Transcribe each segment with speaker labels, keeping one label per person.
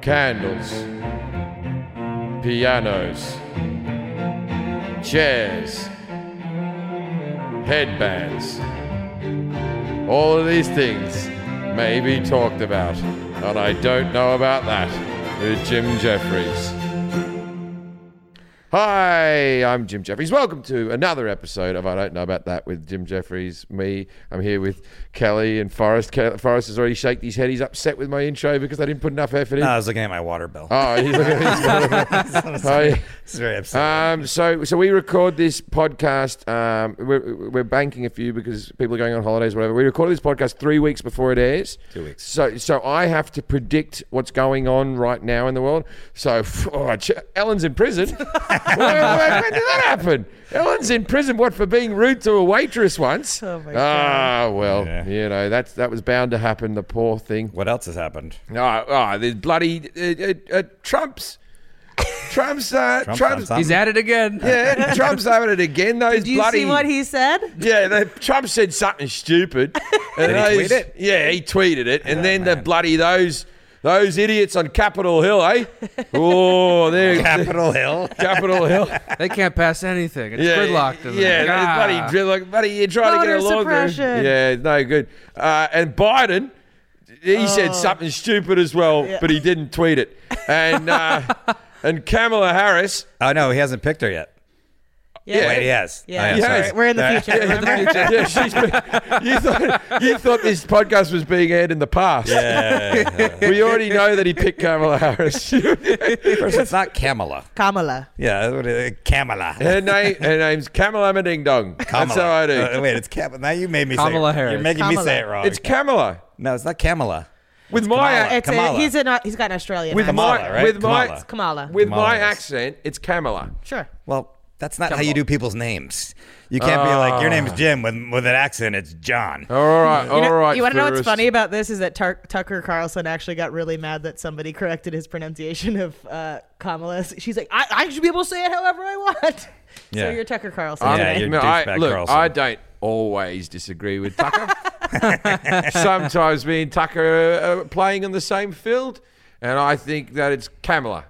Speaker 1: Candles, pianos, chairs, headbands. All of these things may be talked about, and I don't know about that with Jim Jeffries. Hi, I'm Jim Jeffries. Welcome to another episode of I Don't Know About That with Jim Jeffries. Me, I'm here with Kelly and Forrest. Ke- Forrest has already shaken his head. He's upset with my intro because I didn't put enough effort in.
Speaker 2: I was looking at my water bill.
Speaker 1: Oh, he's looking at his Hi.
Speaker 2: It's very upsetting.
Speaker 1: Um, so, so we record this podcast. Um, we're, we're banking a few because people are going on holidays, whatever. We record this podcast three weeks before it airs.
Speaker 2: Two weeks.
Speaker 1: So, so I have to predict what's going on right now in the world. So, oh, ch- Ellen's in prison. when, when- when did that happen? Ellen's in prison. What for being rude to a waitress once? Oh my god. Ah, well,
Speaker 2: Yeah.
Speaker 1: you know that's that was bound to happen. The poor thing.
Speaker 2: what else has happened?
Speaker 1: Oh, oh the bloody uh, uh, uh, Trump's. Trump's, uh,
Speaker 2: Trump,
Speaker 1: Trump's,
Speaker 2: Trump,
Speaker 3: He's at it again.
Speaker 1: yeah, Trump's having it again. Those
Speaker 4: Did you
Speaker 1: bloody.
Speaker 4: see what he said?
Speaker 1: yeah, the, Trump said something stupid. And
Speaker 2: Did he tweet
Speaker 1: those-
Speaker 2: it?
Speaker 1: Yeah, he tweeted it, and then the bloody those those idiots on Capitol Hill, eh? Oh, they're
Speaker 2: Capitol Hill.
Speaker 1: Capitol Hill.
Speaker 3: They can't pass anything. It's
Speaker 1: Yeah,
Speaker 3: gridlocked. in
Speaker 1: yeah,
Speaker 3: there. God.
Speaker 2: "Ah."
Speaker 1: bloody drill, like, buddy, you're trying to get
Speaker 4: Voter
Speaker 1: along there.
Speaker 4: suppression.
Speaker 1: Yeah, no good. Uh, and Biden, he
Speaker 4: Oh.
Speaker 1: said something stupid as well, but he didn't tweet it. And uh, and Kamala Harris,
Speaker 2: Oh no, he hasn't picked her yet.
Speaker 1: Yeah.
Speaker 2: Wait, he has.
Speaker 4: Yeah.
Speaker 2: Oh, yeah, sorry.
Speaker 1: Yes.
Speaker 4: We're in the future. Remember?
Speaker 1: yeah, she's been, you thought you thought this podcast was being aired in the past.
Speaker 2: Yeah.
Speaker 1: We already know that he picked Kamala Harris.
Speaker 2: First, it's not Kamala.
Speaker 4: Kamala.
Speaker 2: Yeah, that's what it- Kamala.
Speaker 1: her name, her name's Kamala Ding Dong. That's
Speaker 2: Kamala.
Speaker 1: how I do.
Speaker 2: Uh, wait, it's Kamala. Now you made me say
Speaker 3: Kamala Harris.
Speaker 2: You're making me
Speaker 4: Kamala.
Speaker 2: say it wrong.
Speaker 1: it's Kamala.
Speaker 2: no, it's not Kamala.
Speaker 1: With my
Speaker 2: Kamala.
Speaker 1: ac-
Speaker 4: It's a,
Speaker 2: Kamala.
Speaker 4: he's an he's got an Australian
Speaker 1: with
Speaker 4: accent.
Speaker 1: my
Speaker 2: Kamala, right?
Speaker 1: with my
Speaker 2: Kamala.
Speaker 4: Kamala.
Speaker 1: with my
Speaker 2: Kamala's.
Speaker 1: accent, it's Kamala.
Speaker 4: sure.
Speaker 2: Well, that's not how you do people's names. You can't be like your
Speaker 1: Ah.
Speaker 2: name's Jim with with an accent. It's John.
Speaker 1: All right, all
Speaker 4: You
Speaker 1: right.
Speaker 4: know, you want to know what's
Speaker 1: Forrest.
Speaker 4: funny about this is that Tar- Tucker Carlson actually got really mad that somebody corrected his pronunciation of uh, Kamala. She's like, I, I should be able to say it however I want.
Speaker 2: Yeah.
Speaker 4: So you're Tucker Carlson.
Speaker 1: I'm-
Speaker 2: Yeah,
Speaker 4: today.
Speaker 2: you're
Speaker 1: no, I,
Speaker 2: douchebag
Speaker 1: look,
Speaker 2: Carlson.
Speaker 1: I don't always disagree with Tucker. Sometimes me and Tucker are, are playing on the same field, and I think that it's Kamala.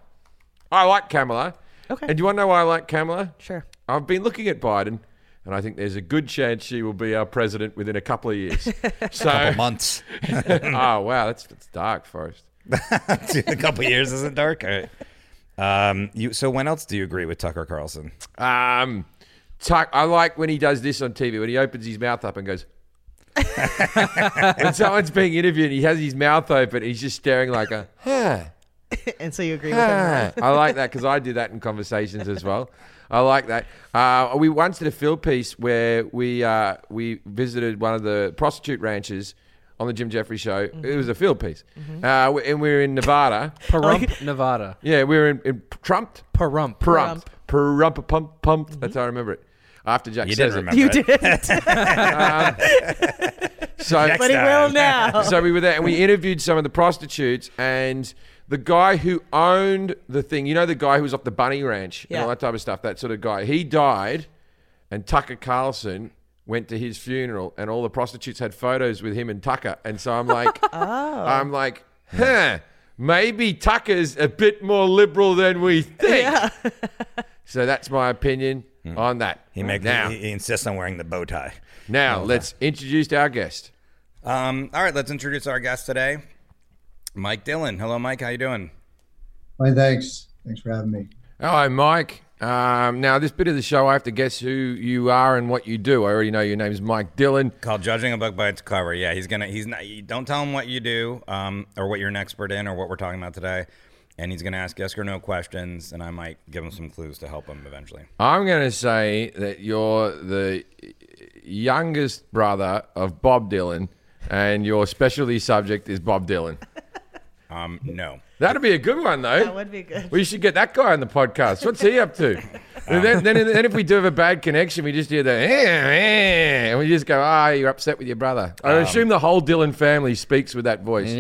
Speaker 1: I like Kamala.
Speaker 4: Okay.
Speaker 1: And do you want to know why I like Kamala?
Speaker 4: Sure.
Speaker 1: I've been looking at Biden, and I think there's a good chance she will be our president within a couple of years. so,
Speaker 2: couple months.
Speaker 1: oh wow, that's that's dark, Forrest.
Speaker 2: a couple years isn't dark. All right. Um, you, so when else do you agree with Tucker Carlson?
Speaker 1: Um, Tuck, I like when he does this on TV when he opens his mouth up and goes. when someone's being interviewed, and he has his mouth open. He's just staring like a. Huh,
Speaker 4: and so you agree with him.
Speaker 1: huh. I like that because I do that in conversations as well. I like that. Uh, we once did a field piece where we uh, we visited one of the prostitute ranches on the Jim Jeffries show. It was a field piece, uh, and we were in Nevada.
Speaker 3: Pahrump, Nevada.
Speaker 1: Yeah, we were in, in Trumped.
Speaker 3: Pahrump.
Speaker 1: Prump. Prump. Pump. Pumped. That's how I remember it. After Jack
Speaker 2: You
Speaker 1: says
Speaker 2: didn't
Speaker 1: it.
Speaker 2: remember.
Speaker 4: You
Speaker 2: it.
Speaker 4: didn't,
Speaker 1: So,
Speaker 4: but he will now.
Speaker 1: so we were there and we interviewed some of the prostitutes and the guy who owned the thing, you know, the guy who was off the bunny ranch and
Speaker 4: Yeah.
Speaker 1: all that type of stuff, that sort of guy, he died and Tucker Carlson went to his funeral and all the prostitutes had photos with him and Tucker. And so I'm like, I'm like, huh, maybe Tucker's a bit more liberal than we think. so that's my opinion on that.
Speaker 2: He e-, make
Speaker 1: now,
Speaker 2: he, he insists on wearing the bow tie.
Speaker 1: now let's introduce our guest.
Speaker 2: Um, all right, let's introduce our guest today, Mike Dillon. Hello, Mike. How you doing?
Speaker 5: Fine, thanks. Thanks for having me.
Speaker 1: Hello, Mike. Um, now, this bit of the show, I have to guess who you are and what you do. I already know your name's Mike Dillon.
Speaker 2: Called judging a book by its cover. Yeah, he's gonna. He's not. You don't tell him what you do, um, or what you're an expert in, or what we're talking about today. And he's gonna ask yes or no questions, and I might give him some clues to help him eventually.
Speaker 1: I'm going to say that you're the youngest brother of Bob Dylan and your specialty subject is Bob Dylan.
Speaker 2: Um, no.
Speaker 1: That'd be a good one, though.
Speaker 4: That would be good. Um.
Speaker 1: We should get that guy on the podcast. What's he up to? And then, then, then if we do have a bad connection, we just hear the eh, eh, and we just go, ah, you're upset with your brother. I
Speaker 4: Um.
Speaker 1: assume the whole Dylan family speaks with that voice.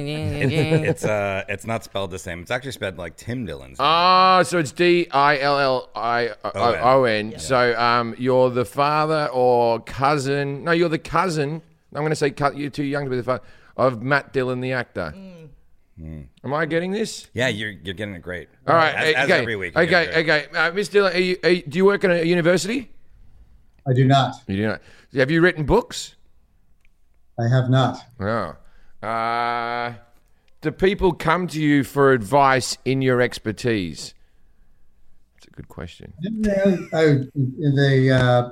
Speaker 2: it's uh, it's not spelled the same. It's actually spelled like Tim Dylan's.
Speaker 1: Ah, so it's D I L L I uh, O N. So um, you're the father or cousin? No, you're the cousin. I'm going to say cou- you're too young to be the father of Matt Dillon, the actor. Am I getting this?
Speaker 2: yeah, you're you're getting it great.
Speaker 1: All right.
Speaker 2: Hmm.
Speaker 1: eh,
Speaker 2: as,
Speaker 1: okay.
Speaker 2: as every week. you're getting it
Speaker 1: Okay.
Speaker 2: great.
Speaker 1: Okay. Uh, Miss Dillon, are you, are you, do you work in a university?
Speaker 5: I do not.
Speaker 1: You do not. Have you written books?
Speaker 5: I have not.
Speaker 1: No. Uh, do people come to you for advice in your expertise? That's a good question.
Speaker 5: I, I, they, uh,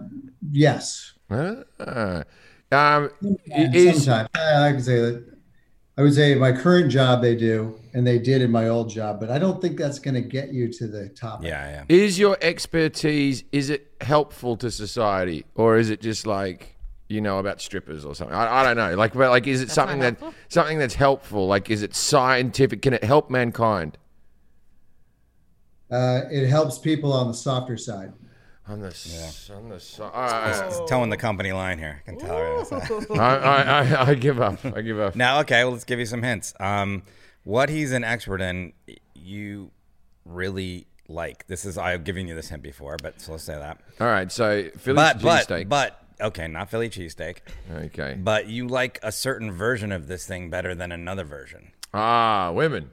Speaker 5: yes.
Speaker 1: Ah. um, i- is,
Speaker 5: Sometimes I, I could say that. I would say my current job they do, and they did in my old job, but I don't think that's going to get you to the top.
Speaker 2: Yeah, yeah.
Speaker 1: is your expertise is it helpful to society or is it just like you know about strippers or something? I, I don't know. Like, but like, is it something that something that's helpful? Like, is it scientific? Can it help mankind?
Speaker 5: Uh, it helps people on the softer side.
Speaker 1: I'm the s- I'm the so- all right, all right.
Speaker 2: It's towing the company line here. I can tell right now.
Speaker 1: I, I, I, I give up. I give up.
Speaker 2: Now, okay, well, let's give you some hints. Um, what he's an expert in, you really like. This is I've given you this hint before, but so let's say that.
Speaker 1: All right, so Philly
Speaker 2: But but
Speaker 1: cheesesteak.
Speaker 2: but okay, not Philly cheesesteak.
Speaker 1: okay.
Speaker 2: But you like a certain version of this thing better than another version.
Speaker 1: ah, women.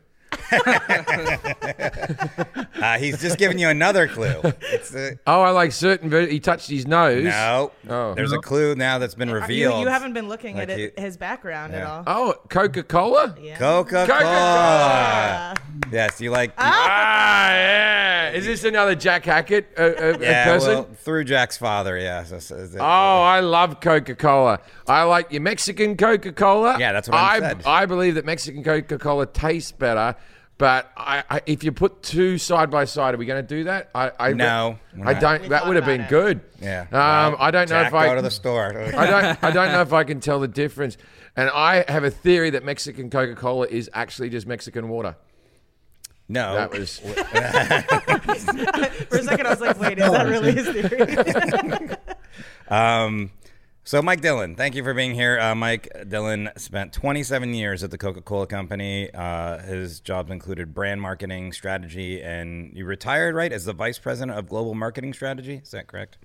Speaker 2: Uh, he's just giving you another clue. It's a,
Speaker 1: Oh, I like certain. Ver- he touched his nose.
Speaker 2: no,
Speaker 1: Oh.
Speaker 2: there's a clue now that's been
Speaker 4: You,
Speaker 2: revealed.
Speaker 4: you haven't been looking
Speaker 2: Like
Speaker 4: at it,
Speaker 2: you-
Speaker 4: his background at all.
Speaker 1: Oh, Coca Cola.
Speaker 4: Yeah.
Speaker 2: Coca Cola.
Speaker 1: Coca-Cola.
Speaker 2: Yes, you like.
Speaker 1: Ah, yeah. Is this another Jack Hackett uh, uh,
Speaker 2: yeah,
Speaker 1: person?
Speaker 2: well, through Jack's father. Yeah. So, so- so-
Speaker 1: Oh, I love Coca Cola. I like your Mexican Coca Cola.
Speaker 2: Yeah, that's what I said.
Speaker 1: I believe that Mexican Coca Cola tastes better, but I, I, if you put two side by side, are we going to do that? I, I
Speaker 2: No, we're
Speaker 1: I
Speaker 2: not.
Speaker 1: don't.
Speaker 4: We
Speaker 1: that
Speaker 4: thought
Speaker 1: would have
Speaker 4: about
Speaker 1: been
Speaker 4: it.
Speaker 1: good.
Speaker 2: Yeah.
Speaker 1: Um, I don't know
Speaker 2: Jack,
Speaker 1: if I
Speaker 2: go to the store.
Speaker 1: I don't. I don't know if I can tell the difference. And I have a theory that Mexican Coca Cola is actually just Mexican water.
Speaker 2: no.
Speaker 1: That was.
Speaker 4: For a second, I was like, wait, is that really his theory?
Speaker 2: Um, so, Mike Dillon, thank you for being here. Uh, Mike Dillon spent 27 years at the Coca Cola Company. Uh, his jobs included brand marketing, strategy, and you retired, right, as the vice president of global marketing strategy. Is that correct?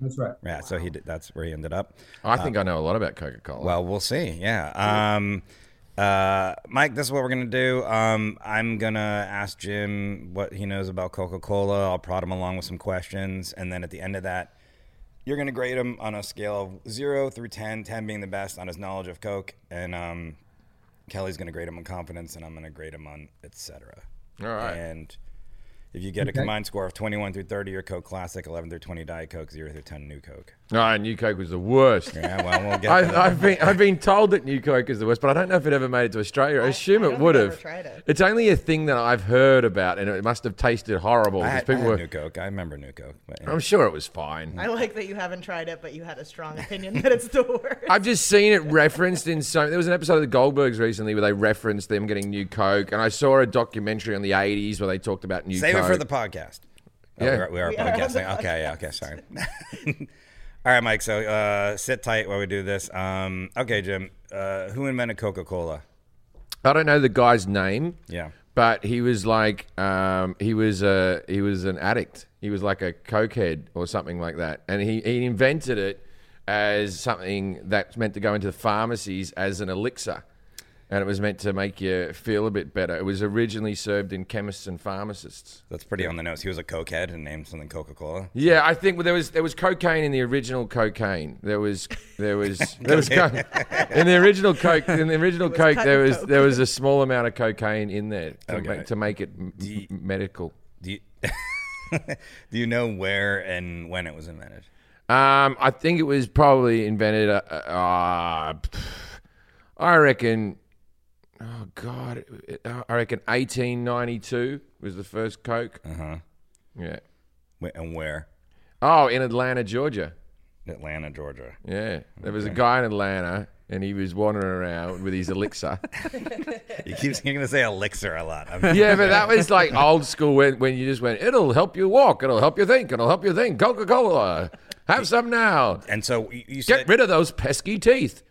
Speaker 5: That's right.
Speaker 2: Yeah, so he did, that's where he ended up.
Speaker 1: I think I know a lot about Coca Cola.
Speaker 2: Well, we'll see. Yeah. Um, uh, Mike, this is what we're going to do. Um, I'm going to ask Jim what he knows about Coca Cola. I'll prod him along with some questions. And then at the end of that, you're going to grade him on a scale of zero through 10, 10 being the best on his knowledge of Coke. And um, Kelly's going to grade him on confidence, and I'm going to grade him on et cetera.
Speaker 1: All right.
Speaker 2: And if you get a combined score of 21 through 30, your Coke Classic, 11 through 20, Diet Coke, 0 through 10, New Coke.
Speaker 1: No, I knew Coke was the worst.
Speaker 2: Yeah, well, we'll get to
Speaker 1: I,
Speaker 2: that.
Speaker 1: I've been I've been told that New Coke is the worst, but I don't know if it ever made it to Australia. I, assume
Speaker 4: I
Speaker 1: it
Speaker 4: don't
Speaker 1: would
Speaker 4: think I've
Speaker 1: have.
Speaker 4: ever tried it.
Speaker 1: It's only a thing that I've heard about, and it must have tasted horrible
Speaker 2: I
Speaker 1: because
Speaker 2: had, I
Speaker 1: people
Speaker 2: had
Speaker 1: were.
Speaker 2: New Coke. I remember New Coke. But yeah.
Speaker 1: I'm sure it was fine.
Speaker 4: I like that you haven't tried it, but you had a strong opinion that it's the worst.
Speaker 1: I've just seen it referenced in so. There was an episode of the Goldbergs recently where they referenced them getting new Coke, and I saw a documentary on the '80s where they talked about new
Speaker 2: Save
Speaker 1: Coke.
Speaker 2: it for the podcast. Oh,
Speaker 1: Yeah.
Speaker 2: we are, we are
Speaker 4: We are on the
Speaker 2: podcasting. okay, yeah, okay, sorry. All right, Mike. So uh, sit tight while we do this. Um, okay, Jim. Uh, who invented Coca Cola?
Speaker 1: I don't know the guy's name.
Speaker 2: Yeah.
Speaker 1: But he was like, um, he was a, he was an addict. He was like a cokehead or something like that, and he, he invented it as something that's meant to go into the pharmacies as an elixir, and it was meant to make you feel a bit better. It was originally served in chemists and pharmacists.
Speaker 2: That's pretty on the nose. He was a cokehead and named something Coca Cola.
Speaker 1: Yeah, I think there was there was cocaine in the original cocaine. There was there was there was co- in the original coke in the original coke
Speaker 4: cut
Speaker 1: there
Speaker 4: with
Speaker 1: was
Speaker 4: Coke.
Speaker 1: there was a small amount of cocaine in there to,
Speaker 2: Okay.
Speaker 1: make, to make it m-
Speaker 2: you-
Speaker 1: m- medical.
Speaker 2: Do you, do you know where and when it was invented?
Speaker 1: Um, I think it was probably invented. Uh, uh, I reckon. Oh God, I reckon 1892 was the first Coke. Uh huh. Yeah.
Speaker 2: Wh- And where?
Speaker 1: Oh, in Atlanta, Georgia.
Speaker 2: Atlanta, Georgia.
Speaker 1: Yeah, there was a guy in Atlanta and he was wandering around with his elixir.
Speaker 2: He keeps going to say elixir a lot. I'm-
Speaker 1: yeah, but that was like old school when, when you just went, it'll help you walk, it'll help you think, it'll help you think. Coca Cola, have some now.
Speaker 2: And so you you
Speaker 1: Get
Speaker 2: said,
Speaker 1: rid of those pesky teeth.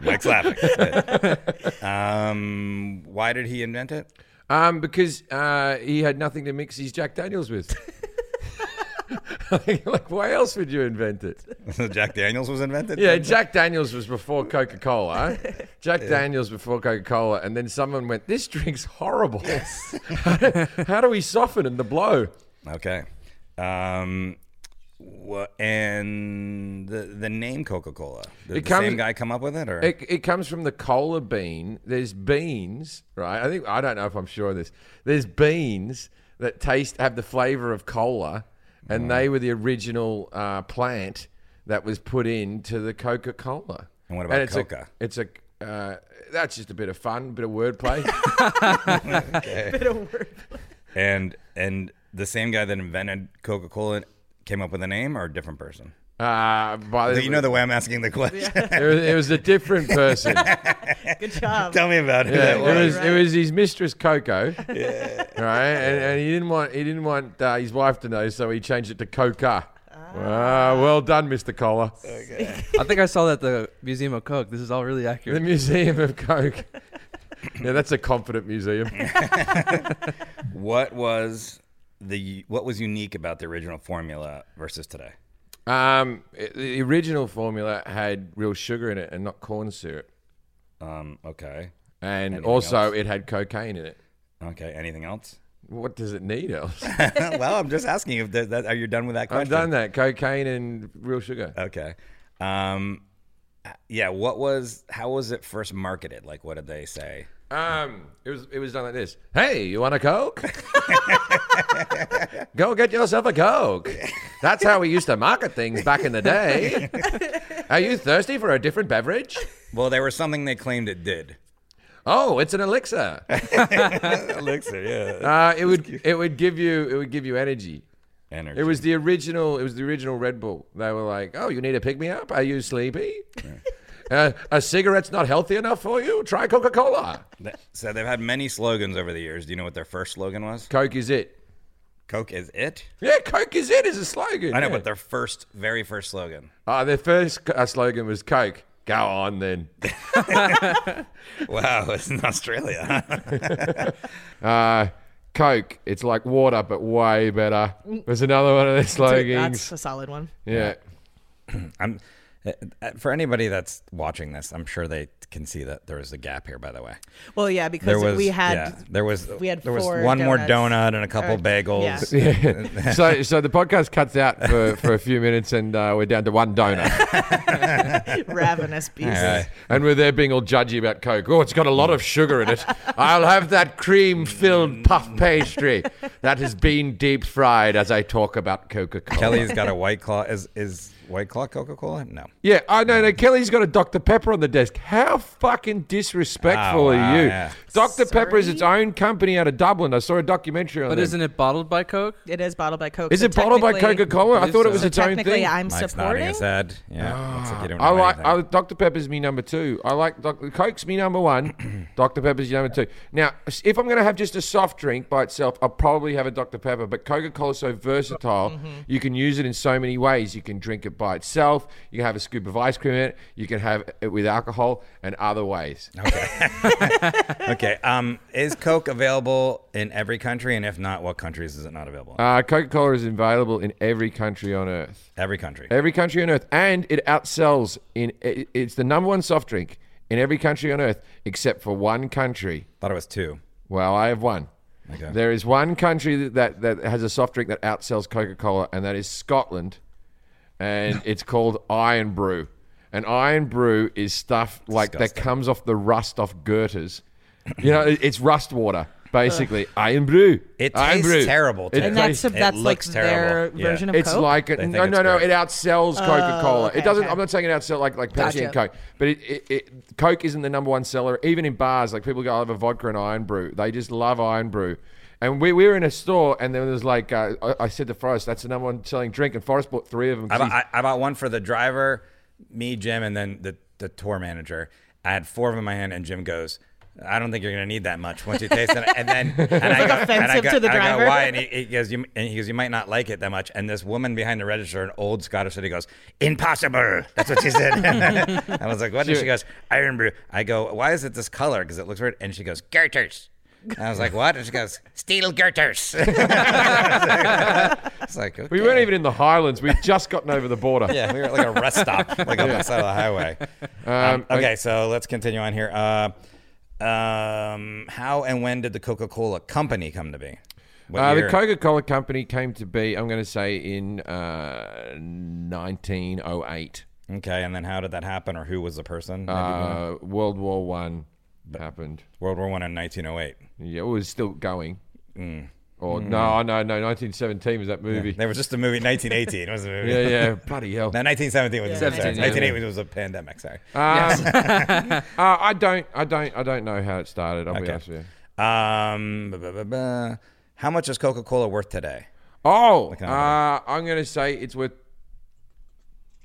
Speaker 2: Mike's laughing. um, why did he invent it?
Speaker 1: Um, because uh, he had nothing to mix his Jack Daniels with. like, why else would you invent it?
Speaker 2: Jack Daniels was invented.
Speaker 1: Yeah, Jack Daniels was before Coca Cola. Jack Daniels before Coca Cola, and then someone went, "This drink's horrible. How do we soften in the blow?"
Speaker 2: Okay. Um, wha- and the the name Coca Cola. Did the
Speaker 1: It comes-
Speaker 2: same guy come up with it, or
Speaker 1: It, it comes from the cola bean. There's beans, right? I think I don't know if I'm sure of this. There's beans that taste have the flavor of cola,
Speaker 2: Mm.
Speaker 1: and they were the original uh, plant that was put into the Coca Cola.
Speaker 2: And what about
Speaker 1: it's
Speaker 2: Coca?
Speaker 1: A, it's a uh, that's just a bit of fun, bit of wordplay.
Speaker 2: and and the same guy that invented Coca Cola came up with a name, or a different person?
Speaker 1: uh, by the
Speaker 2: You know the way I'm asking the question.
Speaker 1: it was, it was a different person.
Speaker 4: Good job.
Speaker 2: Tell me about it.
Speaker 1: Yeah, it was it was his mistress Coco, right? And, and he didn't want he didn't want uh, his wife to know, so he changed it to Coca. Ah, well done, Mr. Collar.
Speaker 3: I think I saw that at the Museum of Coke. This is all really
Speaker 1: The
Speaker 3: accurate.
Speaker 1: Museum of Coke. yeah, that's a confident museum.
Speaker 2: What was the what was unique about the original formula versus today?
Speaker 1: Um, i- the original formula had real sugar in it and not corn syrup,
Speaker 2: Um, okay,
Speaker 1: and also
Speaker 2: else?
Speaker 1: it had cocaine in it.
Speaker 2: okay. Anything else?
Speaker 1: What does it need else?
Speaker 2: well, I'm just asking if that, that, are you done with that
Speaker 1: I've
Speaker 2: question?
Speaker 1: done that. Cocaine and real sugar.
Speaker 2: Okay. Um, yeah. What was? How was it first marketed? Like, what did they say?
Speaker 1: Um, it was it was done like this. Hey, you want a coke? Go get yourself a coke. That's how we used to market things back in the day. Are you thirsty for a different beverage?
Speaker 2: Well, there was something they claimed it did.
Speaker 1: Oh, it's an elixir.
Speaker 2: Elixir, yeah.
Speaker 1: Uh, it would it would give you it would give you energy.
Speaker 2: Energy.
Speaker 1: It was the original. It was the original Red Bull. They were like, "Oh, you need a pick me up? Are you sleepy? Uh, a cigarette's not healthy enough for you? Try Coca Cola.
Speaker 2: Th- So they've had many slogans over the years. Do you know what their first slogan was?
Speaker 1: Coke is it.
Speaker 2: Coke is it.
Speaker 1: Yeah, Coke is it is a slogan.
Speaker 2: I know,
Speaker 1: yeah.
Speaker 2: but their first, very first slogan.
Speaker 1: Uh, their first uh, slogan was Coke. Go on then.
Speaker 2: Wow, it's in Australia.
Speaker 1: Uh, Coke, it's like water, but way better. Was another one of their slogans.
Speaker 4: That's a solid one.
Speaker 1: Yeah.
Speaker 2: I'm uh, uh, for anybody that's watching this. I'm sure they can see that there is a gap here. By the way,
Speaker 4: Well, yeah, because
Speaker 2: there was
Speaker 4: we had
Speaker 2: yeah, there was
Speaker 4: we had
Speaker 2: there was
Speaker 4: four
Speaker 2: one more
Speaker 4: donuts.
Speaker 2: donut and a couple
Speaker 4: Or-
Speaker 2: bagels.
Speaker 1: yeah. so, so the podcast cuts out for, for a few minutes and uh, we're down to one donut.
Speaker 4: ravenous beasts.
Speaker 1: and we're there being all judgy about Coke. Oh, it's got a lot of sugar in it. I'll have that cream filled puff pastry that has been deep fried as I talk about Coca Cola.
Speaker 2: Kelly's got a white claw. Is is white claw Coca Cola? No.
Speaker 1: Yeah, I know. No, Kelly's got a Dr. Pepper on the desk. How fucking disrespectful
Speaker 2: Oh, wow,
Speaker 1: are you?
Speaker 2: yeah.
Speaker 1: Dr. Pepper is
Speaker 4: Sorry?
Speaker 1: its own company out of Dublin. I saw a documentary on
Speaker 3: But
Speaker 1: them.
Speaker 3: isn't it bottled by Coke?
Speaker 4: It is bottled by Coke.
Speaker 1: Is
Speaker 4: so
Speaker 1: it bottled by
Speaker 4: technically-
Speaker 1: Coca Cola? I
Speaker 3: believe
Speaker 1: thought it
Speaker 3: so.
Speaker 1: was
Speaker 3: So
Speaker 1: its own
Speaker 4: Technically,
Speaker 1: thing.
Speaker 4: I'm
Speaker 2: Mike's nodding
Speaker 4: supporting.
Speaker 2: his head. Yeah. looks like you don't
Speaker 1: Ah, I
Speaker 2: know
Speaker 1: like I,
Speaker 2: anything.
Speaker 1: Dr. Pepper's me number two. I like Dr. Coke's me number one. Dr. Pepper's your number two. Now, s- if I'm going to have just a soft drink by itself, I'll probably have a Dr. Pepper. But Coca Cola's so versatile,
Speaker 4: Mm-hmm.
Speaker 1: you can use it in so many ways. You can drink it by itself. You can have a scoop of ice cream in it. You can have it with alcohol and other ways.
Speaker 2: okay. Um, is Coke available in every country? And if not, what countries is it not available? in?
Speaker 1: Uh, Coca Cola is available in every country on earth.
Speaker 2: every country.
Speaker 1: Every country on earth. And it outsells in. It, it's the number one soft drink in every country on earth except for one country.
Speaker 2: Thought it was two.
Speaker 1: Well, I have one.
Speaker 2: Okay.
Speaker 1: There is one country that, that has a soft drink that outsells Coca Cola, and that is Scotland. And it's called Iron Brew. And Iron Brew is stuff like that
Speaker 2: Disgusting.
Speaker 1: comes off the rust off girders. You know, it- it's rust water, basically. Iron Brew.
Speaker 2: It
Speaker 1: Iron
Speaker 2: tastes
Speaker 1: Brew.
Speaker 2: terrible, too.
Speaker 4: And that's
Speaker 1: tastes-
Speaker 2: It
Speaker 4: that's like
Speaker 2: looks
Speaker 4: their
Speaker 2: terrible. Yeah.
Speaker 4: version of
Speaker 1: it's
Speaker 4: Coke. Oh,
Speaker 1: like
Speaker 2: They
Speaker 1: a,
Speaker 2: think
Speaker 1: no,
Speaker 2: it's
Speaker 1: no, no.
Speaker 2: great.
Speaker 1: It outsells Coca Cola.
Speaker 4: okay,
Speaker 1: it doesn't.
Speaker 4: okay.
Speaker 1: I'm not saying it outsells like like Pepsi
Speaker 4: Gotcha.
Speaker 1: and Coke, but it, it, it Coke isn't the number one seller even in bars. Like people go "I'll have a vodka and Iron Brew. They just love Iron Brew, And we, we were in a store, and there was like, uh, I, I said to Forrest, that's the number one selling drink. And Forrest bought three of them. 'cause
Speaker 2: I bought,
Speaker 1: he's-
Speaker 2: I, I bought one for the driver, me, Jim, and then the, the tour manager. I had four of them in my hand, and Jim goes, I don't think you're gonna need that much once you taste it. And then and I go, and I
Speaker 4: offensive
Speaker 2: go,
Speaker 4: to the
Speaker 2: and I go
Speaker 4: driver.
Speaker 2: why? And he, he goes, you, and he goes, you might not like it that much. And this woman behind the register, an old Scottish lady, goes, impossible. That's what she said. and I was like, what? And she goes, iron brew. I go, why is it this color? Because it looks weird. And she goes, garters. And I was like, what? And she goes, steel garters. it's like
Speaker 1: we
Speaker 2: okay.
Speaker 1: weren't even in the Highlands. We'd just gotten over the border.
Speaker 2: Yeah, we were at like a rest stop, like on the side of the highway. Um, okay, so let's continue on here. Uh, um, how and when did the Coca Cola Company come to be? What
Speaker 1: Uh, the
Speaker 2: year?
Speaker 1: Coca Cola Company came to be, I'm going to say, in uh, 1908.
Speaker 2: okay, and then how did that happen, or who was the person? Maybe
Speaker 1: Uh,
Speaker 2: Mm-hmm.
Speaker 1: World War One happened.
Speaker 2: World War One in 1908.
Speaker 1: Yeah, it was still going. Or no, no, no, 1917 was that movie.
Speaker 2: Mm. There was just a movie, 1918 was a movie.
Speaker 1: Yeah, yeah, bloody hell.
Speaker 2: No, 1917 was a disaster.
Speaker 3: 17, yeah.
Speaker 2: 1918 was a pandemic. Sorry.
Speaker 1: Uh, I don't, I don't, I don't know how it started. I'll be honest with you.
Speaker 2: Um, buh, buh, buh, buh. how much is Coca Cola worth today?
Speaker 1: Oh,
Speaker 2: that
Speaker 1: uh, I'm going to say it's worth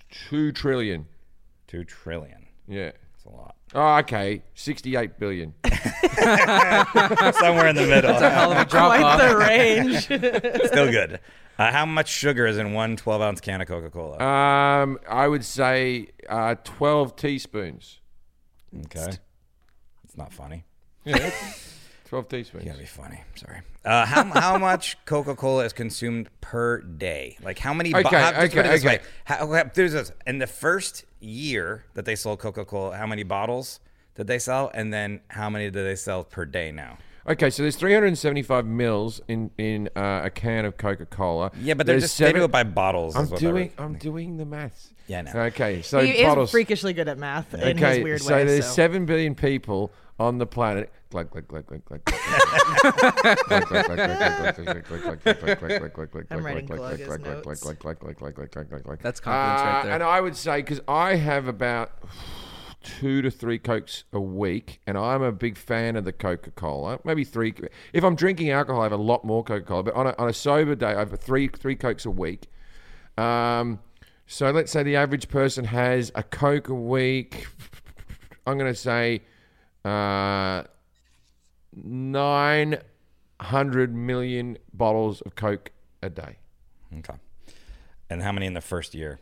Speaker 1: two trillion.
Speaker 2: Two trillion.
Speaker 1: Yeah.
Speaker 2: That's a lot.
Speaker 1: Oh, okay, 68 billion.
Speaker 2: Somewhere in the middle.
Speaker 3: Hell of a drop
Speaker 4: Quite
Speaker 3: off.
Speaker 4: the range.
Speaker 2: Still good. Uh, how much sugar is in one 12 ounce can of Coca Cola?
Speaker 1: Um, I would say uh, 12 teaspoons.
Speaker 2: Okay. It's not funny.
Speaker 1: 12 teaspoons.
Speaker 2: Gotta be funny. Sorry. Uh, how, how much Coca Cola is consumed per day? Like how many?
Speaker 1: Okay,
Speaker 2: how, just put
Speaker 1: okay,
Speaker 2: it this
Speaker 1: okay.
Speaker 2: way. How, how- there's this. In the first year that they sold Coca Cola, how many bottles did they sell? And then how many do they sell per day now?
Speaker 1: Okay, so there's 375 mils in in uh, a can of Coca-Cola.
Speaker 2: Yeah, but they're
Speaker 1: There's
Speaker 2: just
Speaker 1: seven- Um,
Speaker 2: they do it by bottles.
Speaker 1: I'm
Speaker 2: is what they're-
Speaker 1: doing I'm doing the maths.
Speaker 2: Yeah, I know.
Speaker 1: Okay, so
Speaker 4: he is
Speaker 1: bottles.
Speaker 4: freakishly good at math in
Speaker 1: okay,
Speaker 4: his weird
Speaker 1: so
Speaker 4: way.
Speaker 1: there's
Speaker 4: so.
Speaker 1: seven billion people on the planet. Glug glug glug glug glug. I'm
Speaker 4: writing glug as notes.
Speaker 3: That's confidence right there.
Speaker 1: Uh, And I would say because I have about two to three cokes a week, and I'm a big fan of the Coca Cola. Maybe three. If I'm drinking alcohol, I have a lot more Coca Cola. But on a, on a sober day, I have three three cokes a week. Um, so let's say the average person has a Coke a week. I'm going to say uh, 900 million bottles of Coke a day.
Speaker 2: Okay. And how many in the first year?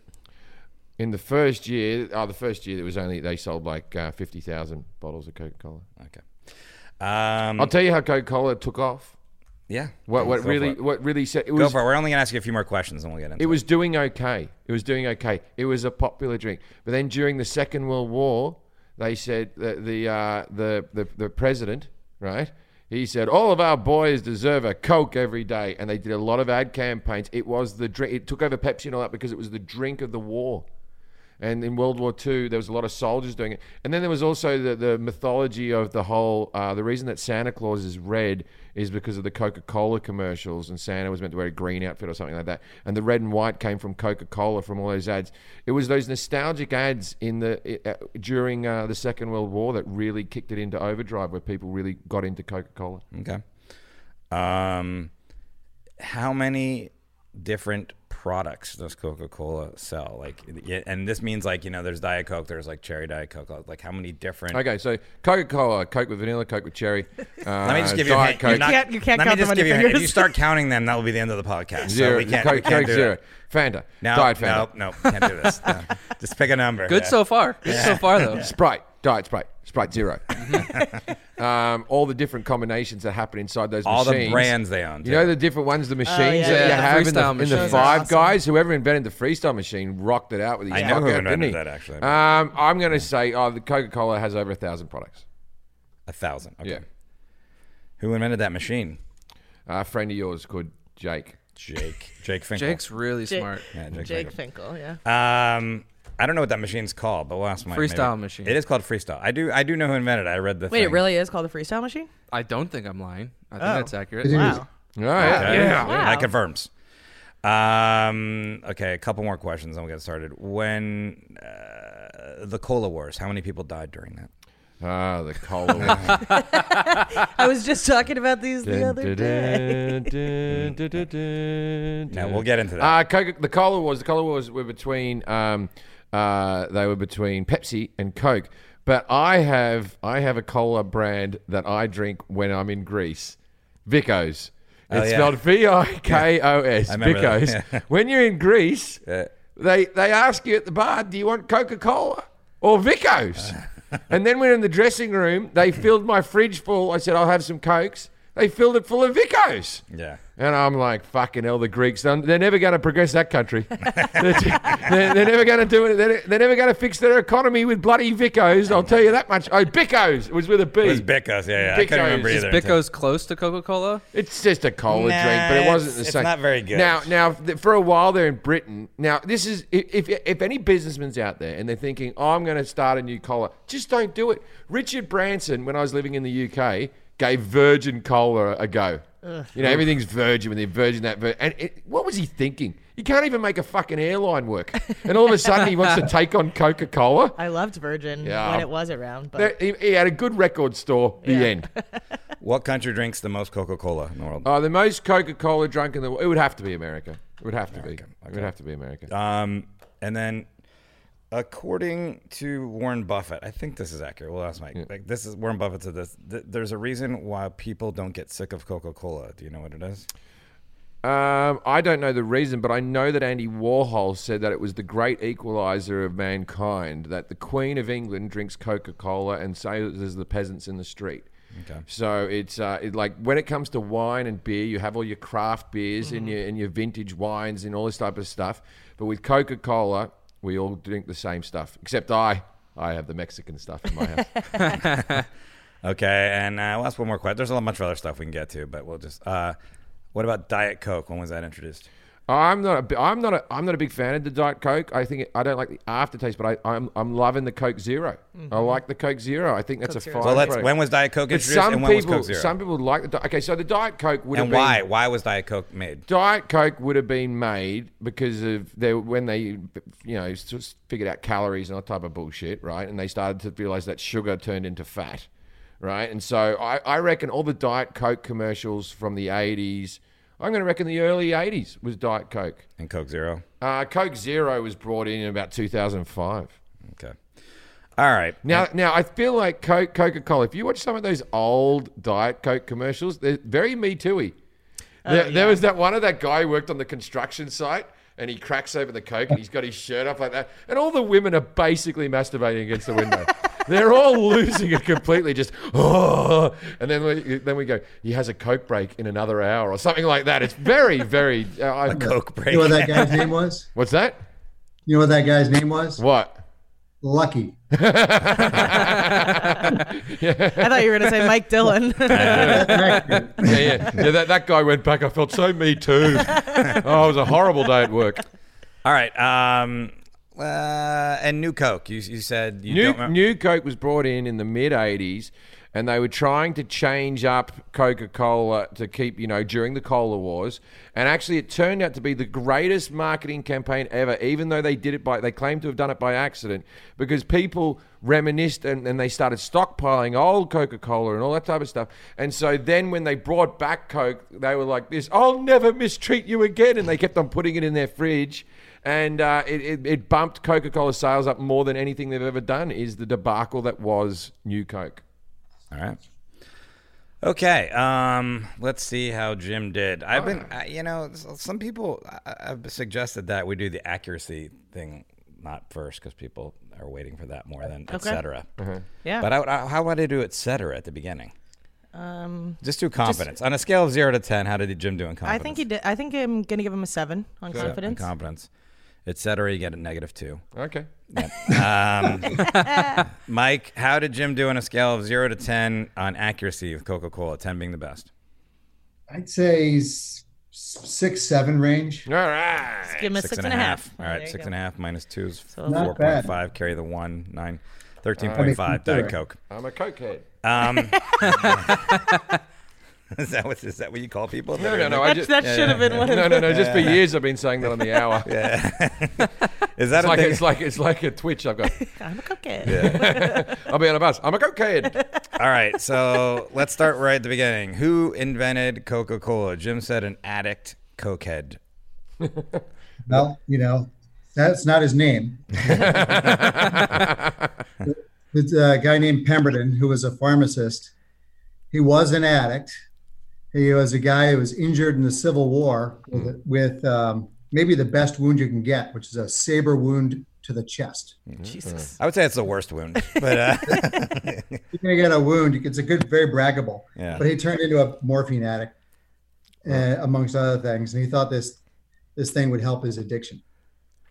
Speaker 1: In the first year, oh, the first year, there was only, they sold like uh, 50,000 bottles of Coca Cola.
Speaker 2: Okay. Um,
Speaker 1: I'll tell you how Coca Cola took off.
Speaker 2: yeah.
Speaker 1: What, what
Speaker 2: Go for
Speaker 1: really,
Speaker 2: it.
Speaker 1: what really said, it
Speaker 2: Go
Speaker 1: was,
Speaker 2: for it. We're only gonna ask you a few more questions, and we'll get into
Speaker 1: it was doing okay. It was doing okay. It was a popular drink. But then during the Second World War, they said that the uh, the, the the president, right? He said all of our boys deserve a Coke every day, and they did a lot of ad campaigns. It was the drink. It took over Pepsi and all that because it was the drink of the war. And in World War II, there was a lot of soldiers doing it. And then there was also the, the mythology of the whole. Uh, the reason that Santa Claus is red is because of the Coca Cola commercials, and Santa was meant to wear a green outfit or something like that. And the red and white came from Coca Cola from all those ads. It was those nostalgic ads in the uh, during uh, the Second World War that really kicked it into overdrive, where people really got into Coca Cola.
Speaker 2: Okay. Um, how many different products does Coca Cola sell? Like, yeah, and this means like you know, there's Diet Coke, there's like cherry Diet Coke. uh, Like, how many different?
Speaker 1: Okay, so Coca Cola, Coke with vanilla, Coke with cherry. uh,
Speaker 2: Let me just give you a
Speaker 1: Diet
Speaker 2: hint. You're
Speaker 1: Coke.
Speaker 2: not-
Speaker 4: can't- you can't
Speaker 2: let me
Speaker 4: count them
Speaker 2: just
Speaker 4: on
Speaker 2: give
Speaker 4: your
Speaker 2: you a hint. If
Speaker 4: fingers.
Speaker 2: you start counting them, that will be the end of the podcast. So
Speaker 1: Zero,
Speaker 2: we can't,
Speaker 1: Coke,
Speaker 2: we can't
Speaker 1: Coke
Speaker 2: do
Speaker 1: zero.
Speaker 2: That.
Speaker 1: Fanta.
Speaker 2: No,
Speaker 1: Diet Fanta.
Speaker 2: no, no, can't do this. No. Just pick a number.
Speaker 3: Good
Speaker 2: Yeah.
Speaker 3: so far. Good so far though.
Speaker 1: Sprite, Diet Sprite, Sprite Zero. um, all the different combinations that happen inside those
Speaker 2: All
Speaker 1: machines.
Speaker 2: the brands they own.
Speaker 1: You know
Speaker 2: too.
Speaker 1: the different ones, the machines
Speaker 4: yeah,
Speaker 1: that
Speaker 4: yeah,
Speaker 1: you
Speaker 3: the
Speaker 1: have in the,
Speaker 3: freestyle
Speaker 1: in the
Speaker 3: machines.
Speaker 1: Five
Speaker 4: Awesome.
Speaker 1: Guys. Whoever invented the freestyle machine rocked it out with his
Speaker 2: I know
Speaker 1: cock
Speaker 2: who
Speaker 1: out,
Speaker 2: invented
Speaker 1: didn't he?
Speaker 2: that, actually.
Speaker 1: Um, I'm going to say oh, the Coca-Cola has over a thousand products.
Speaker 2: a thousand. Okay.
Speaker 1: Yeah,
Speaker 2: Who invented that machine?
Speaker 1: a friend of yours called Jake.
Speaker 2: Jake. Jake Finkel.
Speaker 3: Jake's really smart.
Speaker 2: Yeah,
Speaker 4: Jake Finkel, yeah.
Speaker 2: Um, I don't know what that machine's called, but we'll ask Mike. maybe.
Speaker 3: Freestyle machine.
Speaker 2: It is called freestyle. I do. I do know who invented it. I read the.
Speaker 4: Wait,
Speaker 2: thing.
Speaker 4: it really is called the freestyle machine?
Speaker 3: I don't think I'm lying. I think
Speaker 4: Oh.
Speaker 3: that's accurate.
Speaker 5: It is.
Speaker 4: Wow.
Speaker 2: Oh,
Speaker 1: All right.
Speaker 2: Okay.
Speaker 1: Yeah.
Speaker 4: Wow.
Speaker 2: That confirms. Um, okay, a couple more questions, and we'll get started. When uh, the Cola Wars, how many people died during that?
Speaker 1: Ah, the cola.
Speaker 4: I was just talking about these the other day.
Speaker 1: No,
Speaker 2: No, we'll get into that.
Speaker 1: Uh, Coca- the cola was the cola was were between um, uh, they were between Pepsi and Coke. But I have I have a cola brand that I drink when I'm in Greece, Vicos. It's
Speaker 2: Oh, yeah.
Speaker 1: spelled V I K O S.
Speaker 2: I remember that.
Speaker 1: Vicos.
Speaker 2: Yeah.
Speaker 1: When you're in Greece,
Speaker 2: Yeah.
Speaker 1: they they ask you at the bar, do you want Coca Cola or Vicos? and then when in the dressing room, they filled my fridge full. I said I'll have some cokes. They filled it full of Vicos.
Speaker 2: yeah.
Speaker 1: And I'm like, fucking hell, the Greeks, they're they're never going to progress that country. they're, they're- they're never going to do it. They're, they're never going to fix their economy with bloody Vicos. I'll tell you that much. Oh, Bicos. It was with a B.
Speaker 2: It was Bicko's. Yeah, yeah. I couldn't
Speaker 1: Bicco's.
Speaker 2: remember
Speaker 1: It's
Speaker 2: either. until-
Speaker 3: Bico's close to Coca Cola.
Speaker 1: It's just a cola
Speaker 2: Nah,
Speaker 1: drink, but it wasn't the
Speaker 2: it's- it's
Speaker 1: same.
Speaker 2: not very good.
Speaker 1: Now, now th- for a while there in Britain. Now, this is if if, if any businessman's out there and they're thinking, oh, I'm going to start a new cola, just don't do it. Richard Branson, when I was living in the UK, gave Virgin Cola a go. You know, everything's Virgin when they're Virgin that. Vir- and it, what was he thinking? You can't even make a fucking airline work, and all of a sudden he wants to take on Coca Cola.
Speaker 4: I loved Virgin
Speaker 1: Yeah.
Speaker 4: when it was around, but
Speaker 1: He, he had a good record store. The
Speaker 4: Yeah.
Speaker 1: end.
Speaker 2: What country drinks the most Coca Cola in the world?
Speaker 1: Oh, the most Coca Cola drunk in the world. It would have to be America. It would have to be. It would have to be America.
Speaker 2: Um, and then, according to Warren Buffett, I think this is accurate. We'll ask Mike. Like this is Warren Buffett said this. Th- there's a reason why people don't get sick of Coca Cola. Do you know what it is?
Speaker 1: Um, I don't know the reason, but I know that Andy Warhol said that it was the great equalizer of mankind that the Queen of England drinks Coca Cola and so does the peasants in the street.
Speaker 2: Okay.
Speaker 1: So it's uh, it, like when it comes to wine and beer, you have all your craft beers and your and your vintage wines and all this type of stuff. But with Coca Cola, we all drink the same stuff, except I. I have the Mexican stuff in my house.
Speaker 2: Okay, and uh, we'll ask one more question. There's a lot much other stuff we can get to, but we'll just. Uh, what about Diet Coke? When was that introduced?
Speaker 1: I'm not. A, bi- I'm not. A, I'm not a big fan of the Diet Coke. I think it, I don't like the aftertaste, but I, I'm I'm loving the Coke 0 I like the Mm-hmm. Coke Zero. I think that's a fine.
Speaker 2: Well, let's.
Speaker 1: product.
Speaker 2: When was Diet Coke
Speaker 1: But
Speaker 2: introduced?
Speaker 1: some
Speaker 2: and when
Speaker 1: people,
Speaker 2: was Coke Zero?
Speaker 1: some people like the. Di- Okay, so the Diet Coke would
Speaker 2: and
Speaker 1: have been
Speaker 2: why? Why was Diet Coke made?
Speaker 1: Diet Coke would have been made because of their when they, you know, just figured out calories and all type of bullshit, right? And they started to realize that sugar turned into fat, right? And so I, I reckon all the Diet Coke commercials from the '80s, I'm going to reckon the early '80s was Diet Coke.
Speaker 2: And Coke Zero.
Speaker 1: Uh, Coke Zero was brought in in about 2005.
Speaker 2: Okay. All right.
Speaker 1: Now, now I feel like Coke, Coca-Cola. If you watch some of those old Diet Coke commercials, they're very Me Too-y. There, there was that one of that guy who worked on the construction site, and he cracks open the Coke, and he's got his shirt off like that, and all the women are basically masturbating against the window. They're all losing it completely, just oh, and then we, then we go. He has a Coke break in another hour or something like that. It's very, very. Uh, I,
Speaker 2: Coke break.
Speaker 5: You know what that guy's name was?
Speaker 1: What's that?
Speaker 5: You know what that guy's name was?
Speaker 1: What?
Speaker 5: Lucky.
Speaker 4: I thought you were gonna say Mike Dillon.
Speaker 1: yeah, yeah, yeah. That, that guy went back. I felt so me too. Oh, it was a horrible day at work.
Speaker 2: All right. Um, uh, and New Coke. You, you said you
Speaker 1: New
Speaker 2: don't remember.
Speaker 1: New Coke was brought in in the mid '80s, and they were trying to change up Coca Cola to keep you know during the cola wars. And actually, it turned out to be the greatest marketing campaign ever. Even though they did it by they claimed to have done it by accident because people reminisced and, and they started stockpiling old Coca Cola and all that type of stuff. And so then when they brought back Coke, they were like this: "I'll never mistreat you again," and they kept on putting it in their fridge and uh, it, it, it bumped coca-cola sales up more than anything they've ever done is the debacle that was new coke
Speaker 2: All right. Okay. Um, let's see how Jim did. I've been, I, you know, s- some people I, I've suggested that we do the accuracy thing not first because people are waiting for that more than et
Speaker 4: Uh, Okay. Mm-hmm.
Speaker 2: cetera.
Speaker 4: yeah.
Speaker 2: But I, would- I, how would I do et cetera at the beginning?
Speaker 4: um,
Speaker 2: Just do confidence on a scale of zero to ten. How did Jim do in
Speaker 4: I
Speaker 2: confidence?
Speaker 4: think he did. I think I'm gonna give him a seven on
Speaker 2: Yeah, on
Speaker 4: confidence.
Speaker 2: Confidence, et cetera. You get a negative two.
Speaker 1: okay
Speaker 2: Mike, how did Jim do on a scale of zero to ten on accuracy with Coca Cola? Ten being the best.
Speaker 5: I'd say s- six, seven range.
Speaker 1: all right
Speaker 4: give him a six and a half.
Speaker 2: All right, six and a half minus two is
Speaker 4: Not
Speaker 2: four point
Speaker 5: bad.
Speaker 2: five. Carry the one nine. 13.5 Diet
Speaker 5: consider
Speaker 2: Coke.
Speaker 1: i'm a cokehead
Speaker 2: Um, is that what is that what you call people?
Speaker 1: No, no, no. I
Speaker 4: That,
Speaker 1: just,
Speaker 4: that should have been one of
Speaker 1: no,
Speaker 4: the
Speaker 1: no, no. Just for years, I've been saying that on the hour.
Speaker 2: Is that
Speaker 1: It's
Speaker 2: a
Speaker 1: like
Speaker 2: thing?
Speaker 1: it's like it's like a twitch. I've got.
Speaker 4: I'm a cokehead.
Speaker 1: I'll be on a bus. I'm a cokehead.
Speaker 2: All right, so let's start right at the beginning. Who invented Coca-Cola? Jim said an addict, cokehead.
Speaker 5: Well, you know, that's not his name. it's a guy named Pemberton who was a pharmacist. He was an addict. He was a guy who was injured in the Civil War with, with um, maybe the best wound you can get, which is a saber wound to the chest.
Speaker 4: Jesus.
Speaker 2: I would say it's the worst wound, but uh,
Speaker 5: You're gonna get a wound. It's a good, very braggable.
Speaker 2: Yeah.
Speaker 5: But he turned into a morphine addict, uh, amongst other things, and he thought this this thing would help his addiction.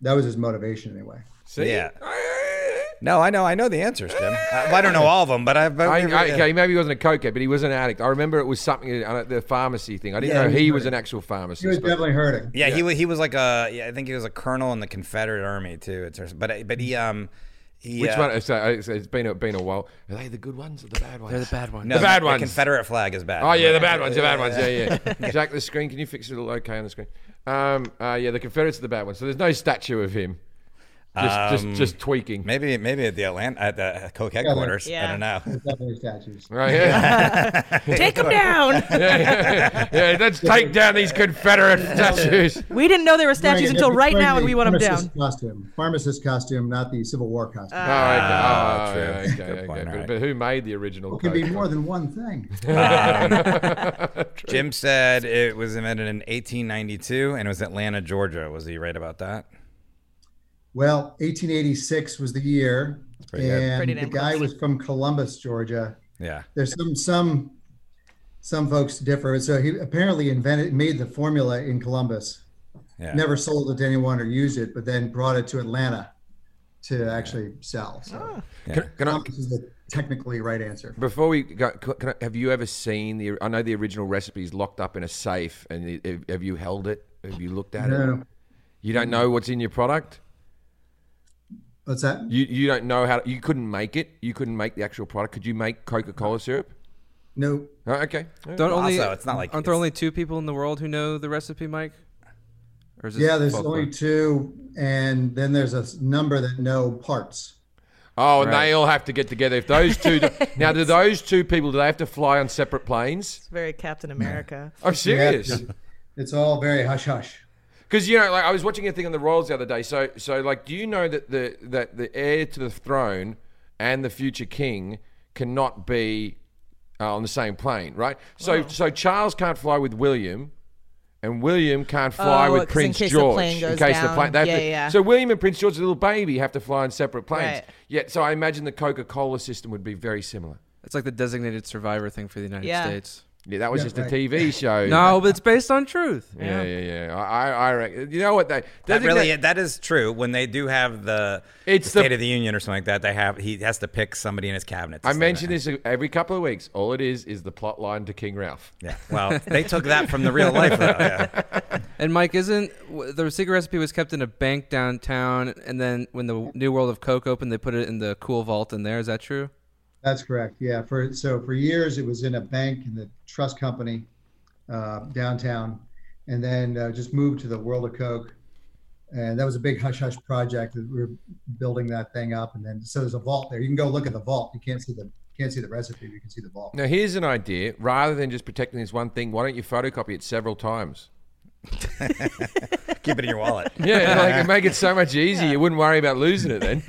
Speaker 5: That was his motivation, anyway.
Speaker 1: See?
Speaker 2: Yeah. no, I know, I know the answers, Jim. I, I don't know all of them, but I. But
Speaker 1: I, I, okay, maybe he wasn't a cokehead, but he was an addict. I remember it was something uh, the pharmacy thing. I didn't
Speaker 5: Yeah,
Speaker 1: know
Speaker 5: he was
Speaker 1: he was
Speaker 5: hurting.
Speaker 1: an actual pharmacist.
Speaker 5: He was
Speaker 1: but-
Speaker 5: definitely hurting.
Speaker 2: Yeah, he wa- he was like a yeah, I think he was a colonel in the Confederate Army too. It's but but he um he,
Speaker 1: Which
Speaker 2: uh,
Speaker 1: one? So, uh, it's- it's been a, been a while. Are they the good ones or the bad ones?
Speaker 3: They're the bad ones.
Speaker 2: no,
Speaker 1: the bad
Speaker 2: the
Speaker 1: ones.
Speaker 2: Confederate flag is bad.
Speaker 1: Oh yeah, the bad ones, the bad ones. Yeah, yeah. Jack, the screen. Can you fix it? a little Okay on the screen. Um, uh, yeah, the Confederates are the bad ones. So there's no statue of him. Just,
Speaker 2: Um,
Speaker 1: just, just tweaking.
Speaker 2: Maybe maybe at the Atlanta at the Coke headquarters.
Speaker 4: Yeah.
Speaker 2: I don't know.
Speaker 5: Definitely statues.
Speaker 1: Right. Yeah.
Speaker 4: Take him down.
Speaker 1: yeah, yeah, let's take down these Confederate statues.
Speaker 4: We didn't know there were statues until right now, and we want them down. Uh,
Speaker 5: Pharmacist Costume, pharmacist costume, not the Civil War costume.
Speaker 1: Oh, okay.
Speaker 2: Ah,
Speaker 1: Oh,
Speaker 2: true.
Speaker 1: yeah, okay,
Speaker 2: Good
Speaker 1: okay.
Speaker 2: point,
Speaker 1: But,
Speaker 2: alright.
Speaker 1: but who made the original?
Speaker 5: it can be
Speaker 1: Coke?
Speaker 5: more than one thing.
Speaker 1: Um,
Speaker 2: Jim said it was invented in 1892 and it was Atlanta, Georgia. Was he right about that?
Speaker 5: Well, 1886 was the year,
Speaker 2: pretty good.
Speaker 5: and
Speaker 4: Pretty
Speaker 5: the
Speaker 4: damn
Speaker 5: guy
Speaker 4: close.
Speaker 5: was from Columbus, Georgia.
Speaker 2: Yeah.
Speaker 5: there's some some some folks differ. So he apparently invented made the formula in Columbus,
Speaker 2: Yeah.
Speaker 5: never sold it to anyone or used it, but then brought it to Atlanta to actually sell.
Speaker 4: Ah.
Speaker 5: So
Speaker 1: Can, can I,
Speaker 5: Columbus is the technically right answer.
Speaker 1: before we go, can I, have you ever seen the? I know the original recipe is locked up in a safe, and the, have you held it? Have you looked at it?
Speaker 5: No,
Speaker 1: You don't know what's in your product.
Speaker 5: what's that?
Speaker 1: You you don't know how you couldn't make it. You couldn't make the actual product. Could you make Coca Cola syrup?
Speaker 5: No,
Speaker 1: Oh, okay.
Speaker 3: Don't only
Speaker 2: also, it's not like
Speaker 3: aren't there
Speaker 2: it's-
Speaker 3: only two people in the world who know the recipe, Mike? Or is this
Speaker 5: yeah, there's
Speaker 3: folk
Speaker 5: only
Speaker 3: book?
Speaker 5: two, and then there's a s- number that know parts.
Speaker 1: Oh, and they all have to get together. If those two do- now, do those two people do they have to fly on separate planes?
Speaker 4: It's very Captain America.
Speaker 1: I'm serious.
Speaker 5: It's all very hush hush.
Speaker 1: Because you know, like I was watching a thing on the Royals the other day. So, so like, do you know that the that the heir to the throne and the future king cannot be uh, on the same plane, right? So, so Charles can't fly with William, and William can't fly
Speaker 4: Oh,
Speaker 1: with
Speaker 4: 'cause in
Speaker 1: Prince
Speaker 4: case the
Speaker 1: George
Speaker 4: plane
Speaker 1: in
Speaker 4: goes
Speaker 1: case the
Speaker 4: down.
Speaker 1: plane. They have
Speaker 4: Yeah,
Speaker 1: to-
Speaker 4: yeah.
Speaker 1: So William and Prince George, the little baby, have to fly on separate planes.
Speaker 4: Right.
Speaker 1: Yet, so I imagine the Coca Cola system would be very similar.
Speaker 3: It's like the designated survivor thing for the United
Speaker 4: Yeah.
Speaker 3: States.
Speaker 1: Yeah, that was just
Speaker 5: right.
Speaker 1: a TV show.
Speaker 3: No, but it's based on truth.
Speaker 1: Yeah, yeah, yeah. I, I I reckon. You know what they?
Speaker 2: That really,
Speaker 1: designate-
Speaker 2: that is true. When they do have the,
Speaker 1: It's
Speaker 2: the
Speaker 1: the-
Speaker 2: State of the Union or something like that, they have he has to pick somebody in his cabinet. to
Speaker 1: I
Speaker 2: say
Speaker 1: mention
Speaker 2: that.
Speaker 1: this every couple of weeks. All it is is the plot line to King Ralph.
Speaker 2: Yeah. Well, they took that from the real life. Though. Yeah.
Speaker 3: And Mike, isn't w- the secret recipe was kept in a bank downtown, and then when the New World of Coke opened, they put it in the cool vault in there. Is that true?
Speaker 5: That's correct. Yeah. For so for years it was in a bank in the trust company uh, downtown, and then uh, just moved to the World of Coke, and that was a big hush hush project that we were building that thing up. And then so there's a vault there. You can go look at the vault. You can't see the can't see the recipe. but You can see the vault.
Speaker 1: Now, here's an idea. Rather than just protecting this one thing, why don't you photocopy it several times?
Speaker 2: Keep it in your wallet.
Speaker 1: Yeah, like it make it so much easier. You wouldn't worry about losing it then.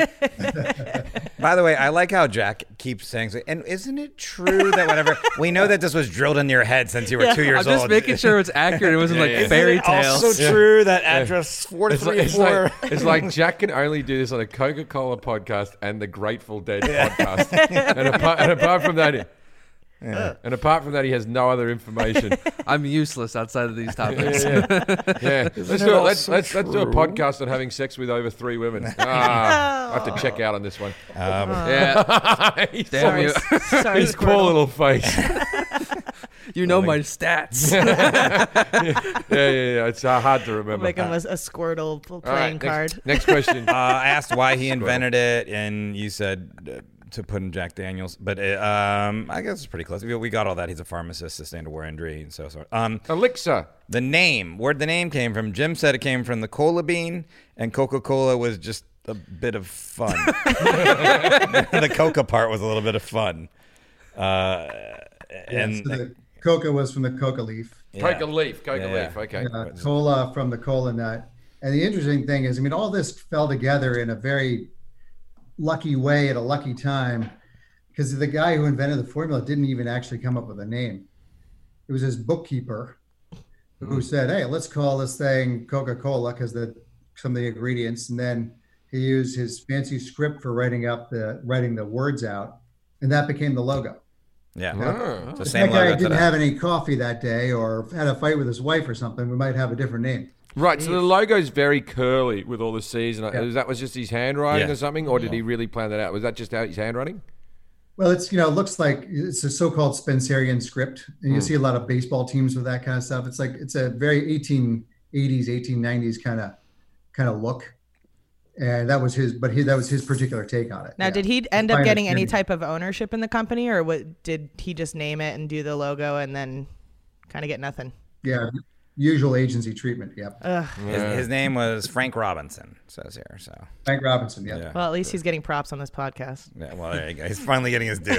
Speaker 2: By the way, I like how Jack keeps saying, and isn't it true that whatever we know that this was drilled into your head since you were two years
Speaker 3: I'm just
Speaker 2: old?
Speaker 3: making sure it's accurate. It wasn't like fairy tales.
Speaker 2: Also true that address four
Speaker 1: It's like,
Speaker 2: three
Speaker 1: it's,
Speaker 2: four.
Speaker 1: like, it's like Jack can only do this on a Coca Cola podcast and the Grateful Dead podcast. And apart, and apart from that, Uh. and apart from that, he has no other information.
Speaker 3: I'm useless outside of these topics.
Speaker 1: Yeah, let's do it. Let's let's, let's do a podcast on having sex with over three women. Ah, I have to check out on this one.
Speaker 2: Um,
Speaker 3: yeah,
Speaker 1: He's
Speaker 3: damn you.
Speaker 4: Sorry,
Speaker 1: His poor
Speaker 4: Squirtle.
Speaker 1: little face. yeah,
Speaker 3: You know my stats.
Speaker 1: yeah, yeah. It's uh, hard to remember.
Speaker 4: Make him a, a Squirtle pl-
Speaker 1: All right,
Speaker 4: playing
Speaker 1: next-
Speaker 4: card.
Speaker 1: Next, question.
Speaker 2: Uh, I asked why he invented it, and you said uh, to put in Jack Daniels, but uh um, I guess it's pretty close. We, we got all that. He's a pharmacist, sustained a war injury, and so so. Um,
Speaker 1: Elixir.
Speaker 2: the name, where the name came from. Jim said it came from the cola bean, and Coca Cola was just a bit of fun. the coca part was a little bit of fun, uh, and
Speaker 5: So the coca was from the coca leaf.
Speaker 1: Coca leaf. Coca
Speaker 2: Yeah.
Speaker 1: leaf. Okay.
Speaker 5: uh, cola from the cola nut. And the interesting thing is, I mean, all this fell together in a very lucky way at a lucky time because the guy who invented the formula didn't even actually come up with a name. It was his bookkeeper
Speaker 2: Mm-hmm.
Speaker 5: who said, Hey, let's call this thing Coca Cola because the some of the ingredients. And then he used his fancy script for writing up the writing the words out. And that became the logo.
Speaker 2: yeah,
Speaker 1: Oh.
Speaker 2: It's the
Speaker 5: If
Speaker 2: same
Speaker 5: that guy
Speaker 2: logo
Speaker 5: didn't
Speaker 2: today.
Speaker 5: have any coffee that day or had a fight with his wife or something, we might have a different name.
Speaker 1: Right. So the logo's very curly with all the C's. And Is that was just his handwriting
Speaker 2: Yeah.
Speaker 1: or something, or did he really plan that out? Was that just how his handwriting?
Speaker 5: Well, it's you know, it looks like it's a so-called Spencerian script, and you see a lot of baseball teams with that kind of stuff. It's like it's a very 1880s, 1890s kind of kind of look, and that was his. But he that was his particular take on it.
Speaker 4: Now,
Speaker 5: yeah.
Speaker 4: did he end up
Speaker 5: Pioneer
Speaker 4: getting any
Speaker 5: journey.
Speaker 4: type of ownership in the company, or what, did he just name it and do the logo and then kind of get nothing?
Speaker 5: Yeah, usual agency treatment. Yep,
Speaker 2: His, his name was Frank Robinson. Says here, so
Speaker 5: Frank Robinson. Yep.
Speaker 2: Yeah.
Speaker 4: Well, at least he's getting props on this podcast.
Speaker 2: yeah, well, there you go. He's finally getting his due.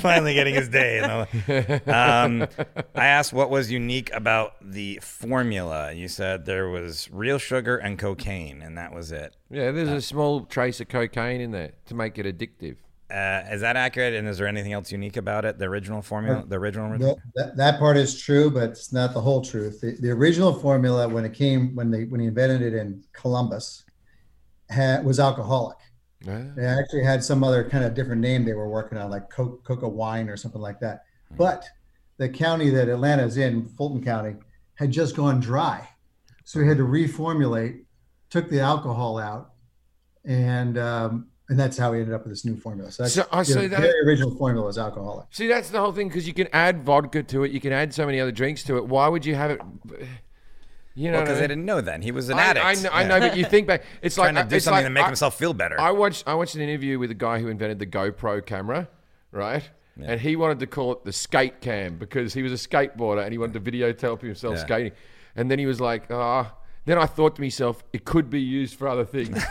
Speaker 2: finally getting his day. And all- um, I asked what was unique about the formula. You said there was real sugar and cocaine, and that was it.
Speaker 1: Yeah. There's a small trace of cocaine in there to make it addictive.
Speaker 2: Uh, is that accurate? And is there anything else unique about it? The original formula, the original.
Speaker 5: Well, that, that part is true, but it's not the whole truth. The, the original formula, when it came, when they when he invented it in Columbus, had, was alcoholic.
Speaker 2: Ah.
Speaker 5: They actually had some other kind of different name they were working on, like Coca Coca Wine or something like that.
Speaker 1: Hmm.
Speaker 5: But the county that Atlanta's in, Fulton County, had just gone dry, so we had to reformulate. Took the alcohol out, and um, and that's how we ended up with this new formula. So, that's,
Speaker 1: So- I
Speaker 5: the
Speaker 1: see that-
Speaker 5: very original formula was alcoholic.
Speaker 1: See, that's the whole thing because you can add vodka to it, you can add so many other drinks to it. Why would you have it? You know, what
Speaker 2: Because
Speaker 1: I
Speaker 2: they
Speaker 1: mean?
Speaker 2: didn't know then. He was an
Speaker 1: I,
Speaker 2: addict.
Speaker 1: I, know, I
Speaker 2: Yeah.
Speaker 1: know, but you think back. It's
Speaker 2: Trying
Speaker 1: like
Speaker 2: to do
Speaker 1: it's
Speaker 2: something
Speaker 1: like,
Speaker 2: to make
Speaker 1: I-
Speaker 2: himself feel better.
Speaker 1: I watched I watched an interview with the guy who invented the GoPro camera, right? And he wanted to call it the skate cam because he was a skateboarder and he wanted to videotape himself
Speaker 2: Yeah.
Speaker 1: skating. And then he was like, ah. then I thought to myself, it could be used for other things.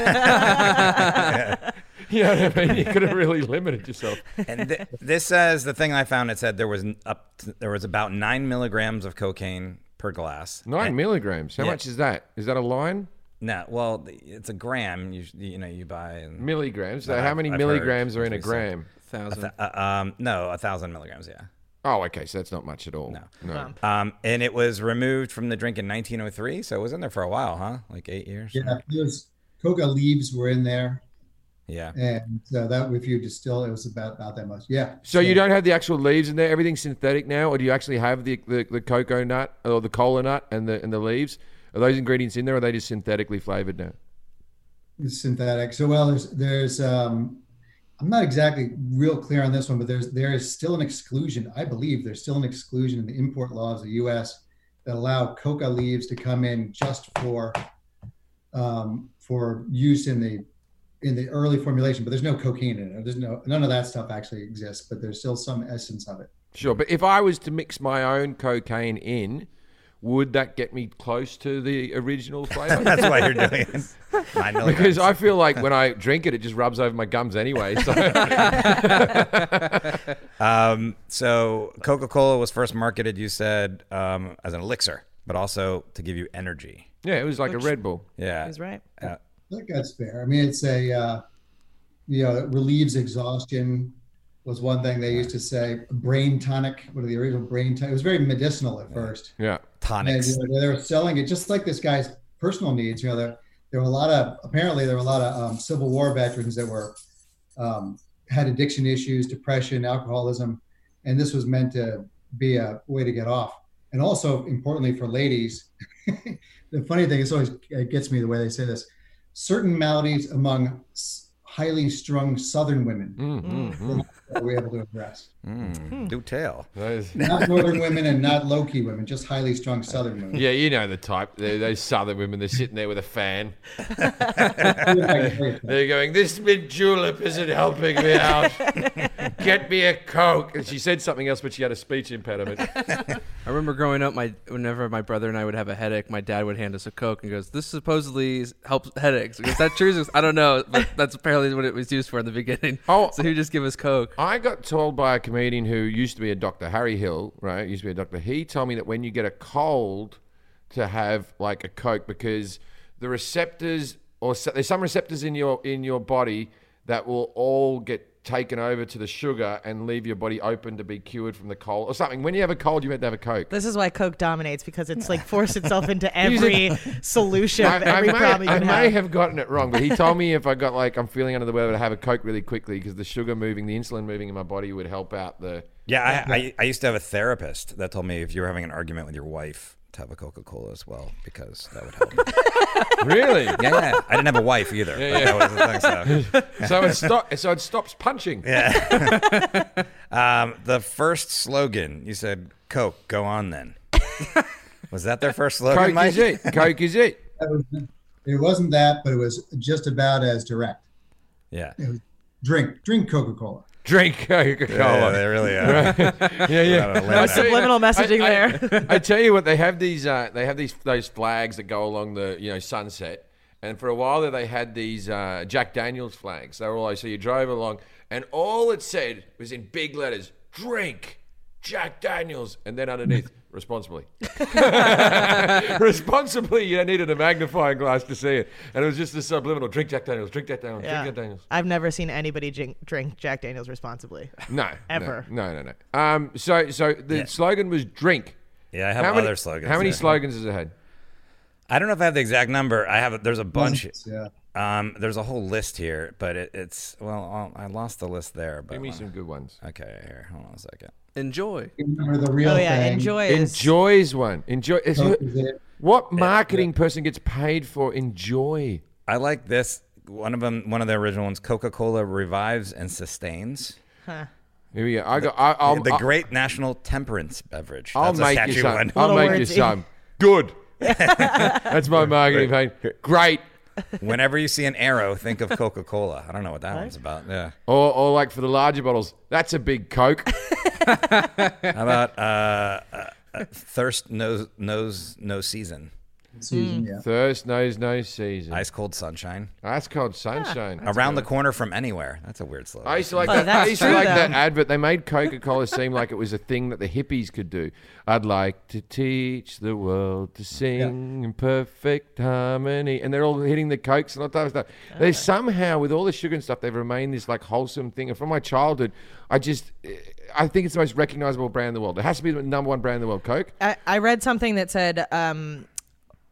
Speaker 1: you know what I mean? You could have really limited yourself.
Speaker 2: and th- this says the thing I found. It said there was n- up to, there was about nine milligrams of cocaine per glass.
Speaker 1: Nine milligrams. How much is that? Is that a line?
Speaker 2: No, well, th- it's a gram. You sh- you know you buy and,
Speaker 1: Milligrams. So
Speaker 2: I've-
Speaker 1: how many
Speaker 2: I've heard,
Speaker 1: milligrams are in a
Speaker 2: that's what he said.
Speaker 1: gram?
Speaker 3: Thousand.
Speaker 2: uh, um no a thousand milligrams. Yeah.
Speaker 1: Oh, okay. So that's not much at all. No.
Speaker 2: Um, and it was removed from the drink in 1903, so it was in there for a while, huh? Like eight years.
Speaker 5: Yeah, those coca leaves were in there,
Speaker 2: Yeah.
Speaker 5: and so that if you distill, it was about about that much. Yeah.
Speaker 1: So you don't have the actual leaves in there. Everything's synthetic now, or do you actually have the the, the cocoa nut or the cola nut and the and the leaves? Are those ingredients in there, or are they just synthetically flavored now?
Speaker 5: It's synthetic. So well, there's there's um, I'm not exactly real clear on this one, but there's there is still an exclusion. I believe there's still an exclusion in the import laws of the U.S. that allow coca leaves to come in just for um, for use in the in the early formulation, but there's no cocaine in it. There's no none of that stuff actually exists, but there's still some essence of it.
Speaker 1: Sure, but if I was to mix my own cocaine in, would that get me close to the original flavor?
Speaker 2: That's why you're doing it. Nine milligrams.
Speaker 1: Because I feel like when I drink it, it just rubs over my gums anyway. So
Speaker 2: Um, so Coca Cola was first marketed, you said, um, as an elixir, but also to give you energy.
Speaker 1: yeah, it was like a Red Bull.
Speaker 2: Yeah.
Speaker 4: He's right.
Speaker 5: I think that's fair. I mean, it's a, uh, you know, it relieves exhaustion was one thing they used to say. Brain tonic, one of the original brain tonic. It was very medicinal at first.
Speaker 1: Yeah.
Speaker 5: And
Speaker 2: Tonics.
Speaker 5: you know, they were selling it just like this guy's personal needs. You know, there, there were a lot of, apparently, there were a lot of um, Civil War veterans that were, um, had addiction issues, depression, alcoholism. And this was meant to be a way to get off. And also, importantly, for ladies, the funny thing is always it gets me the way they say this certain maladies among s- highly strung southern women
Speaker 1: Mm, mm, mm.
Speaker 5: that we're able to address.
Speaker 2: Hmm,
Speaker 1: Hmm.
Speaker 2: Do tell.
Speaker 1: Those-
Speaker 5: Not northern women and not low key women, just highly strong southern women.
Speaker 1: yeah, you know the type. They're, those southern women, they're sitting there with a fan. They're going, This mint julep isn't helping me out. Get me a Coke. And she said something else, but she had a speech impediment.
Speaker 3: I remember growing up, my whenever my brother and I would have a headache, my dad would hand us a Coke and goes, "This supposedly helps headaches." Is that true? He goes, I don't know, but that's apparently what it was used for in the beginning.
Speaker 1: Oh.
Speaker 3: so he would just give us Coke.
Speaker 1: I got told by a comedian who used to be a doctor, Harry Hill, right? Used to be a doctor. He told me that when you get a cold, to have like a Coke because the receptors or so, there's some receptors in your in your body that will all get taken over to the sugar and leave your body open to be cured from the cold or something. When you have a cold, you meant to have a Coke.
Speaker 4: This is why Coke dominates because it's like forced itself into every solution, of
Speaker 1: I, I
Speaker 4: every
Speaker 1: may,
Speaker 4: problem you
Speaker 1: I
Speaker 4: can
Speaker 1: may
Speaker 4: have.
Speaker 1: have gotten it wrong, but he told me if I got like I'm feeling under the weather to have a Coke really quickly because the sugar moving, the insulin moving in my body would help out the
Speaker 2: Yeah, I, I, I used to have a therapist that told me if you were having an argument with your wife, to have a Coca Cola as well because that would help.
Speaker 1: really.
Speaker 2: yeah, yeah. I didn't have a wife either. but That was the thing, so.
Speaker 1: So it stop, so it stops punching.
Speaker 2: Um, the first slogan you said, "Coke, go on then." was that their first slogan,
Speaker 1: Coke
Speaker 2: Mike?
Speaker 1: is it. Coke is it.
Speaker 5: That was- It wasn't that, but it was just about as direct.
Speaker 2: Yeah.
Speaker 5: Drink, drink Coca Cola.
Speaker 1: Drink Coca
Speaker 2: Yeah,
Speaker 1: Cola.
Speaker 2: they really are.
Speaker 1: yeah, yeah.
Speaker 2: No
Speaker 4: subliminal messaging
Speaker 1: there. I tell you what, they have these. Uh, they have these those flags that go along the you know sunset. And for a while there, they had these uh, Jack Daniels flags. They were all like, so you drove along, and all it said was in big letters, "Drink Jack Daniels," and then underneath, responsibly. responsibly, you needed a magnifying glass to see it, and it was just a subliminal: "Drink Jack Daniels, drink Jack Daniels,
Speaker 4: Yeah.
Speaker 1: drink Jack Daniels."
Speaker 4: I've never seen anybody drink, drink Jack Daniels responsibly.
Speaker 1: No, no,
Speaker 4: Ever.
Speaker 1: No, no, no. Um, so, so the slogan was drink.
Speaker 2: Yeah, I have
Speaker 1: how many,
Speaker 2: other slogans
Speaker 1: How many
Speaker 2: there.
Speaker 1: slogans has it had?
Speaker 2: I don't know if I have the exact number. I have. There's a bunch.
Speaker 5: Yeah.
Speaker 2: Um, there's a whole list here, but it, it's well, I'll- I lost the list there. But
Speaker 1: Give me some good ones.
Speaker 2: okay, here, hold on a second.
Speaker 3: Enjoy.
Speaker 5: Remember the real
Speaker 4: Oh yeah,
Speaker 5: thing.
Speaker 4: enjoy is-
Speaker 1: Enjoy's one. Enjoy. Is
Speaker 5: Coke
Speaker 1: it-
Speaker 5: is it.
Speaker 1: what marketing person gets paid for enjoy?
Speaker 2: I like this one of them. One of the original ones. Coca-Cola revives and sustains
Speaker 1: Here we go. I got. I, I'll,
Speaker 2: the
Speaker 1: I'll-
Speaker 2: great national temperance beverage.
Speaker 1: I'll
Speaker 2: That's a
Speaker 1: make you
Speaker 2: statue
Speaker 1: some.
Speaker 2: one.
Speaker 1: I'll
Speaker 4: Little
Speaker 1: make you
Speaker 4: wordsy.
Speaker 1: some. Good. That's my marketing pain. Great.
Speaker 2: Whenever you see an arrow, think of Coca-Cola. I don't know what that one's about. Yeah.
Speaker 1: Or, or like for the larger bottles, that's a big Coke.
Speaker 2: How about uh, uh, uh, thirst knows knows no season?
Speaker 5: Season,
Speaker 4: Mm.
Speaker 5: yeah.
Speaker 1: Thirst knows no season.
Speaker 2: Ice cold sunshine.
Speaker 1: That's called sunshine.
Speaker 2: Around the corner from anywhere. That's a weird slogan.
Speaker 1: I used to like
Speaker 4: Oh,
Speaker 1: that. I
Speaker 4: that's
Speaker 1: used to
Speaker 4: true,
Speaker 1: like
Speaker 4: though.
Speaker 1: that advert. They made Coca Cola seem like it was a thing that the hippies could do. I'd like to teach the world to sing in perfect harmony, and they're all hitting the cokes and all that type of stuff.
Speaker 4: Ah.
Speaker 1: They somehow, with all the sugar and stuff, they've remained this like wholesome thing. And from my childhood, I just, I think it's the most recognizable brand in the world. It has to be the number one brand in the world. Coke.
Speaker 4: I, I read something that said um,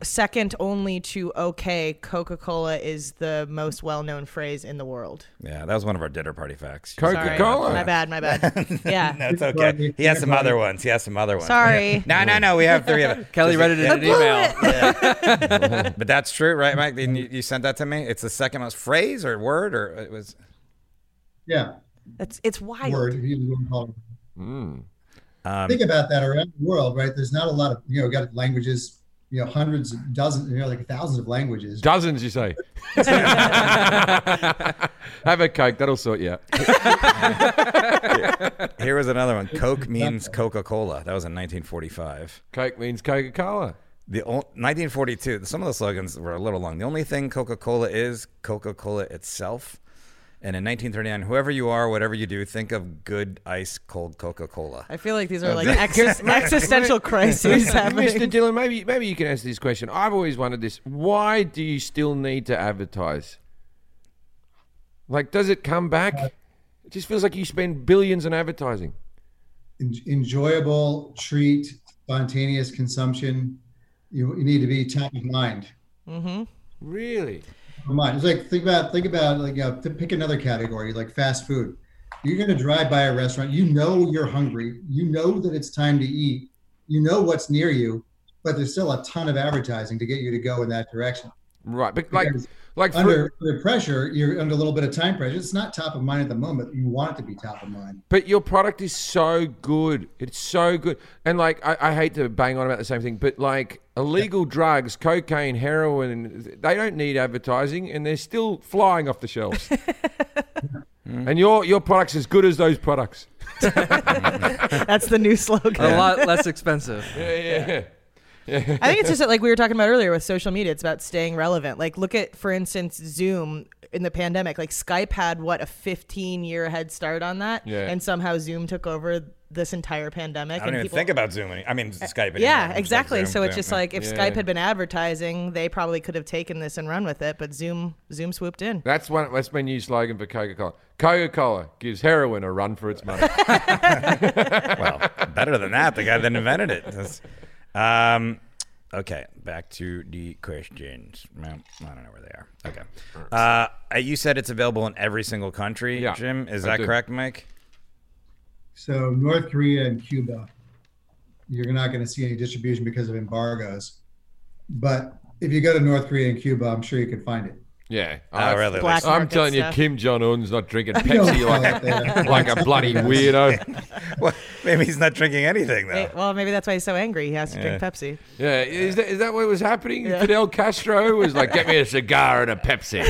Speaker 4: second only to okay, Coca Cola is the most well known phrase in the world.
Speaker 2: yeah, that was one of our dinner party facts.
Speaker 1: Coca Cola.
Speaker 4: My bad, my bad. Yeah.
Speaker 2: That's okay. He has some other ones. He has some other ones.
Speaker 4: Sorry.
Speaker 2: No, no, no. We have three of it.
Speaker 3: Kelly read it in an email.
Speaker 2: But that's true, right, Mike? Then you, you sent that to me. It's the second most phrase or word or it was.
Speaker 5: Yeah.
Speaker 4: That's it's wild.
Speaker 5: Word. if you want to call it. Think about that around the world, right? There's not a lot of, you know, got languages, you know, hundreds, dozens, you know, like thousands of languages.
Speaker 1: Dozens, you say. Have a Coke. That'll sort you out.
Speaker 2: Here was another one. Coke means Coca Cola. That was in 1945.
Speaker 1: Coke means Coca Cola.
Speaker 2: The ol 1942. Some of the slogans were a little long. The only thing Coca-Cola is Coca-Cola itself. And in 1939, whoever you are, whatever you do, think of good ice cold Coca-Cola.
Speaker 4: I feel like these
Speaker 2: Oh,
Speaker 4: are like exis- existential crises
Speaker 1: Mr.
Speaker 4: happening.
Speaker 1: Dillon, maybe maybe you can answer this question. I've always wondered this: Why do you still need to advertise? Like, does it come back? It just feels like you spend billions on advertising.
Speaker 5: En- enjoyable treat, spontaneous consumption. You, you need to be top of mind.
Speaker 1: Really?
Speaker 5: Top of mind. It's like think about think about like you know, to pick another category like fast food. You're gonna drive by a restaurant. You know you're hungry. You know that it's time to eat. You know what's near you, but there's still a ton of advertising to get you to go in that direction.
Speaker 1: Right. But like,
Speaker 5: Because-
Speaker 1: Like
Speaker 5: under under pressure, you're under a little bit of time pressure. It's not top of mind at the moment. You want it to be top of mind.
Speaker 1: But your product is so good. It's so good. And like, I, I hate to bang on about the same thing, but like illegal drugs, cocaine, heroin, they don't need advertising and they're still flying off the shelves. and your, your product's as good as those products.
Speaker 4: That's the new slogan.
Speaker 3: A lot less expensive.
Speaker 1: Yeah.
Speaker 4: I think it's just that, like we were talking about earlier with social media. It's about staying relevant. Like, look at, for instance, Zoom in the pandemic. Like, Skype had what a 15 year head start on that,
Speaker 1: Yeah.
Speaker 4: and somemew Zoom took over this entire pandemic.
Speaker 2: I don't
Speaker 4: and
Speaker 2: even
Speaker 4: people,
Speaker 2: think about Zoom. Any- I
Speaker 1: Uh,
Speaker 2: mean, Skype. anymore. I'm
Speaker 4: Yeah,
Speaker 2: just like,
Speaker 4: exactly.
Speaker 2: Zoom,
Speaker 4: so it's
Speaker 2: Zoom,
Speaker 4: just
Speaker 2: yeah.
Speaker 4: like if Skype had been advertising, they probably could have taken this and run with it. But Zoom, Zoom swooped in.
Speaker 1: That's one. That's my new slogan for Coca Cola. Coca Cola gives heroin a run for its money.
Speaker 2: well, better than that, the guy that invented it. That's- um, okay, back to the questions. Well, I don't know where they are. Okay. Uh, uh, you said it's available in every single country,
Speaker 1: Yeah,
Speaker 2: Jim. Is
Speaker 1: I
Speaker 2: that
Speaker 1: do.
Speaker 2: correct, Mike?
Speaker 5: So North Korea and Cuba, you're not going to see any distribution because of embargoes. But if you go to North Korea and Cuba, I'm sure you can find it.
Speaker 1: yeah.
Speaker 2: Oh,
Speaker 1: I-
Speaker 2: really?
Speaker 4: Black
Speaker 1: I'm
Speaker 4: market
Speaker 1: telling you,
Speaker 4: stuff.
Speaker 1: Kim Jong Un's not drinking
Speaker 5: You don't
Speaker 1: Pepsi
Speaker 5: sell
Speaker 1: like
Speaker 5: it there.
Speaker 1: a, like a bloody weirdo.
Speaker 2: Well, maybe he's not drinking anything though.
Speaker 4: Hey, Well, maybe that's why he's so angry. He has to drink Pepsi.
Speaker 1: Yeah, is that, is that what was happening? Fidel Castro was like, "Get me a cigar and a Pepsi."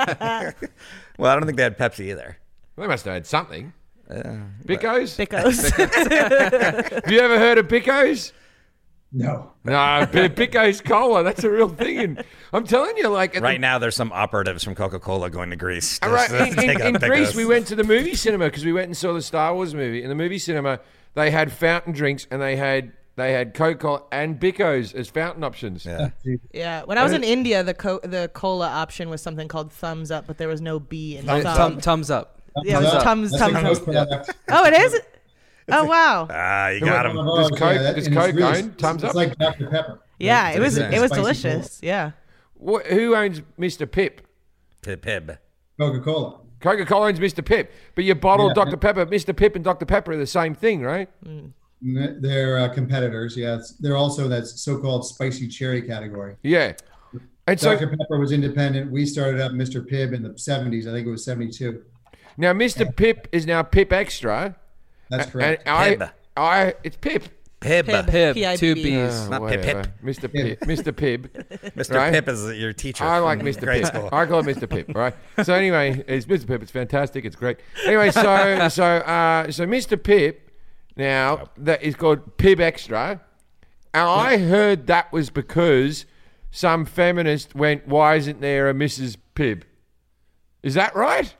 Speaker 2: Well, I don't think they had Pepsi either.
Speaker 1: They must have had something. Bickos?
Speaker 4: Bickos.
Speaker 1: Have you ever heard of Bickos?
Speaker 5: No.
Speaker 1: No, B- Bickos Cola. That's a real thing. And I'm telling you, like at the-
Speaker 2: Right now, there's some operatives from Coca-Cola going to Greece.
Speaker 1: Mm. All
Speaker 2: just
Speaker 1: right,
Speaker 2: to
Speaker 1: in,
Speaker 2: take
Speaker 1: in,
Speaker 2: out
Speaker 1: in Greece,
Speaker 2: Pecos.
Speaker 1: we went to the movie cinema because we went and saw the Star Wars movie. In the movie cinema, they had fountain drinks and they had they had Coca and Bickos as fountain options.
Speaker 2: Yeah.
Speaker 4: yeah. When I was in India, the co- the cola option was something called thumbs up, but there was no B in thumb.
Speaker 3: Thumb, thumbs up.
Speaker 4: Yeah, it was
Speaker 5: That's
Speaker 4: Tums,
Speaker 5: a
Speaker 4: Tums,
Speaker 5: Coke
Speaker 4: Tums.
Speaker 5: product.
Speaker 4: Oh, it is. Oh wow.
Speaker 2: Ah, you got
Speaker 1: went-
Speaker 2: him.
Speaker 5: Oh,
Speaker 1: Does Coke-
Speaker 5: that-
Speaker 1: does
Speaker 5: and it's
Speaker 1: Coke own
Speaker 5: it's-
Speaker 1: Tums Up?
Speaker 5: It's like Dr. Pepper.
Speaker 4: Yeah, it was
Speaker 5: It's a
Speaker 4: it was
Speaker 5: spicy
Speaker 4: delicious. Yeah.
Speaker 1: Wh- who owns Mr. Pip?
Speaker 2: Pib, pib.
Speaker 5: Coca-Cola.
Speaker 1: Coca Cola owns Mr. Pip, but you bottle
Speaker 5: Yeah.
Speaker 1: Dr. Pepper. Mr. Pip and Dr. Pepper are the same thing, right?
Speaker 5: N- They're uh, competitors. Yeah, it's, they're also that so-called spicy cherry category.
Speaker 1: Yeah. And so
Speaker 5: Dr. Pepper was independent. We started up Mr. Pibb in the 70s. I think it was 72.
Speaker 1: now Mr. Pip is now Pip Extra.
Speaker 5: That's correct.
Speaker 1: And I,
Speaker 2: Pib.
Speaker 1: I, it's Pip.
Speaker 2: Pib.
Speaker 4: Pib.
Speaker 3: Pib,
Speaker 4: PIB.
Speaker 3: two B's.
Speaker 2: Not Pip,
Speaker 1: Whatever.
Speaker 2: Pip.
Speaker 1: Mr. Pip. Mr. Pip.
Speaker 2: Mr.
Speaker 1: Right.
Speaker 2: Pip is your teacher.
Speaker 1: I like
Speaker 2: from
Speaker 1: Mr.
Speaker 2: grade
Speaker 1: Pip.
Speaker 2: school.
Speaker 1: I call him Mr. Pip, right? So anyway, it's Mr. Pip. It's fantastic. It's great. Anyway, so so uh, so Mr. Pip now that is called Pib Extra, and I heard that was because some feminist went, "Why isn't there a Mrs. Pib?" Is that right?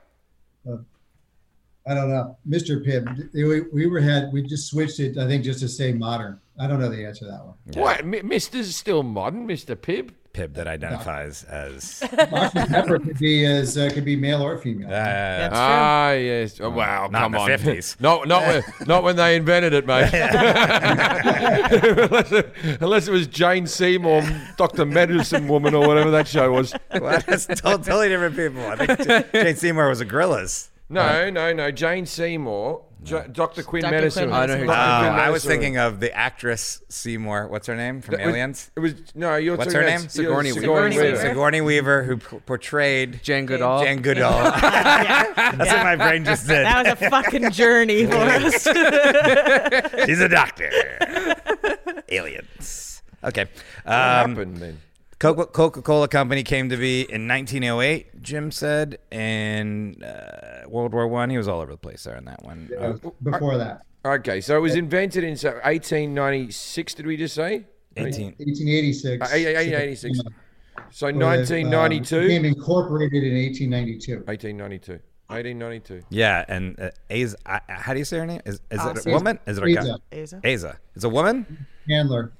Speaker 5: I don't know. Mr. Pibb, they- we, we were had, we just switched it, I think, just to say modern. I don't know the answer to that one.
Speaker 1: What? M- Mr's still modern, Mr. Pib.
Speaker 2: Pib that identifies as.
Speaker 5: Dr. Pepper could be as, uh, could be male or female.
Speaker 2: Uh,
Speaker 4: That's true.
Speaker 1: Ah, yes. Oh, wow,
Speaker 2: Not
Speaker 1: come
Speaker 2: in the
Speaker 1: on.
Speaker 2: 50s.
Speaker 1: not, not, when, not when they invented it, mate. unless, it, unless it was Jane Seymour, Dr. Medicine Woman, or whatever that show was.
Speaker 2: well, that's to- totally different people. I think J- Jane Seymour was a gorillas.
Speaker 1: No, no, no. Jane Seymour, J- Dr. Quinn
Speaker 4: Dr.
Speaker 1: Medicine.
Speaker 4: Quinn I know who-
Speaker 2: Oh,
Speaker 1: Dr. Quinn
Speaker 2: I was
Speaker 1: Medicine.
Speaker 2: thinking of the actress Seymour. What's her name from
Speaker 1: It was-
Speaker 2: Aliens?
Speaker 1: It was no. You're
Speaker 2: What's
Speaker 1: talking
Speaker 2: her
Speaker 1: about
Speaker 2: name?
Speaker 1: Sig-
Speaker 3: Sigourney
Speaker 1: Sigourney
Speaker 4: Weaver.
Speaker 1: Weaver.
Speaker 2: Sigourney Weaver, who p- portrayed
Speaker 3: Jane Goodall.
Speaker 2: Jane Goodall. That's what my brain just did.
Speaker 4: That was a fucking journey for us.
Speaker 2: She's a doctor. Aliens. Okay. Um,
Speaker 1: Happened then.
Speaker 2: Coca Cola Company came to be in 1908, Jim said. In uh, World War One, he was all over the place there in that one. Uh,
Speaker 5: Before that,
Speaker 1: Okay, so it was invented in so 1896. Did we just say?
Speaker 2: 18.
Speaker 5: 1886.
Speaker 1: Eh, eh, 1886. So
Speaker 5: Uh,
Speaker 1: 1992.
Speaker 5: Became incorporated in 1892.
Speaker 1: Oh, 1892. 1892.
Speaker 2: Yeah, and uh, Aza, I, I- how do you say her name? Is, is it a
Speaker 4: Asa.
Speaker 2: woman? Is it a guy?
Speaker 5: Uh, Aza.
Speaker 4: Aza.
Speaker 2: Aza. It's a woman?
Speaker 5: Handler.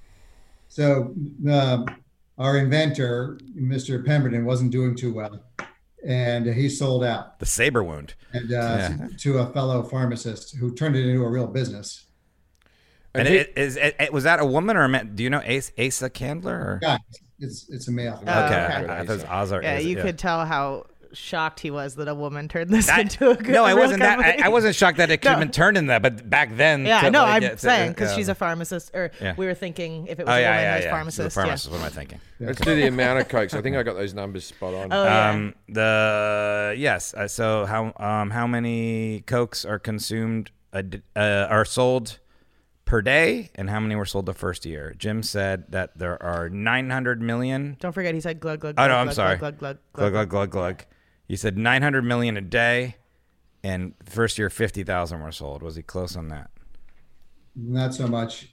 Speaker 5: So um, our inventor, Mr. Pemberton, wasn't doing too well, and he sold out
Speaker 2: The saber wound.
Speaker 5: and uh, to a fellow pharmacist who turned it into a real business.
Speaker 2: And
Speaker 1: he-
Speaker 2: it, is, it, it- was that a woman or a man? Do you know Ace, Asa Candler? Or?
Speaker 5: Guys, it's it's a male.
Speaker 2: Okay.
Speaker 4: okay.
Speaker 2: I, I thought it was Aza or
Speaker 4: yeah,
Speaker 2: Aza,
Speaker 4: you could tell how shocked he was that a woman turned this
Speaker 2: I-
Speaker 4: into a good.
Speaker 2: no,
Speaker 4: I
Speaker 2: I wasn't that. I, I wasn't shocked that it could have been turned in that, but back then.
Speaker 4: Yeah,
Speaker 2: to,
Speaker 4: no,
Speaker 2: like,
Speaker 4: I'm
Speaker 2: yeah, to-
Speaker 4: saying because
Speaker 2: yeah.
Speaker 4: she's a pharmacist, or
Speaker 2: Yeah.
Speaker 4: we were thinking if it was
Speaker 2: Oh
Speaker 4: a
Speaker 2: yeah,
Speaker 4: woman,
Speaker 2: yeah,
Speaker 4: there's
Speaker 2: yeah.
Speaker 4: pharmacist.
Speaker 2: So the pharmacist. What am I thinking?
Speaker 1: Let's do the amount of cokes. I think I got those numbers spot on.
Speaker 4: Yeah. Oh, yeah.
Speaker 2: Um, the yes. Uh, so how um how many cokes are consumed a d uh, are sold per day, and how many were sold the first year? Jim said that there are 900 million.
Speaker 4: Don't forget, he said glug glug.
Speaker 2: Oh
Speaker 4: glug,
Speaker 2: no, I'm
Speaker 4: glug,
Speaker 2: sorry.
Speaker 4: Glug glug
Speaker 2: glug glug glug glug. He said 900 million a day, and first year 50,000 were sold. Was he close on that?
Speaker 5: Not so much.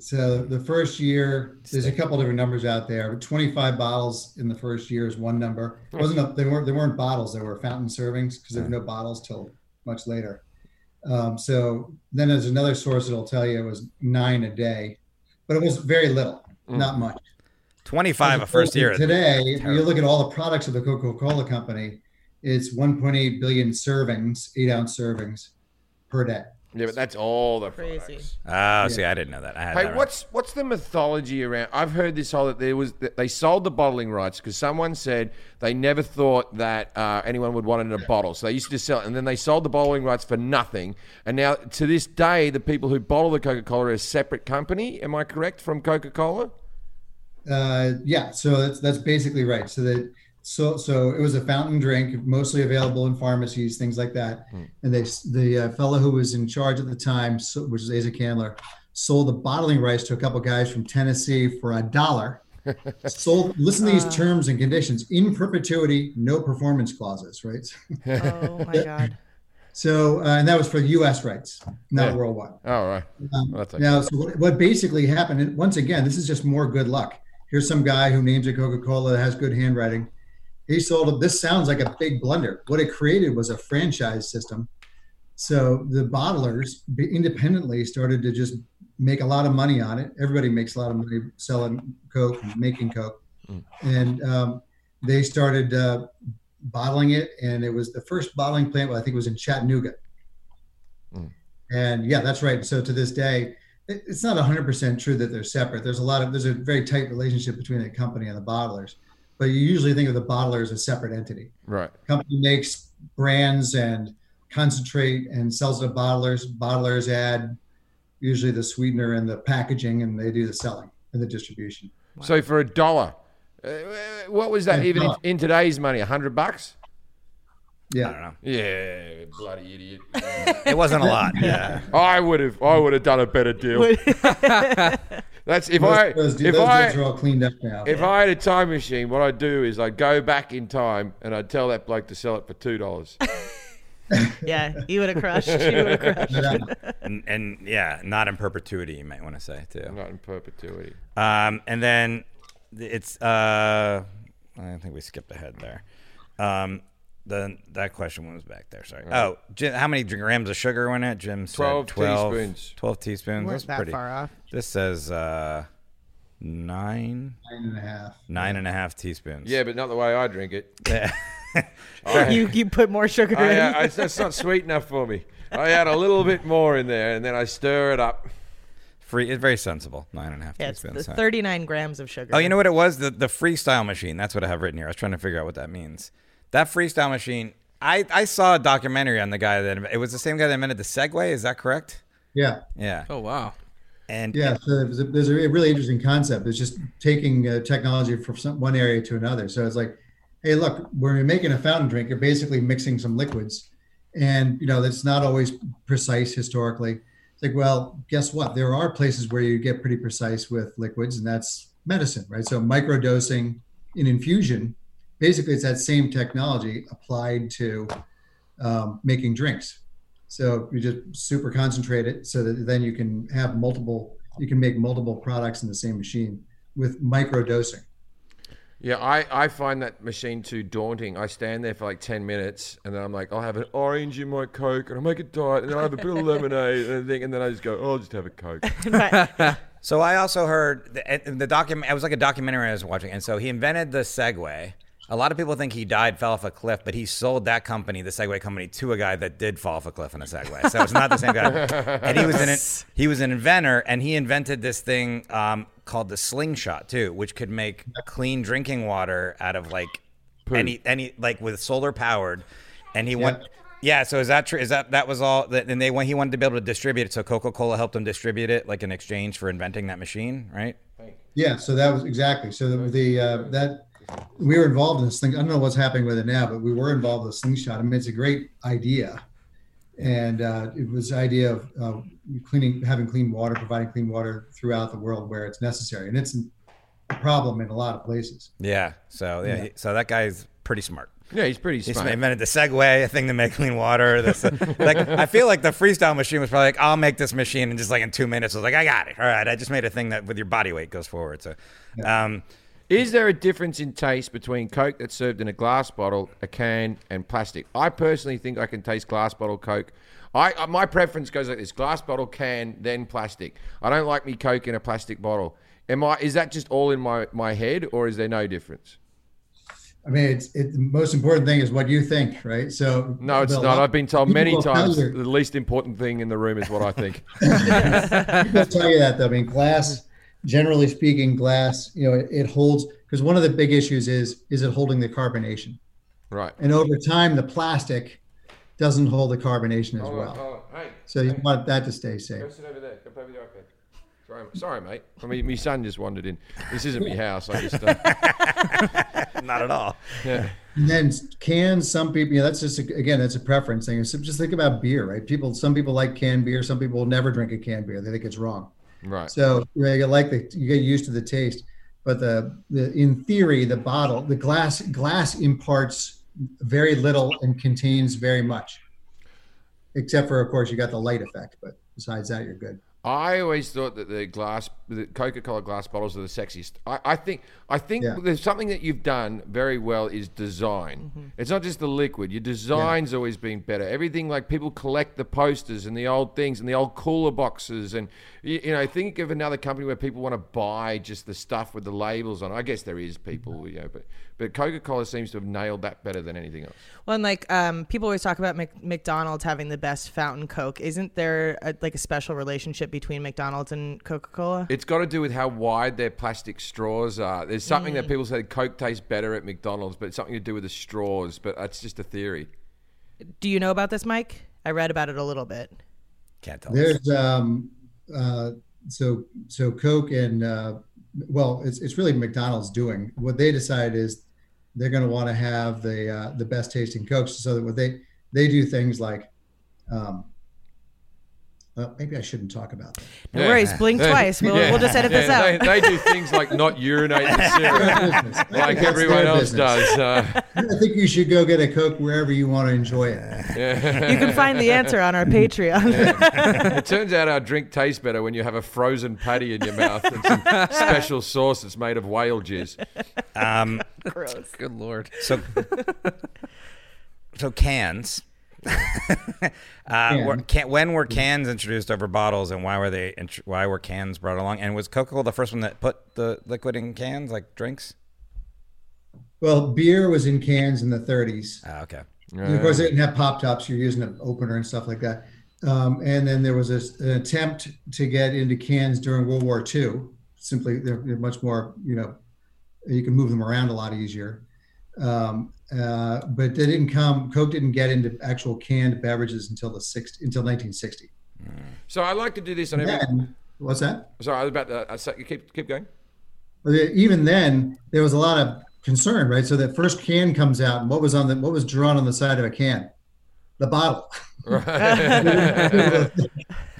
Speaker 5: So the first year, there's a couple different numbers out there. But 25 bottles in the first year is one number. It wasn't a, they weren't they weren't bottles. They were fountain servings because there were no bottles till much later. Um, so then there's another source that'll tell you it was nine a day, but it was very little, not much.
Speaker 2: 25 a first year.
Speaker 5: Today, when you look at all the products of the Coca-Cola company, it's 1.8 billion servings, eight ounce servings per day.
Speaker 1: yeah, but that's all the
Speaker 4: Crazy.
Speaker 1: products.
Speaker 2: Oh, see, I didn't know that. I had
Speaker 1: Hey,
Speaker 2: that
Speaker 1: what's what's the mythology around? I've heard this whole that there was that they sold the bottling rights because someone said they never thought that uh, anyone would want it in a bottle, so they used to sell it, and then they sold the bottling rights for nothing. And now to this day, the people who bottle the Coca Cola are a separate company. Am I correct from Coca Cola?
Speaker 5: Uh, yeah, so that's that's basically right. So that so so it was a fountain drink, mostly available in pharmacies, things like that. And they the uh, fellow who was in charge at the time, so, which is Asa Candler, sold the bottling rights to a couple guys from Tennessee for a dollar. sold. Listen to these terms and conditions: in perpetuity, no performance clauses. Right.
Speaker 4: Oh my god.
Speaker 5: So uh, and that was for U.S. rights, not worldwide.
Speaker 1: All Oh, right.
Speaker 5: Um,
Speaker 1: Well, that's okay.
Speaker 5: now, so what, what basically happened, and once again, this is just more good luck. Here's some guy who names it Coca Cola, has good handwriting. He sold it. This sounds like a big blunder. What it created was a franchise system. So the bottlers b- independently started to just make a lot of money on it. Everybody makes a lot of money selling Coke and making Coke. And um, they started uh, bottling it. And it was the first bottling plant, well, I think it was in Chattanooga. And yeah, that's right. So to this day, it, it's not 100% true that they're separate. There's a lot of, there's a very tight relationship between the company and the bottlers, but you usually think of the bottler as a separate entity.
Speaker 1: Right.
Speaker 5: Company makes brands and concentrate and sells to bottlers. Bottlers add usually the sweetener and the packaging, and they do the selling and the distribution.
Speaker 1: So for a dollar, uh, what was that?
Speaker 5: A
Speaker 1: Even in,
Speaker 5: dollar.
Speaker 1: in today's money, a hundred bucks.
Speaker 5: Yeah.
Speaker 1: Yeah, bloody idiot.
Speaker 2: It wasn't a lot. Yeah.
Speaker 1: I would have. I would have done a better deal. That's if I.
Speaker 5: those those
Speaker 1: if
Speaker 5: deals
Speaker 1: I.
Speaker 5: are all cleaned up now.
Speaker 1: If I had a time machine, what I'd do is I'd go back in time and I'd tell that bloke to sell it for two dollars.
Speaker 4: Yeah, you would have crushed. You would have crushed.
Speaker 5: Yeah.
Speaker 2: and, and yeah, not in perpetuity, you might want to say too.
Speaker 1: Not in perpetuity.
Speaker 2: Um, and then th- it's uh, I think we skipped ahead there. Um, then that question was back there. Sorry. Oh, Jim, how many grams of sugar went in it? Jim said
Speaker 1: 12
Speaker 2: 12,
Speaker 1: teaspoons.
Speaker 2: 12 teaspoons.
Speaker 4: weren't
Speaker 2: That's
Speaker 4: that
Speaker 2: pretty.
Speaker 4: far off.
Speaker 2: This says uh, nine,
Speaker 5: Nine and a half.
Speaker 2: nine and a half teaspoons.
Speaker 1: Yeah, but not the way I drink it.
Speaker 4: You you put more sugar
Speaker 2: Oh,
Speaker 1: I,
Speaker 4: in.
Speaker 1: uh, I- that's not sweet enough for me. I add a little bit more in there and then I stir it up.
Speaker 2: Free. It's very sensible. Nine and a half
Speaker 4: yeah, it's the
Speaker 2: teaspoons. huh?
Speaker 4: 39 grams of sugar.
Speaker 2: Oh, you know what it was? The the freestyle machine. That's what I have written here. I was trying to figure out what that means. That freestyle machine. I, I saw a documentary on the guy that it was the same guy that invented the Segway. Is that correct?
Speaker 5: Yeah.
Speaker 2: Yeah.
Speaker 3: Oh wow.
Speaker 2: And
Speaker 5: Yeah, so there's a, there's a really interesting concept. It's just taking uh, technology from some, one area to another. So it's like, hey, look, when you're making a fountain drink, you're basically mixing some liquids, and you know that's not always precise historically. It's like, well, guess what? There are places where you get pretty precise with liquids, and that's medicine, right? So microdosing in infusion, basically, it's that same technology applied to um, making drinks. So you just super concentrate it so that then you can have multiple, you can make multiple products in the same machine with micro dosing.
Speaker 1: Yeah, I, I find that machine too daunting. I stand there for like 10 minutes and then I'm like, I'll have an orange in my Coke and I'll make a diet and I'll have a bit of lemonade and, everything, and then I just go, oh, I'll just have a Coke.
Speaker 4: But
Speaker 2: so I also heard the, and the document. It was like a documentary I was watching. And so he invented the Segway. A lot of people think he died, fell off a cliff, but he sold that company, the Segway company, to a guy that did fall off a cliff in a Segway. So it's not the same guy. and he was an he was an inventor, and he invented this thing um, called the slingshot too, which could make clean drinking water out of like any any like with solar powered, and he went. Yeah, so is that true? Is that that was all? That, and they when he wanted to be able to distribute it, so Coca Cola helped him distribute it, like in exchange for inventing that machine, right?
Speaker 5: Yeah, so that was exactly. So the, the uh, that we were involved in this thing. I don't know what's happening with it now, but we were involved with slingshot. I mean, it's a great idea, and uh, it was the idea of uh, cleaning, having clean water, providing clean water throughout the world where it's necessary, and it's a problem in a lot of places.
Speaker 2: Yeah. So yeah, he- so that guy's pretty smart.
Speaker 1: Yeah, he's pretty
Speaker 2: He
Speaker 1: smart.
Speaker 2: invented the Segway, a thing to make clean water. This, like, I feel like the freestyle machine was probably like, "I'll make this machine," and just like in two minutes, was like, "I got it. All right, I just made a thing that with your body weight goes forward." So, um,
Speaker 1: Is there a difference in taste between Coke that's served in a glass bottle, a can, and plastic? I personally think I can taste glass bottle Coke. I uh, my preference goes like this: glass bottle, can, then plastic. I don't like me Coke in a plastic bottle. Am I? Is that just all in my my head, or is there no difference?
Speaker 5: I mean, it's it, the most important thing is what you think, right? So
Speaker 1: No, it's
Speaker 5: the-
Speaker 1: not. I've been told
Speaker 5: people
Speaker 1: many
Speaker 5: will tell
Speaker 1: times
Speaker 5: you-
Speaker 1: the least important thing in the room is what I think.
Speaker 5: I'll tell you that though. I mean, glass, generally speaking, glass, you know, it, it holds because one of the big issues is is it holding the carbonation?
Speaker 1: right.
Speaker 5: And over time, the plastic doesn't hold the carbonation
Speaker 1: Oh,
Speaker 5: as well. uh,
Speaker 1: Hey,
Speaker 5: So you want that to stay safe.
Speaker 1: sit over there. Go play with your iPad. Sorry, sorry mate. I mean, my son just wandered in. This isn't my house. I just. Uh,
Speaker 2: not at all.
Speaker 5: And then cans, some people, you know, that's just, a, again, that's a preference thing. So just think about beer, right? People, some people like canned beer. Some people will never drink a canned beer. They think it's wrong.
Speaker 1: right.
Speaker 5: So you, know, you like the, you get used to the taste, but the, the, in theory, the bottle, the glass, glass imparts very little and contains very much. Except for, of course, you got the light effect, but besides that, you're good.
Speaker 1: I always thought that the glass, the Coca-Cola glass bottles are the sexiest. I, I think, I think
Speaker 5: Yeah.
Speaker 1: there's something that you've done very well is design. It's not just the liquid. Your design's always been better. Everything like people collect the posters and the old things and the old cooler boxes and you, you know think of another company where people want to buy just the stuff with the labels on. I guess there is people, you know, but but Coca-Cola seems to have nailed that better than anything else.
Speaker 4: Well, and like um, people always talk about Mc- McDonald's having the best fountain Coke. Isn't there a, like a special relationship between McDonald's and Coca Cola?
Speaker 1: It's got to do with how wide their plastic straws are. There's something
Speaker 5: Mm.
Speaker 1: that people say Coke tastes better at McDonald's, but it's something to do with the straws. But that's just a theory.
Speaker 4: Do you know about this, Mike? I read about it a little bit.
Speaker 2: Can't tell. us.
Speaker 5: There's um, uh, so so Coke and uh, well, it's it's really McDonald's doing. What they decide is they're going to want to have the uh, the best tasting Coke, so that what they they do things like. Um, well, maybe I shouldn't talk about that.
Speaker 4: No
Speaker 1: Yeah.
Speaker 4: worries. Blink twice. We'll,
Speaker 1: Yeah.
Speaker 4: we'll just edit this
Speaker 1: Yeah,
Speaker 4: out.
Speaker 1: They, they do things like not urinate the syrup,
Speaker 5: Business. I think
Speaker 1: like
Speaker 5: that's
Speaker 1: everyone
Speaker 5: their
Speaker 1: else
Speaker 5: business.
Speaker 1: does. Uh,
Speaker 5: I think you should go get a Coke wherever you want to enjoy it.
Speaker 4: you can find the answer on our Patreon.
Speaker 1: it turns out our drink tastes better when you have a frozen patty in your mouth and some special sauce that's made of whale jizz.
Speaker 2: Um,
Speaker 4: Gross.
Speaker 3: Good lord.
Speaker 2: so, so cans. uh, were, can, when were cans introduced over bottles, and why were they? int- Why were cans brought along? And was Coca-Cola the first one that put the liquid in cans, like drinks?
Speaker 5: Well, beer was in cans in the 30s.
Speaker 2: Ah, okay.
Speaker 5: And of course, they didn't have pop tops. You're using an opener and stuff like that. Um, and then there was this, an attempt to get into cans during World War II. Simply, they're, they're much more, you know, you can move them around a lot easier. Um, uh, but they didn't come. Coke didn't get into actual canned beverages until the 60, until 1960.
Speaker 1: So I like to do this on every.
Speaker 5: Then, what's that?
Speaker 1: Sorry, I was about to. I said- keep keep going.
Speaker 5: But Even then, there was a lot of concern, right? So that first can comes out, and what was on the what was drawn on the side of a can? The bottle.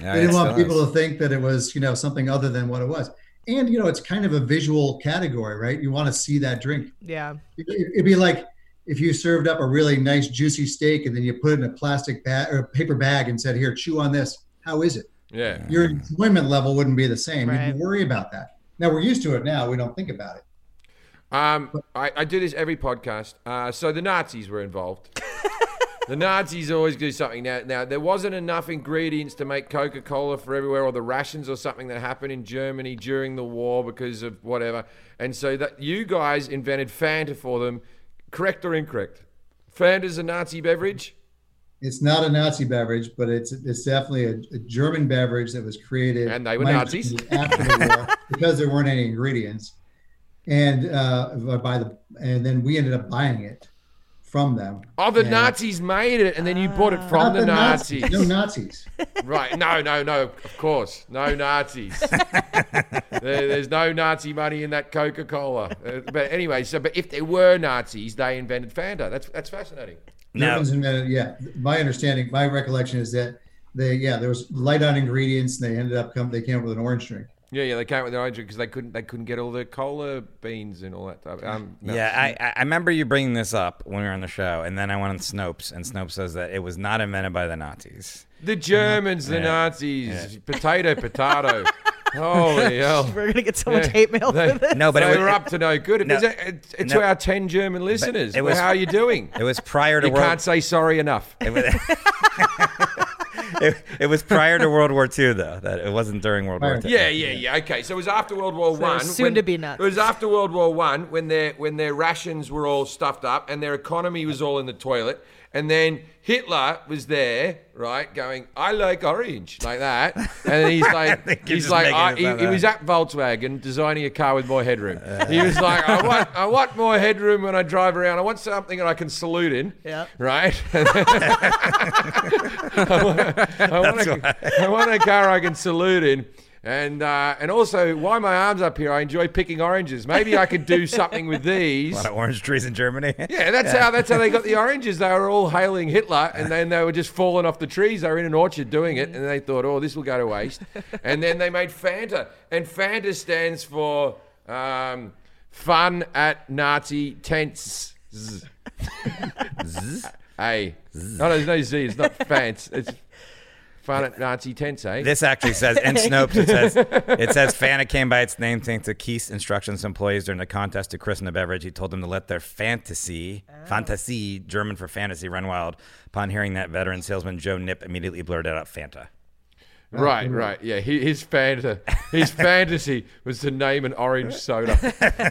Speaker 2: Yeah,
Speaker 5: They didn't
Speaker 2: it
Speaker 5: want
Speaker 2: still is.
Speaker 5: people to think that it was, you know, something other than what it was. And you know, it's kind of a visual category, right? You want to see that drink.
Speaker 4: yeah.
Speaker 5: It- It'd be like if you served up a really nice juicy steak and then you put it in a plastic bag or paper bag and said, "Here, chew on this. How is it?"
Speaker 1: Yeah.
Speaker 5: Your
Speaker 2: Mm.
Speaker 5: enjoyment level wouldn't be the same.
Speaker 4: Right.
Speaker 5: You'd worry about that. Now we're used to it. Now we don't think about it.
Speaker 1: Um, I, I do this every podcast. Uh, so the Nazis were involved. the Nazis always do something. Now, now there wasn't enough ingredients to make Coca-Cola for everywhere, or the rations, or something that happened in Germany during the war because of whatever. And so that you guys invented Fanta for them, correct or incorrect? Fanta's a Nazi beverage.
Speaker 5: It's not a Nazi beverage, but it's it's definitely a, a German beverage that was created
Speaker 1: And they were
Speaker 5: might
Speaker 1: Nazis.
Speaker 5: be after the war because there weren't any ingredients. and uh, by the and then we ended up buying it from them.
Speaker 1: Oh, the Nazis made it, and then you bought it from
Speaker 5: Not
Speaker 1: the Nazis.
Speaker 5: No Nazis.
Speaker 1: Right. No, no, no. Of course. No Nazis. there, there's no Nazi money in that Coca Cola. but anyway, so, but if there were Nazis, they invented Fanta. That's, that's fascinating.
Speaker 2: No.
Speaker 5: Germans invented- yeah. My understanding, my recollection is that they, yeah, there was light on ingredients, and they ended up come. They came up with an orange drink.
Speaker 1: Yeah, yeah, they came with their own drink because they couldn't they couldn't get all the cola beans and all that stuff. Um, no.
Speaker 2: Yeah, I, I- I remember you bringing this up when we were on the show, and then I went on Snopes, and Snopes says that it was not invented by the Nazis.
Speaker 1: the Germans, the Nazis, potato, potato. Holy hell!
Speaker 4: We're gonna get so much
Speaker 1: Yeah.
Speaker 4: hate mail
Speaker 1: They-
Speaker 4: for this.
Speaker 2: No, but
Speaker 1: they
Speaker 2: it
Speaker 1: were
Speaker 2: was,
Speaker 1: up to no good. If
Speaker 2: No.
Speaker 1: there's a- it's it's
Speaker 2: No.
Speaker 1: uh, to our ten German listeners.
Speaker 2: it
Speaker 1: well,
Speaker 2: was-
Speaker 1: how are you doing?
Speaker 2: it was prior to
Speaker 1: You
Speaker 2: World.
Speaker 1: can't say sorry enough.
Speaker 2: It was, it, it was prior to World War II, though. That it wasn't during World War
Speaker 5: Prior.
Speaker 2: II.
Speaker 1: Yeah, yeah, yeah. Okay, so it was after World War
Speaker 4: it
Speaker 1: One.
Speaker 4: was soon
Speaker 1: when-
Speaker 4: to be nuts.
Speaker 1: It was after World War One when their when their rations were all stuffed up and their economy was all in the toilet. And then Hitler was there, right, going, "I like orange," like that. And he's like,
Speaker 2: think you're
Speaker 1: he's
Speaker 2: just
Speaker 1: like,
Speaker 2: making
Speaker 1: I,
Speaker 2: it
Speaker 1: he,
Speaker 2: about
Speaker 1: he
Speaker 2: that.
Speaker 1: was at Volkswagen designing a car with more headroom. he was like, "I want, I want more headroom when I drive around. I want something that I can salute in."
Speaker 4: Yeah.
Speaker 1: Right. I want, a, I want a car I can salute in. And uh, and also, why my arms up here? I enjoy picking oranges. Maybe I could do something with these.
Speaker 2: A lot of orange trees in Germany.
Speaker 1: Yeah, that's how that's how they got the oranges. They were all hailing Hitler, and then they were just falling off the trees. They were in an orchard doing it, and they thought, "Oh, this will go to waste." And then they made Fanta, and Fanta stands for um, fun at Nazi tents. Z. A. No, there's no Z. It's not fans. It's fun at Nazi tents. Eh?
Speaker 2: This actually says in Snopes it says it says Fanta came by its name thanks to Keith's instructions to employees during the contest to christen the beverage. He told them to let their fantasy,
Speaker 1: Oh.
Speaker 2: fantasy, German for fantasy, run wild. Upon hearing that, veteran salesman Joe Nip immediately blurted out Fanta.
Speaker 1: Right, right. Yeah, he, his fanta, his fantasy was to name an orange soda.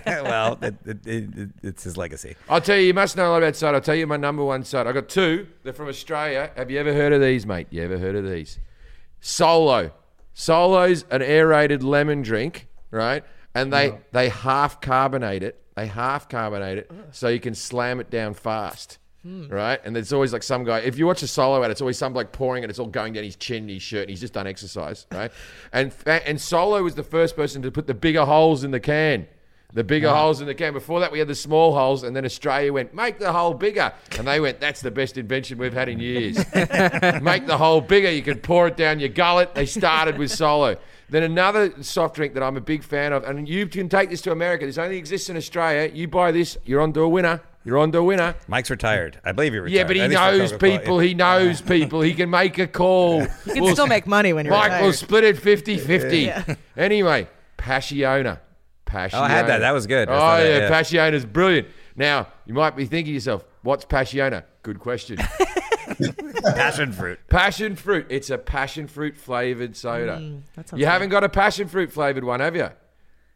Speaker 2: well, it, it, it, it- it's his legacy.
Speaker 1: I'll tell you, you must know a lot about soda. I'll tell you my number one soda. I got two. They're from Australia. Have you ever heard of these, mate? You ever heard of these? Solo. Solo's an aerated lemon drink, right? And they they half carbonate it. They half carbonate it so you can slam it down fast. Right? And there's always like some guy, if you watch a solo ad, it's always some like pouring and it's all going down his chin and his shirt and he's just done exercise, right? and fa- and Solo was the first person to put the bigger holes in the can. The bigger holes in the can. Before that, we had the small holes, and then Australia went, make the hole bigger. And they went, that's the best invention we've had in years. make the hole bigger. You can pour it down your gullet. They started with Solo. Then another soft drink that I'm a big fan of, and you can take this to America. This only exists in Australia. You buy this, you're onto a winner. You're onto a winner.
Speaker 2: Mike's retired. I believe he retired.
Speaker 1: Yeah, but he
Speaker 2: At least for
Speaker 1: knows
Speaker 2: Coca-Cola.
Speaker 1: people. He knows people. He can make a call.
Speaker 4: You can still make money when you're
Speaker 1: Mike will
Speaker 4: retired.
Speaker 1: split it 50 50. Anyway, Passiona. Passiona.
Speaker 2: I had that. That was good. I
Speaker 1: Oh,
Speaker 2: saw that,
Speaker 1: yeah.
Speaker 2: yeah.
Speaker 1: Passiona's brilliant. Now, you might be thinking to yourself, what's Passiona? Good question.
Speaker 2: Passion fruit.
Speaker 1: passion fruit. It's a passion fruit flavored soda.
Speaker 4: Mm, that sounds
Speaker 1: you haven't got a passion fruit flavored one, have you?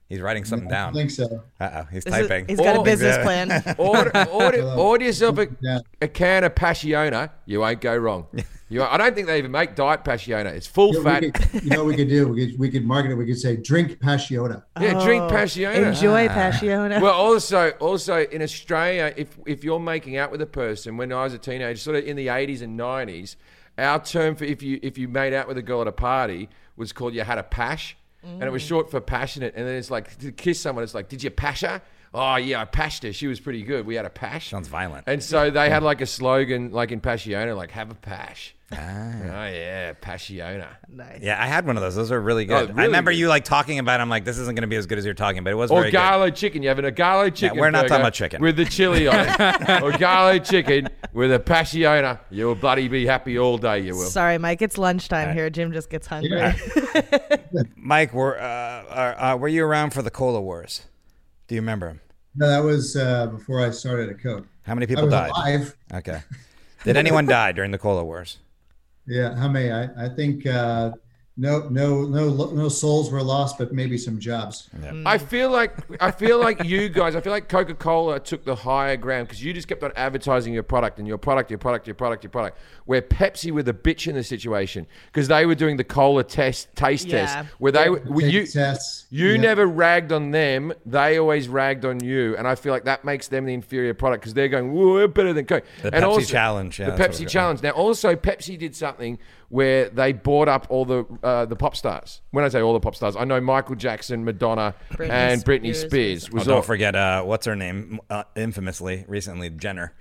Speaker 2: He's writing something
Speaker 5: I
Speaker 2: down.
Speaker 5: think so.
Speaker 2: Uh oh, he's
Speaker 4: This is-
Speaker 2: typing.
Speaker 4: he's got
Speaker 1: Oh,
Speaker 4: a business
Speaker 2: yeah.
Speaker 4: plan.
Speaker 1: Order, order, order yourself a,
Speaker 5: Yeah.
Speaker 1: a can of Passiona. You won't go wrong. You won't- I don't think they even make diet Passiona. It's full
Speaker 5: Yeah, we
Speaker 1: fat.
Speaker 5: could- you know what we could do? We could, we could market it. We could say, drink Passiona.
Speaker 1: Yeah, drink
Speaker 4: Oh,
Speaker 1: Passiona.
Speaker 4: Enjoy Passiona.
Speaker 1: well, also, also in Australia, if if you're making out with a person, when I was a teenager, sort of in the '80s and '90s, our term for if you if you made out with a girl at a party was called you had a pash, and it was short for passionate. And then it's like to kiss someone, it's like, did you pash her? Oh yeah, I pashed her. She was pretty good. We had a pash.
Speaker 2: Sounds violent.
Speaker 1: And so they had like a slogan, like in Passiona, like have a pash.
Speaker 2: Ah.
Speaker 1: Oh yeah, Passiona.
Speaker 4: nice.
Speaker 2: Yeah, I had one of those. Those are really good.
Speaker 1: Oh, really
Speaker 2: I remember
Speaker 1: good.
Speaker 2: you like talking about. it. I'm like, this isn't going to be as good as you're talking, but it was
Speaker 1: Or
Speaker 2: very good.
Speaker 1: garlic chicken. You have an agalo chicken.
Speaker 2: we're not
Speaker 1: burger
Speaker 2: talking about chicken.
Speaker 1: With the chili on it. or garlic chicken with a passiona. You'll bloody be happy all day, you will.
Speaker 4: Sorry, Mike. It's lunchtime here. Jim just gets hungry. Oh,
Speaker 5: Yeah.
Speaker 2: Mike, were uh, uh, uh, were you around for the Cola Wars? Do you remember 'em?
Speaker 5: No, that was uh, before I started at Coke.
Speaker 2: How many
Speaker 5: I
Speaker 2: people
Speaker 5: was
Speaker 2: died?
Speaker 5: alive.
Speaker 2: Okay. Did anyone die during the Cola Wars?
Speaker 5: Yeah, how many? I, I think uh, no, no, no, no souls were lost, but maybe some jobs.
Speaker 1: I feel like I feel like you guys. I feel like Coca Cola took the higher ground because you just kept on advertising your product and your product, your product, your product, your product. Where Pepsi were the bitch in the situation because they were doing the cola test taste
Speaker 4: Yeah.
Speaker 1: test where they were were you.
Speaker 5: tests.
Speaker 1: You
Speaker 5: Yeah.
Speaker 1: never ragged on them. They always ragged on you. And I feel like that makes them the inferior product because they're going, "Whoa, we're better than Coke.
Speaker 2: The
Speaker 1: and
Speaker 2: Pepsi
Speaker 1: also,
Speaker 2: challenge, yeah,
Speaker 1: the
Speaker 2: that's what
Speaker 1: Pepsi
Speaker 2: we're-
Speaker 1: challenge. Now, also, Pepsi did something where they bought up all the uh, the pop stars. When I say all the pop stars, I know Michael Jackson, Madonna,
Speaker 4: Britney
Speaker 1: and Britney
Speaker 4: Spears.
Speaker 1: Spears.
Speaker 2: Oh,
Speaker 1: Was all,
Speaker 2: don't forget, uh, what's her name? Uh, infamously, recently, Jenner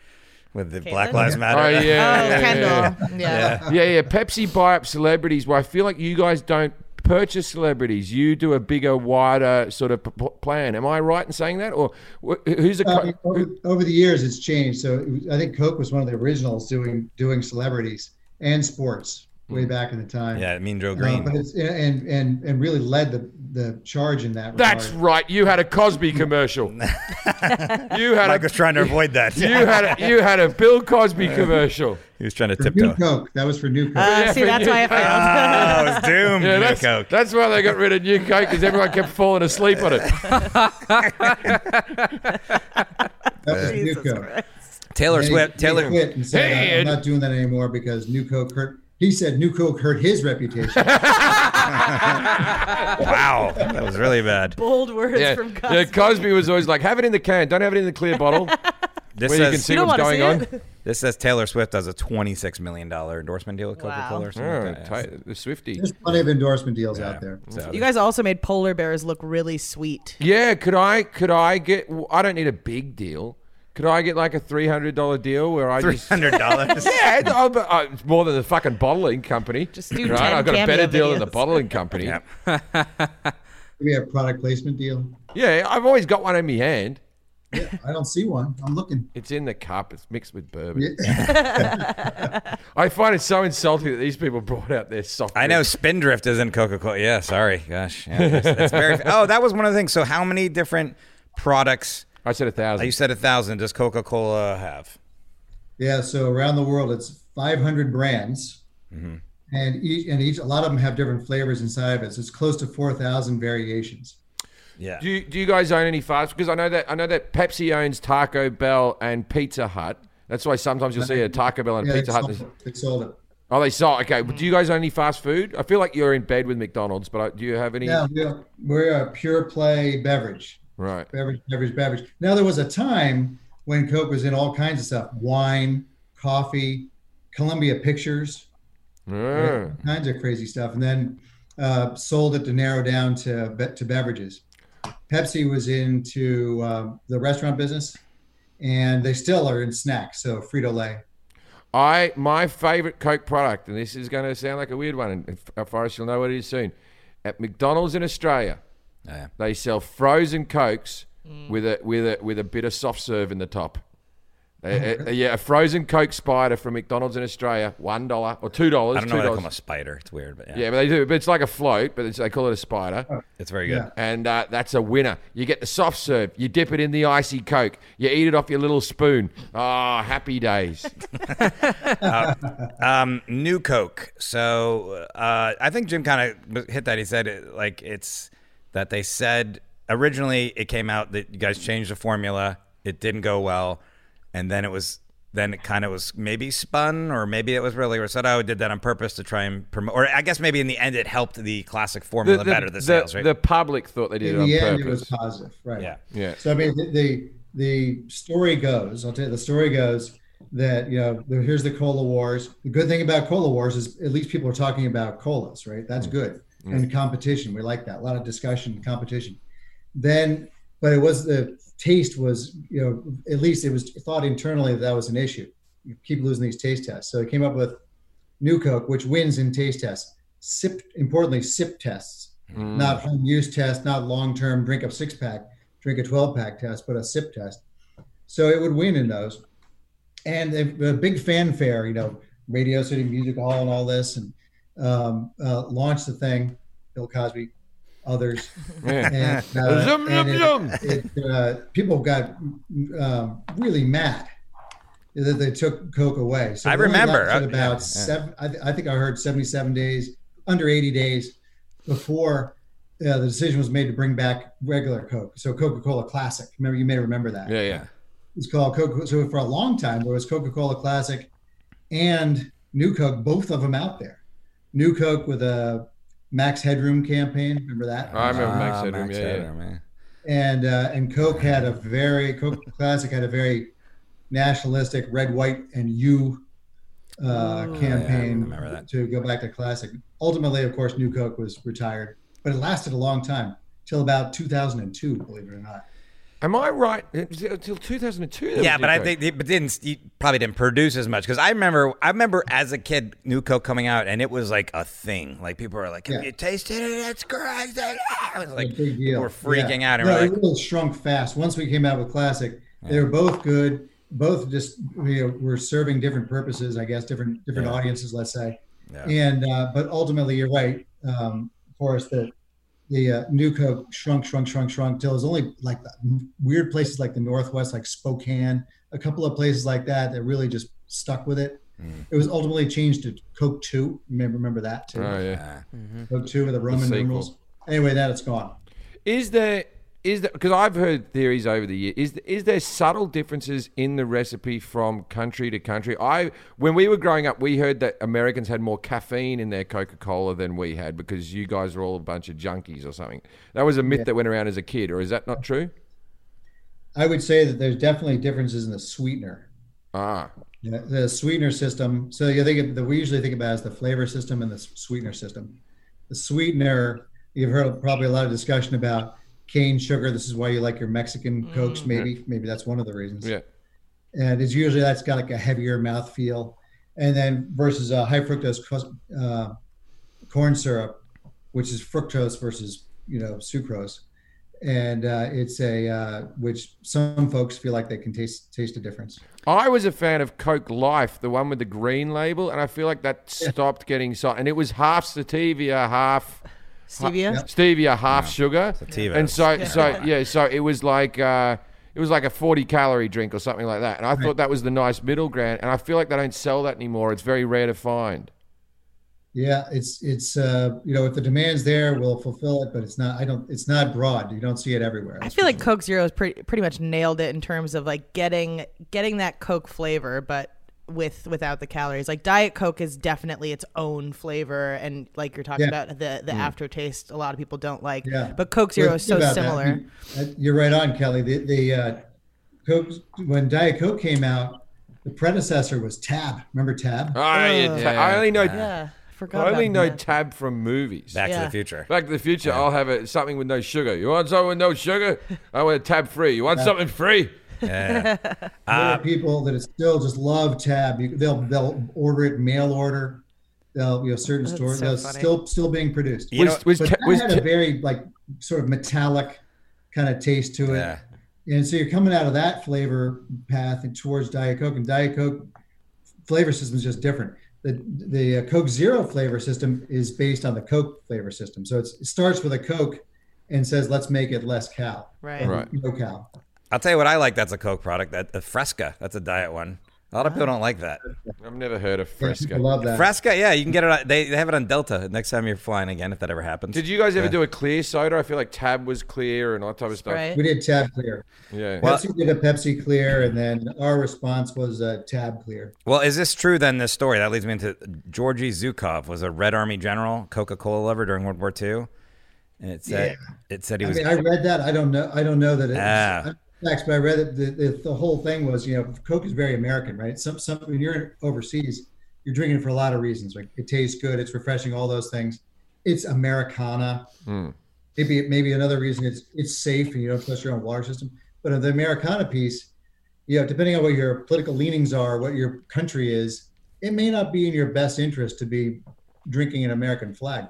Speaker 2: with the Black
Speaker 4: Caitlyn?
Speaker 2: Lives Matter.
Speaker 1: Oh, yeah.
Speaker 4: Oh,
Speaker 1: yeah, yeah, yeah.
Speaker 4: Kendall. Yeah. Uh,
Speaker 1: yeah, yeah. Pepsi buy up celebrities. Where I feel like you guys don't purchase celebrities. You do a bigger, wider sort of p- p- plan. Am I right in saying that? Or wh- who's a
Speaker 5: I
Speaker 1: co-
Speaker 5: mean, over, over the years, it's changed. So it was, I think Coke was one of the originals doing doing celebrities and sports way back in the time.
Speaker 2: Yeah, Mean Joe
Speaker 5: Uh,
Speaker 2: Green.
Speaker 5: but it's and and and really led the the charge in that.
Speaker 1: That's
Speaker 5: regard.
Speaker 1: right. You had a Cosby commercial. you had
Speaker 2: Mike
Speaker 1: a
Speaker 2: was trying to avoid that.
Speaker 1: you had a, you had a Bill Cosby commercial.
Speaker 2: he was trying to
Speaker 5: New
Speaker 2: tiptoe.
Speaker 5: Coke. That was for New Coke.
Speaker 4: Uh,
Speaker 1: Yeah,
Speaker 4: see,
Speaker 1: for
Speaker 4: that's
Speaker 1: you. Ah,
Speaker 4: why I failed.
Speaker 2: Oh, I was doomed.
Speaker 1: Yeah,
Speaker 2: New
Speaker 1: that's,
Speaker 2: Coke.
Speaker 1: that's why they got rid of New Coke because everyone kept falling asleep on it.
Speaker 5: that was New
Speaker 4: Jesus
Speaker 5: Coke.
Speaker 4: Christ.
Speaker 2: Taylor
Speaker 5: And he-
Speaker 2: Swift.
Speaker 5: he
Speaker 2: Taylor.
Speaker 5: quit and said,
Speaker 1: Hey,
Speaker 5: "I-
Speaker 1: Ed."
Speaker 5: I'm not doing that anymore because New Coke hurt. He said New Coke hurt his reputation.
Speaker 2: Wow, that was really bad.
Speaker 4: Bold words
Speaker 1: Yeah.
Speaker 4: from Cosby.
Speaker 1: yeah, Cosby was always like, "Have it in the can, don't have it in the clear bottle
Speaker 2: This
Speaker 1: where you can
Speaker 2: says,
Speaker 1: see
Speaker 4: don't
Speaker 1: what's
Speaker 4: wanna
Speaker 1: going on."
Speaker 4: see
Speaker 2: this says Taylor Swift does a twenty-six million dollar endorsement deal with
Speaker 4: Wow.
Speaker 2: Coca-Cola or something.
Speaker 1: Oh,
Speaker 2: like that.
Speaker 1: tight, the Swifty.
Speaker 5: There's plenty of endorsement deals out there.
Speaker 4: You guys also made polar bears look really sweet.
Speaker 1: Yeah, could I could I get? I don't need a big deal. Could I get like a three hundred dollar deal where I
Speaker 2: Three
Speaker 1: just
Speaker 2: hundred dollars.
Speaker 1: yeah, no, but, uh, it's more than the fucking bottling company.
Speaker 4: Just do 10
Speaker 1: I've got a better
Speaker 4: cameo
Speaker 1: deal than the
Speaker 4: videos.
Speaker 1: bottling company.
Speaker 2: Yep.
Speaker 5: Maybe a product placement deal.
Speaker 1: Yeah, I've always got one in my hand.
Speaker 5: I don't see one. I'm looking.
Speaker 1: It's in the cup. It's mixed with bourbon. I find it so insulting that these people brought out their soft.
Speaker 2: I know
Speaker 1: drinks.
Speaker 2: Spindrift isn't Coca-Cola. Yeah, sorry. Gosh. Yeah, that's, that's very. Oh, that was one of the things. So, how many different products?
Speaker 1: I said a thousand.
Speaker 2: You said a thousand. Does Coca-Cola have?
Speaker 5: Yeah, so around the world, it's 500 brands,
Speaker 1: Mm-hmm.
Speaker 5: and each and each a lot of them have different flavors inside of it. So it's close to 4,000 variations.
Speaker 2: Yeah.
Speaker 1: do you, do you guys own any fast? Because I know that I know that Pepsi owns Taco Bell and Pizza Hut. That's why sometimes you'll see a Taco Bell and
Speaker 5: Yeah, they
Speaker 1: Pizza Hut.
Speaker 5: sold, it. They sold it.
Speaker 1: Oh, they saw. Okay, but do you guys own any fast food? I feel like you're in bed with McDonald's, but I, do you have any?
Speaker 5: Yeah, we are- we're a pure play beverage,
Speaker 1: Right.
Speaker 5: beverage, beverage, beverage. Now there was a time when Coke was in all kinds of stuff: wine, coffee, Columbia Pictures.
Speaker 1: Yeah.
Speaker 5: kinds of crazy stuff, and then uh, sold it to narrow down to be- to beverages. Pepsi was into uh, the restaurant business, and they still are in snacks. So Frito Lay.
Speaker 1: I my favorite Coke product, and this is going to sound like a weird one, and if- uh, Forrest, you'll know what it is soon. At McDonald's in Australia,
Speaker 2: Oh, Yeah.
Speaker 1: they sell frozen cokes with a with a with a bit of soft serve in the top. A- a- yeah, a frozen Coke Spider from McDonald's in Australia, one dollar or two dollars.
Speaker 2: I don't know
Speaker 1: two
Speaker 2: why they call them a
Speaker 1: dollars.
Speaker 2: spider. It's weird, but yeah,
Speaker 1: Yeah, but they do. But it's like a float, but it's, they call it a spider.
Speaker 2: it's very good.
Speaker 5: Yeah.
Speaker 1: and uh, that's a winner. You get the soft serve. You dip it in the icy coke. You eat it off your little spoon. Ah, happy days.
Speaker 2: Um, New Coke. So uh, I think Jim kind of hit that. He said it, like it's that they said originally it came out that you guys changed the formula. It didn't go well, and then it was then it kind of was maybe spun or maybe it was really or said oh it did that on purpose to try and promote or I guess maybe in the end it helped the classic formula better the, sales right
Speaker 1: the public thought they did
Speaker 5: In
Speaker 1: it on
Speaker 5: the end,
Speaker 1: purpose.
Speaker 5: it was positive, right?
Speaker 2: yeah
Speaker 1: yeah.
Speaker 5: So I mean, the, the the story goes. I'll tell you, the story goes that you know there- here's the cola wars. The good thing about cola wars is at least people are talking about colas, right? That's good. And competition, we like that. A lot of discussion, competition. Then, but it was the taste was you know at least it was thought internally that that was an issue. You keep losing these taste tests, so they came up with New Coke, which wins in taste tests. Sip, importantly, sip tests, not home use test, not long term drink a six pack, drink a 12 pack test, but a sip test. So it would win in those. And a, a big fanfare, you know, Radio City Music Hall and all this, and um, uh, launched the thing, Bill Cosby, others. And, uh,
Speaker 1: Zum,
Speaker 5: and
Speaker 1: zum,
Speaker 5: it-
Speaker 1: zum.
Speaker 5: it, uh, people got um, really mad that they took Coke away. So
Speaker 2: I
Speaker 5: it only
Speaker 2: remember.
Speaker 5: lasted
Speaker 2: Uh,
Speaker 5: about
Speaker 2: yeah, yeah.
Speaker 5: seven. I, th- I think I heard seventy-seven days under 80 days before uh, the decision was made to bring back regular Coke. So Coca-Cola Classic. Remember, you may remember that.
Speaker 1: Yeah, yeah.
Speaker 5: It's called Coca. So for a long time, there was Coca-Cola Classic and New Coke, both of them out there. New Coke with a Max Headroom campaign. Remember that?
Speaker 1: I remember Max
Speaker 2: Ah,
Speaker 1: Headroom.
Speaker 2: Max
Speaker 1: yeah, yeah.
Speaker 2: Headroom, man.
Speaker 5: and uh, and Coke had a very Coke Classic had a very nationalistic red, white, and you uh, campaign
Speaker 2: Oh, remember that.
Speaker 5: to go back to classic. Ultimately, of course, New Coke was retired, but it lasted a long time till about 2002, believe it or not.
Speaker 1: Am I right? Until 2002. there
Speaker 2: Yeah,
Speaker 1: was
Speaker 2: but I
Speaker 1: Nuco.
Speaker 2: think, they- but didn't you probably didn't produce as much because I remember, I remember as a kid, New Coke coming out, and it was like a thing. Like people were like, "Have
Speaker 5: Yeah.
Speaker 2: you tasted it? It's great!" It was like
Speaker 5: a big deal.
Speaker 2: people were freaking
Speaker 5: Yeah.
Speaker 2: out, and
Speaker 5: no,
Speaker 2: we're
Speaker 5: it
Speaker 2: like,
Speaker 5: really shrunk fast. Once we came out with classic, they were both good. Both just you know, were serving different purposes, I guess, different different audiences, let's say.
Speaker 2: Yeah.
Speaker 5: And uh, but ultimately, you're right, um, Forrest. That the uh, new Coke shrunk, shrunk, shrunk, shrunk till it was only like the weird places like the Northwest, like Spokane, a couple of places like that that really just stuck with it.
Speaker 2: Hmm.
Speaker 5: It was ultimately changed to Coke Two. You may remember that too.
Speaker 1: Oh, yeah.
Speaker 5: Coke Two with the Roman
Speaker 1: sequel.
Speaker 5: numerals. Anyway, that it's gone.
Speaker 1: Is there is there because I've heard theories over the years. Is is there subtle differences in the recipe from country to country? I when we were growing up, we heard that Americans had more caffeine in their Coca Cola than we had because you guys were all a bunch of junkies or something. That was a myth that went around as a kid, or is that not true?
Speaker 5: I would say that there's definitely differences in the sweetener,
Speaker 1: Ah,
Speaker 5: the the sweetener system. So you think of the we usually think about it as the flavor system and the s- sweetener system. The sweetener, you've heard probably a lot of discussion about cane sugar. This is why you like your Mexican cokes, maybe. Maybe that's one of the reasons.
Speaker 1: yeah.
Speaker 5: And it's usually that's got like a heavier mouthfeel. And then versus a high fructose cus- uh, corn syrup, which is fructose versus you know sucrose, and uh, it's a uh, which some folks feel like they can taste taste a difference.
Speaker 1: I was a fan of Coke Life, the one with the green label, and I feel like that stopped getting so. And it was half stevia, half
Speaker 4: Stevia.
Speaker 1: stevia, half sugar.
Speaker 2: Sativa.
Speaker 1: And so, so yeah, so it was like uh, it was like a forty calorie drink or something like that. And I thought that was the nice middle ground. And I feel like they don't sell that anymore. It's very rare to find.
Speaker 5: Yeah, it's it's uh, you know if the demand's there, we'll fulfill it, but it's not. I don't. It's not broad. You don't see it everywhere.
Speaker 4: I feel like Coke Zero is pretty pretty much nailed it in terms of like getting getting that Coke flavor, but with without the calories. Like Diet Coke is definitely its own flavor, and like you're talking
Speaker 5: Yeah. Mm.
Speaker 4: about the the aftertaste, a lot of people don't like.
Speaker 5: Yeah.
Speaker 4: But Coke Zero
Speaker 5: Well,
Speaker 4: is
Speaker 5: think
Speaker 4: so
Speaker 5: about that. Mm.
Speaker 4: similar.
Speaker 5: You- that- You're right on, Kelly. The, the uh, Coke, when Diet Coke came out, the predecessor was Tab. Remember Tab?
Speaker 1: Ah, yeah, ta- I only know
Speaker 4: Yeah, Uh, I forgot.
Speaker 1: I only
Speaker 4: about
Speaker 1: know
Speaker 4: that.
Speaker 1: tab from movies.
Speaker 2: "Back to
Speaker 4: Yeah.
Speaker 2: the Future."
Speaker 1: Back to the Future, I'll have a, something with no sugar. You want something with no sugar? I want a tab free. You want something free?
Speaker 5: there
Speaker 2: Uh,
Speaker 5: are people that still just love Tab. You, they'll they'll order it mail order. They'll you know certain stores.
Speaker 4: so
Speaker 5: they'll
Speaker 4: funny.
Speaker 5: still still being produced.
Speaker 2: You know-
Speaker 1: was was,
Speaker 5: but
Speaker 1: ta-
Speaker 5: that
Speaker 1: was
Speaker 5: had
Speaker 1: ta-
Speaker 5: a very like sort of metallic kind of taste to it.
Speaker 2: Yeah.
Speaker 5: And so you're coming out of that flavor path and towards Diet Coke, and Diet Coke flavor system is just different. The the uh, Coke Zero flavor system is based on the Coke flavor system, so it's, it starts with a Coke and says let's make it less cal,
Speaker 4: Right.
Speaker 1: Right.
Speaker 5: no cal.
Speaker 2: I'll tell you what I like. That's a Coke product. That a Fresca. That's a diet one. A lot of
Speaker 5: Ah.
Speaker 2: people don't like that.
Speaker 1: I've never heard of
Speaker 5: Yeah,
Speaker 1: Fresca.
Speaker 5: people love that.
Speaker 2: Fresca, yeah, you can get it. On, they, they have it on Delta next time you're flying again, if that ever happens.
Speaker 1: Did you guys ever do a clear soda? I feel like Tab was clear and all that type of stuff.
Speaker 4: Right.
Speaker 5: we did Tab Clear.
Speaker 1: Yeah.
Speaker 5: Pepsi did a Pepsi Clear, and then our response was uh, Tab Clear.
Speaker 2: Well, is this true then? This story that leads me into Georgy Zukov was a Red Army general, Coca-Cola lover during World War II, and it said it said he
Speaker 5: I
Speaker 2: was.
Speaker 5: mean, I read that. I don't know. I don't know that it's
Speaker 2: Ah.
Speaker 5: facts, but I read that the, the, the whole thing was, you know, Coke is very American, right? Some, some when you're overseas, you're drinking it for a lot of reasons. Like it tastes good, it's refreshing, all those things. It's Americana.
Speaker 2: Hmm.
Speaker 5: Maybe maybe another reason it's it's safe and you don't trust your own water system. But on the Americana piece, you know, depending on what your political leanings are, what your country is, it may not be in your best interest to be drinking an American flag.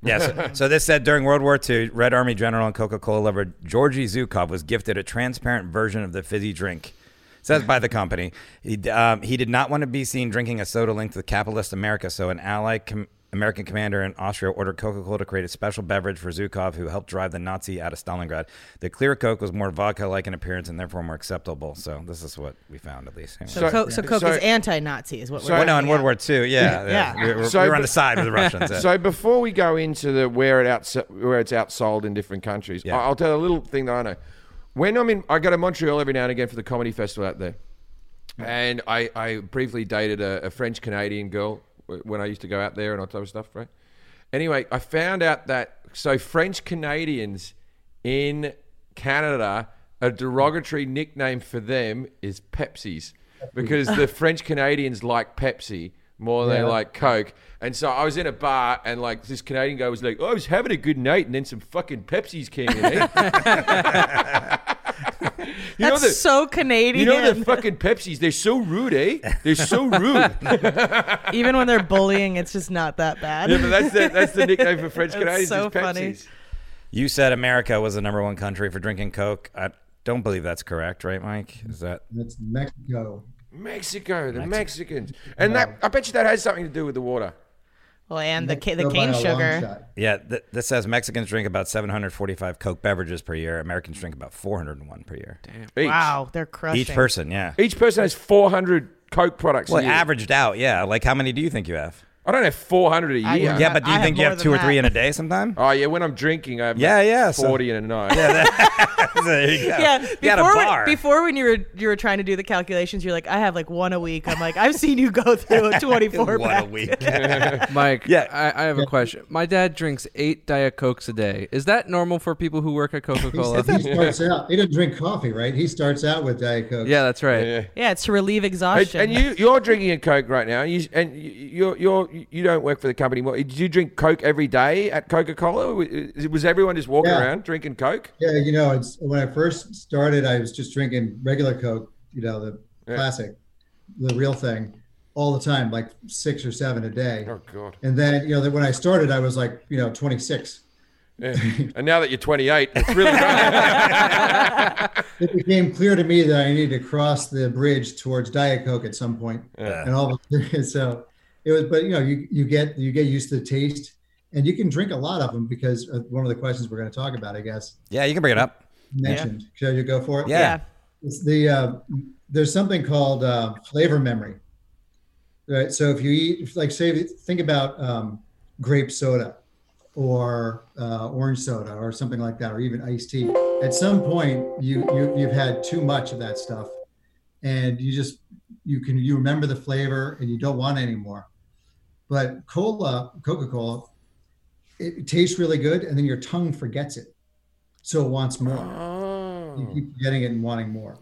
Speaker 2: yes. so, so this said during World War II, Red Army general and Coca-Cola lover Georgy Zukov was gifted a transparent version of the fizzy drink. Says by the company, he, um, he did not want to be seen drinking a soda linked to capitalist America, so an ally com- American commander in Austria ordered Coca Cola to create a special beverage for Zhukov, who helped drive the Nazi out of Stalingrad. The clear Coke was more vodka like in appearance and therefore more acceptable. So, this is what we found at least.
Speaker 4: So,
Speaker 1: So-
Speaker 4: Coke, so Coke
Speaker 1: so-
Speaker 4: is anti-Nazi, is what we're.
Speaker 1: so-
Speaker 2: well, no, in
Speaker 4: finding
Speaker 2: World
Speaker 4: out.
Speaker 2: War II, yeah.
Speaker 4: Yeah.
Speaker 2: We, were,
Speaker 1: So-
Speaker 2: we were on the side of the Russians. yeah.
Speaker 1: So before we go into the where it outs- where it's outsold in different countries, I- I'll tell you a little thing that I know. When I'm in, I go to Montreal every now and again for the comedy festival out there, and I, I briefly dated a, a French Canadian girl wh- when I used to go out there and all type of stuff, right? Anyway, I found out that so French Canadians in Canada, a derogatory nickname for them is Pepsis, because the French Canadians like Pepsi more than they like Coke. And so I was in a bar and like this Canadian guy was like, "Oh, I was having a good night," and then some fucking Pepsis came in. eh?" you
Speaker 4: That's
Speaker 1: the-
Speaker 4: so Canadian.
Speaker 1: you know the fucking Pepsis, they're so rude, eh? They're so rude. yeah,
Speaker 4: Even when they're bullying, it's just not that bad.
Speaker 1: but that's the, that's the nickname for French
Speaker 4: That's
Speaker 1: Canadians.
Speaker 4: so
Speaker 1: is
Speaker 4: funny.
Speaker 1: Pepsis.
Speaker 2: You said America was the number one country for drinking Coke. I don't believe that's correct, right, Mike? Is that
Speaker 5: That's Mexico.
Speaker 1: Mexico, the Mexicans, and that I bet you that has something to do with the water.
Speaker 4: well, and the ca- the
Speaker 5: Go by
Speaker 4: cane
Speaker 5: a long
Speaker 4: sugar.
Speaker 5: shot.
Speaker 2: yeah? Th- this says Mexicans drink about 745 Coke beverages per year. Americans drink about 401 per year.
Speaker 1: Each.
Speaker 4: Wow, they're crushing.
Speaker 2: Each person, yeah.
Speaker 1: Each person has 400 Coke products.
Speaker 2: Well,
Speaker 1: a year.
Speaker 2: averaged out, yeah. Like, how many do you think you have?
Speaker 1: I don't have 400 a
Speaker 4: I-
Speaker 1: year.
Speaker 4: Yeah.
Speaker 2: Yeah, but do you
Speaker 4: Uh, I have
Speaker 2: think you
Speaker 4: more
Speaker 2: have
Speaker 4: than
Speaker 2: two or
Speaker 4: that.
Speaker 2: three in a day sometime?
Speaker 1: Oh yeah, when I'm drinking, I have
Speaker 2: Yeah,
Speaker 1: like
Speaker 2: yeah, so-
Speaker 1: 40 in a night. Yeah,
Speaker 2: there you go.
Speaker 4: Yeah,
Speaker 2: you got a
Speaker 4: before
Speaker 2: bar.
Speaker 4: when, before when you were you were trying to do the calculations, you're like, I have like one a week. I'm like, I've seen you go through a 24
Speaker 2: what a
Speaker 4: pack.
Speaker 2: week.
Speaker 3: Mike,
Speaker 2: Yeah.
Speaker 3: I, I have a question. My dad drinks eight Diet Cokes a day. Is that normal for people who work at Coca
Speaker 5: He,
Speaker 3: Cola?
Speaker 5: he starts out. He doesn't drink coffee, right? He starts out with Diet Coke.
Speaker 3: yeah, that's right.
Speaker 4: Yeah, it's to relieve
Speaker 1: and,
Speaker 4: exhaustion.
Speaker 1: and you you're drinking a Coke right now. You and you- you're you're you don't work for the company anymore. Did you drink Coke every day at Coca Cola? Was everyone just walking
Speaker 5: Yeah.
Speaker 1: around drinking Coke?
Speaker 5: Yeah, you know, it's when I first started, I was just drinking regular Coke, you know, the classic, the real thing, all the time, like six or seven a day.
Speaker 1: Oh god.
Speaker 5: And then, you know, that when I started, I was like, you know, 26.
Speaker 1: Yeah. and now that you're 28, it's really right.
Speaker 5: It became clear to me that I needed to cross the bridge towards Diet Coke at some point. And all of, so it was, but you know, you, you get, you get used to the taste and you can drink a lot of them because uh, one of the questions we're going to talk about, I guess,
Speaker 2: yeah, you can bring it up.
Speaker 5: mentioned. Should you go for it?
Speaker 2: Yeah.
Speaker 4: yeah.
Speaker 5: It's the uh, there's something called uh, flavor memory. Right. So if you eat, if, like, say, think about um, grape soda or uh, orange soda or something like that, or even iced tea. At some point, you, you you've had too much of that stuff, and you just you can you remember the flavor and you don't want it anymore. But cola, Coca Cola, it tastes really good, and then your tongue forgets it, so it wants more. You keep getting it and wanting more.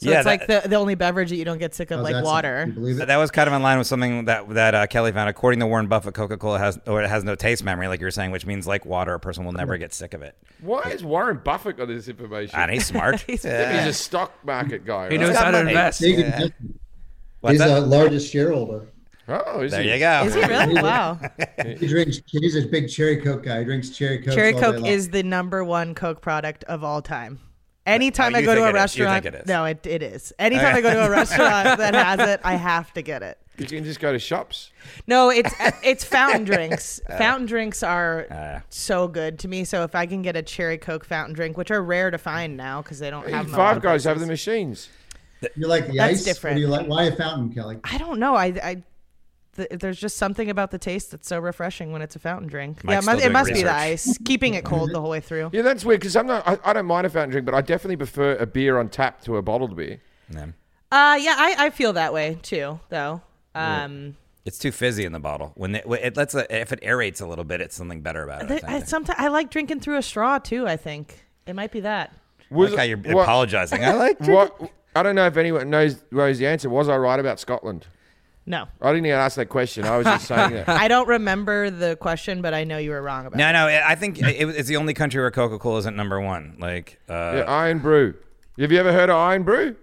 Speaker 4: So
Speaker 2: yeah,
Speaker 4: it's
Speaker 2: that-
Speaker 4: like the, the only beverage that you don't get sick of,
Speaker 5: How's
Speaker 4: like
Speaker 5: that sound?
Speaker 4: water.
Speaker 5: You believe it?
Speaker 2: That was kind of in line with something that that uh, Kelly found. According to Warren Buffett, Coca Cola has or it has no taste memory, like you were saying, which means like water, a person will never get sick of it. Ah,
Speaker 1: Why is Warren Buffett got this information?
Speaker 2: And he's smart.
Speaker 1: He's a stock market guy.
Speaker 3: He
Speaker 1: right?
Speaker 3: knows how to
Speaker 2: money.
Speaker 3: invest.
Speaker 5: Big investment.
Speaker 2: What's
Speaker 5: He's
Speaker 2: that?
Speaker 5: the largest shareholder.
Speaker 1: Oh, is
Speaker 2: There
Speaker 1: he?
Speaker 2: you go.
Speaker 4: Is he really? Wow.
Speaker 5: He drinks. He's a big cherry coke guy. He drinks cherry coke.
Speaker 4: Cherry
Speaker 5: all day
Speaker 4: Coke
Speaker 5: long.
Speaker 4: is the number one Coke product of all time. Anytime
Speaker 2: No,
Speaker 4: I
Speaker 2: you
Speaker 4: go to
Speaker 2: think
Speaker 4: a
Speaker 2: it is. You
Speaker 4: restaurant,
Speaker 2: think it is.
Speaker 4: no, it, it is. Anytime I go to a restaurant that has it, I have to get it.
Speaker 1: You can just go to shops.
Speaker 4: No, it's uh, it's fountain drinks.
Speaker 2: Oh.
Speaker 4: Fountain drinks are
Speaker 2: Uh.
Speaker 4: so good to me. So if I can get a cherry Coke fountain drink, which are rare to find now because they don't have them. a lot
Speaker 1: Five
Speaker 4: of
Speaker 1: guys have
Speaker 4: places.
Speaker 1: the machines.
Speaker 5: You like the
Speaker 4: That's
Speaker 5: ice?
Speaker 4: different.
Speaker 5: Or do you like why a fountain, Kelly?
Speaker 4: I don't know. I, I th- there's just something about the taste that's so refreshing when it's a fountain drink.
Speaker 2: Mike's
Speaker 4: yeah, it must,
Speaker 2: still
Speaker 4: it
Speaker 2: doing
Speaker 4: must be the
Speaker 2: research.
Speaker 4: ice, keeping it cold the whole way through.
Speaker 1: Yeah, that's weird because I'm not. I, I don't mind a fountain drink, but I definitely prefer a beer on tap to a bottled beer.
Speaker 4: Uh, yeah, I, I feel that way too, though. Um,
Speaker 2: It's too fizzy in the bottle. When it, it lets a, if it aerates a little bit, it's something better about it. I
Speaker 4: there-
Speaker 2: think.
Speaker 4: I, sometimes I like drinking through a straw too. I think it might be that.
Speaker 1: Was
Speaker 2: like how you're
Speaker 1: what-
Speaker 2: apologizing. I like.
Speaker 1: What? I don't know if anyone knows knows the answer. Was I right about Scotland?
Speaker 4: No,
Speaker 1: I didn't even ask that question. I was just saying that.
Speaker 4: I don't remember the question, but I know you were wrong about.
Speaker 2: No,
Speaker 4: it.
Speaker 2: no. I I think it, it's the only country where Coca Cola isn't number one. Like, uh,
Speaker 1: Yeah, Iron Brew. Have you ever heard of Iron Brew?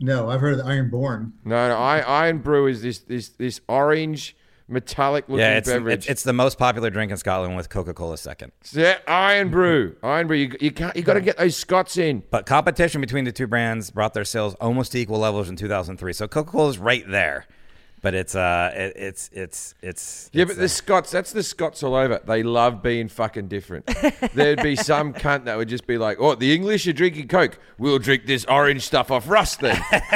Speaker 5: No, I've heard of the Ironborn.
Speaker 1: No, no. I, Iron Brew is this this this orange metallic looking
Speaker 2: yeah, it's,
Speaker 1: beverage.
Speaker 2: it's it's the most popular drink in Scotland with Coca Cola second.
Speaker 1: yeah, Iron Brew. Iron Brew. You, you can't. You got to get those Scots in.
Speaker 2: But competition between the two brands brought their sales almost to equal levels in 2003. So Coca Cola's right there. But it's uh, it, it's it's it's
Speaker 1: Yeah,
Speaker 2: it's,
Speaker 1: but the Scots, that's the Scots all over. They love being fucking different. There'd be some cunt that would just be like, oh, the English are drinking Coke. We'll drink this orange stuff off Rust then.
Speaker 2: uh,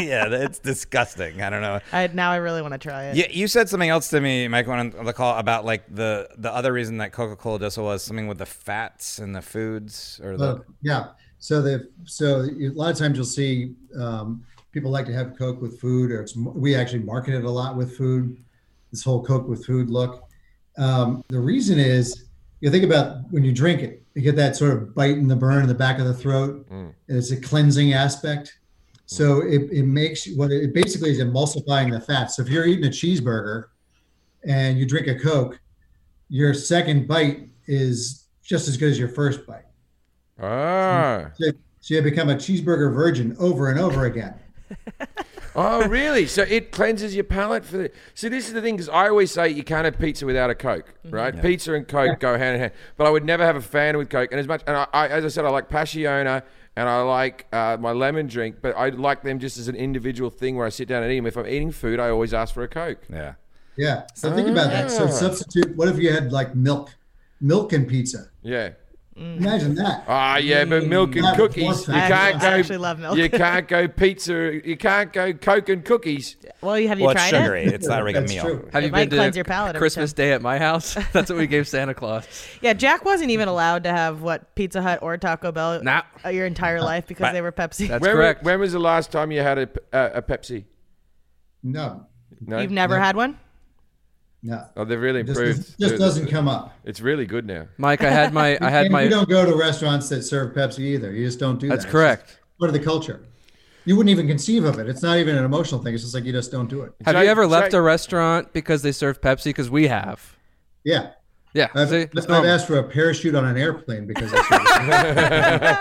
Speaker 2: yeah, it's disgusting. I don't know.
Speaker 4: I, now I really want to try it.
Speaker 2: Yeah, you said something else to me, Mike, on the call about like the the other reason that Coca Cola does so well is something with the fats and the foods or the
Speaker 5: Oh, yeah. So the so a lot of times you'll see um, people like to have Coke with food, or it's we actually market it a lot with food. This whole Coke with food look. Um, the reason is you think about when you drink it, you get that sort of bite and the burn in the back of the throat,
Speaker 2: Mm.
Speaker 5: and it's a cleansing aspect. So it, it makes what it basically is emulsifying the fat. So if you're eating a cheeseburger and you drink a Coke, your second bite is just as good as your first bite.
Speaker 1: oh.
Speaker 5: So, so you become a cheeseburger virgin over and over again.
Speaker 1: oh, really? So it cleanses your palate for the. See, this is the thing because I always say you can't have pizza without a Coke,
Speaker 4: Mm.
Speaker 1: right? Pizza and Coke go hand in hand. But I would never have a fan with Coke. And as much, and I, I as I said, I like Passiona and I like uh, my lemon drink, but I like them just as an individual thing where I sit down and eat them. If I'm eating food, I always ask for a Coke.
Speaker 2: yeah.
Speaker 5: Yeah. So think about that. So substitute. What if you had like milk, milk and pizza?
Speaker 1: Yeah.
Speaker 5: Imagine
Speaker 3: Oh,
Speaker 5: that.
Speaker 1: Ah, yeah, but milk and
Speaker 5: Yeah, but
Speaker 1: cookies.
Speaker 5: what's
Speaker 1: You
Speaker 5: that?
Speaker 1: can't
Speaker 4: Mm. I
Speaker 1: go.
Speaker 4: actually love milk.
Speaker 1: You can't go pizza. You can't go Coke and cookies.
Speaker 4: Well, you have you
Speaker 2: Well, it's
Speaker 4: tried
Speaker 2: sugary.
Speaker 4: it?
Speaker 2: It's not like a
Speaker 5: That's
Speaker 2: meal.
Speaker 5: true.
Speaker 3: Have
Speaker 4: It
Speaker 3: you
Speaker 4: might
Speaker 3: been to
Speaker 4: cleanse your palate every
Speaker 3: Christmas Day at my house? That's what we gave Santa Claus.
Speaker 4: Yeah, Jack wasn't even allowed to have what Pizza Hut or Taco Bell
Speaker 3: Nah.
Speaker 4: uh, your entire life because they were Pepsi.
Speaker 3: That's
Speaker 1: When, wa-
Speaker 3: correct.
Speaker 1: when was the last time you had a, p- uh, a Pepsi?
Speaker 5: No,
Speaker 1: No.
Speaker 4: You've never had one?
Speaker 5: no.
Speaker 1: Oh, they've really
Speaker 5: Just,
Speaker 1: improved.
Speaker 5: just, just doesn't come up.
Speaker 1: It's really good now.
Speaker 3: Mike, I had my I had
Speaker 5: And you
Speaker 3: my
Speaker 5: don't go to restaurants that serve Pepsi either. You just don't do
Speaker 3: That's
Speaker 5: that. It's
Speaker 3: correct.
Speaker 5: just Part of the culture. You wouldn't even conceive of it. It's not even an emotional thing. It's just like you just don't do it.
Speaker 3: Have
Speaker 1: Jake-
Speaker 3: you ever left
Speaker 1: Jake-
Speaker 3: a restaurant because they serve Pepsi? Because we have.
Speaker 5: Yeah.
Speaker 3: Yeah.
Speaker 5: I've,
Speaker 3: see? um, It's
Speaker 5: I've
Speaker 3: normal.
Speaker 5: asked for a parachute on an airplane because I serve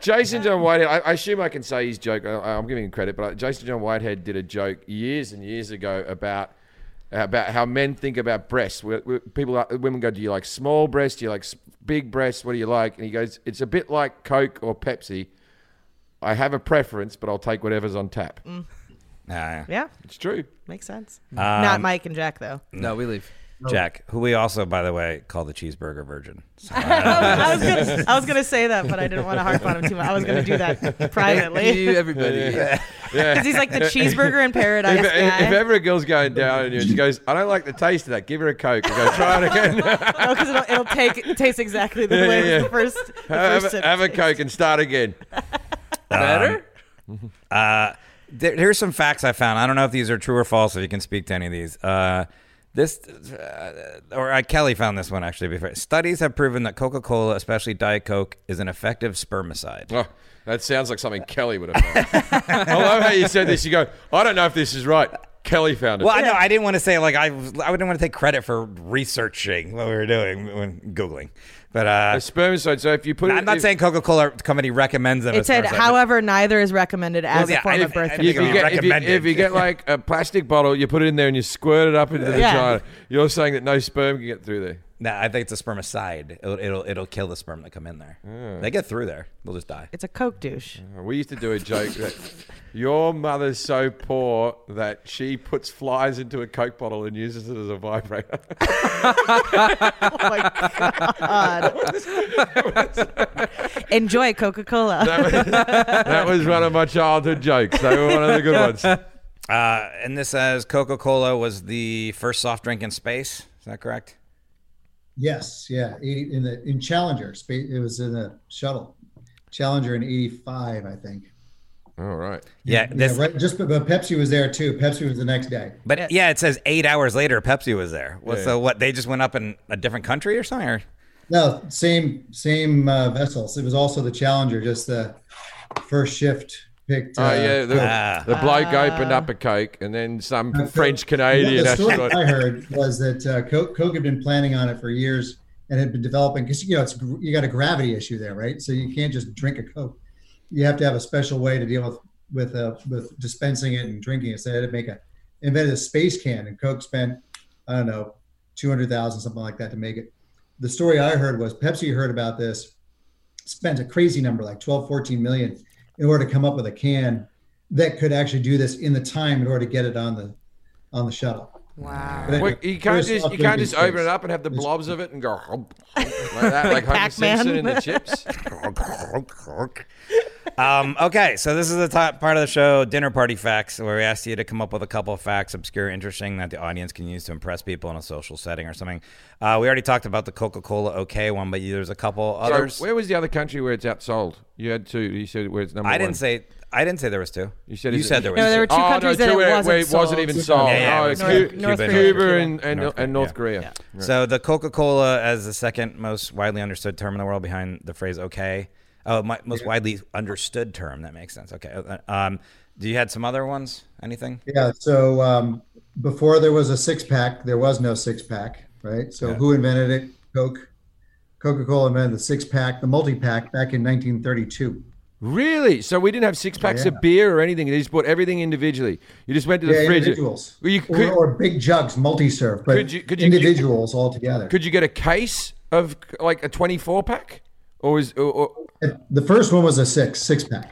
Speaker 1: Jason John Whitehead, I, I assume I can say his joke. I, I'm giving him credit, but Jason John Whitehead did a joke years and years ago about about how men think about breasts. Where- where People, are- women go, "Do you like small breasts? Do you like s- big breasts? What do you like?" And he goes, "It's a bit like Coke or Pepsi. I have a preference, but I'll take whatever's on tap."
Speaker 2: Nah,
Speaker 4: Yeah,
Speaker 1: It's true.
Speaker 4: makes sense.
Speaker 1: Um,
Speaker 4: Not Mike and Jack though.
Speaker 3: No, we leave.
Speaker 2: Jack, who we also, by the way, call the cheeseburger virgin. So,
Speaker 4: I was gonna, I was gonna say that, but I didn't want to harp on him too much. I was gonna do that
Speaker 3: You,
Speaker 4: privately
Speaker 3: everybody.
Speaker 4: because he's like the cheeseburger in paradise
Speaker 1: If,
Speaker 4: guy.
Speaker 1: if ever a girl's going down and she goes, "I don't like the taste of that," give her a Coke and go try it again.
Speaker 4: No, because Oh, it'll, it'll take taste exactly the way
Speaker 1: yeah.
Speaker 4: the first. The
Speaker 1: have,
Speaker 4: first sip
Speaker 1: have a
Speaker 4: tastes.
Speaker 1: Coke and start again.
Speaker 3: Better?
Speaker 2: Um, uh, there, here's some facts I found. I don't know if these are true or false. If you can speak to any of these, uh, this uh, or uh, Kelly found this one actually. Before studies have proven that Coca-Cola, especially Diet Coke, is an effective spermicide.
Speaker 1: Oh, that sounds like something Kelly would have found. I love how you said this. You go, I don't know if this is right. Kelly found it.
Speaker 2: Well, I know I didn't want to say like I was- I wouldn't want to take credit for researching what we were doing when googling, but
Speaker 1: a
Speaker 2: uh,
Speaker 1: spermicide. So if you put it,
Speaker 2: I'm not
Speaker 1: if,
Speaker 2: saying Coca-Cola company recommends them.
Speaker 4: It
Speaker 2: as
Speaker 4: said,
Speaker 2: spermicide, but-
Speaker 4: however, neither is recommended as
Speaker 2: yeah,
Speaker 4: a form
Speaker 2: I-
Speaker 4: of birth
Speaker 2: I- I
Speaker 1: if you,
Speaker 4: control.
Speaker 2: think
Speaker 1: get, if, you,
Speaker 2: recommended.
Speaker 1: if you get like a plastic bottle, you put it in there and you squirt it up into the
Speaker 4: Yeah.
Speaker 1: vagina. You're saying that no sperm can get through there.
Speaker 2: No, I think it's a spermicide. It'll it'll, it'll kill the sperm that come in there. They get through there, they'll just die.
Speaker 4: It's a Coke douche.
Speaker 1: We used to do a joke that your mother's so poor that she puts flies into a Coke bottle and uses it as a vibrator.
Speaker 4: Oh my god! Enjoy Coca Cola.
Speaker 1: that, was, that was one of my childhood jokes. They were one of the good ones.
Speaker 2: Uh, and this says Coca Cola was the first soft drink in space. Is that correct?
Speaker 5: Yes, yeah. 80, in the in Challenger, spa- it was in the shuttle, Challenger in '85, I think.
Speaker 1: All right.
Speaker 2: Yeah.
Speaker 5: Yeah,
Speaker 2: This,
Speaker 5: right. Just but, but Pepsi was there too. Pepsi was the next day.
Speaker 2: But yeah, it says eight hours later, Pepsi was there. Well, So what? They just went up in a different country or something? Or?
Speaker 5: No, same same uh, vessels. It was also the Challenger. Just the first shift picked.
Speaker 1: Oh
Speaker 5: uh,
Speaker 1: yeah, the,
Speaker 2: Ah.
Speaker 1: the bloke opened up a coke, and then some French Canadian
Speaker 5: The story
Speaker 1: astronaut.
Speaker 5: I heard was that uh, Coke, Coke had been planning on it for years and had been developing because you know it's gr- you got a gravity issue there, right? So you can't just drink a Coke. You have to have a special way to deal with with uh, with dispensing it and drinking it. So they had to make a invented a space can, and Coke spent I don't know two hundred thousand something like that to make it. The story I heard was Pepsi heard about this, spent a crazy number like 12, 14 million in order to come up with a can that could actually do this in the time in order to get it on the on the shuttle.
Speaker 4: Wow.
Speaker 5: But
Speaker 1: Wait,
Speaker 5: anyway,
Speaker 1: you can't
Speaker 5: there's
Speaker 1: just you
Speaker 5: soft
Speaker 1: can't
Speaker 5: drinking
Speaker 1: just open it
Speaker 5: space.
Speaker 1: up and have the blobs of it and go like that, like Homer
Speaker 4: Pac-Man.
Speaker 1: Simpson and the chips.
Speaker 2: Um, okay, so this is the top part of the show, dinner party facts, where we asked you to come up with a couple of facts, obscure, interesting, that the audience can use to impress people in a social setting or something. Uh, we already talked about the Coca Cola OK one, but there's a couple
Speaker 1: So,
Speaker 2: others.
Speaker 1: where was the other country where it's outsold? You had two. You said where it's number.
Speaker 2: I didn't
Speaker 1: one.
Speaker 2: say. I didn't say there was two.
Speaker 1: You said
Speaker 2: you
Speaker 1: is it-
Speaker 2: said there was.
Speaker 4: No, there
Speaker 2: two.
Speaker 4: were two
Speaker 1: oh,
Speaker 4: countries
Speaker 1: no,
Speaker 4: that
Speaker 1: two
Speaker 4: it
Speaker 1: where, where it
Speaker 4: wasn't
Speaker 1: wasn't
Speaker 4: sold.
Speaker 1: even sold.
Speaker 2: Yeah, yeah,
Speaker 1: oh,
Speaker 2: it
Speaker 1: it's
Speaker 2: was
Speaker 1: Cu-
Speaker 2: Cuba. North
Speaker 1: Cuba,
Speaker 2: Korea.
Speaker 1: and, and,
Speaker 2: North
Speaker 1: and North
Speaker 2: Korea,
Speaker 1: Korea.
Speaker 2: So the Coca-Cola as the second most widely understood term in the world behind the phrase "okay." Oh, my, most widely understood term. That makes sense. Okay. Uh, Um, do you had some other ones? Anything?
Speaker 5: Yeah. So um, before there was a six pack, there was no six pack, right? So who invented it? Coke. Coca Cola invented the six pack, the multi pack back in 1932.
Speaker 1: Really? So we didn't have six packs of beer or anything. They just bought everything individually. You just went to the
Speaker 5: Yeah,
Speaker 1: fridge.
Speaker 5: individuals.
Speaker 1: Well, you
Speaker 5: or,
Speaker 1: could,
Speaker 5: or big jugs, multi serve, but
Speaker 1: Could you- could you-
Speaker 5: individuals all together.
Speaker 1: could you get a case of like a twenty-four pack, or was or, or,
Speaker 5: the first one was a six, six pack.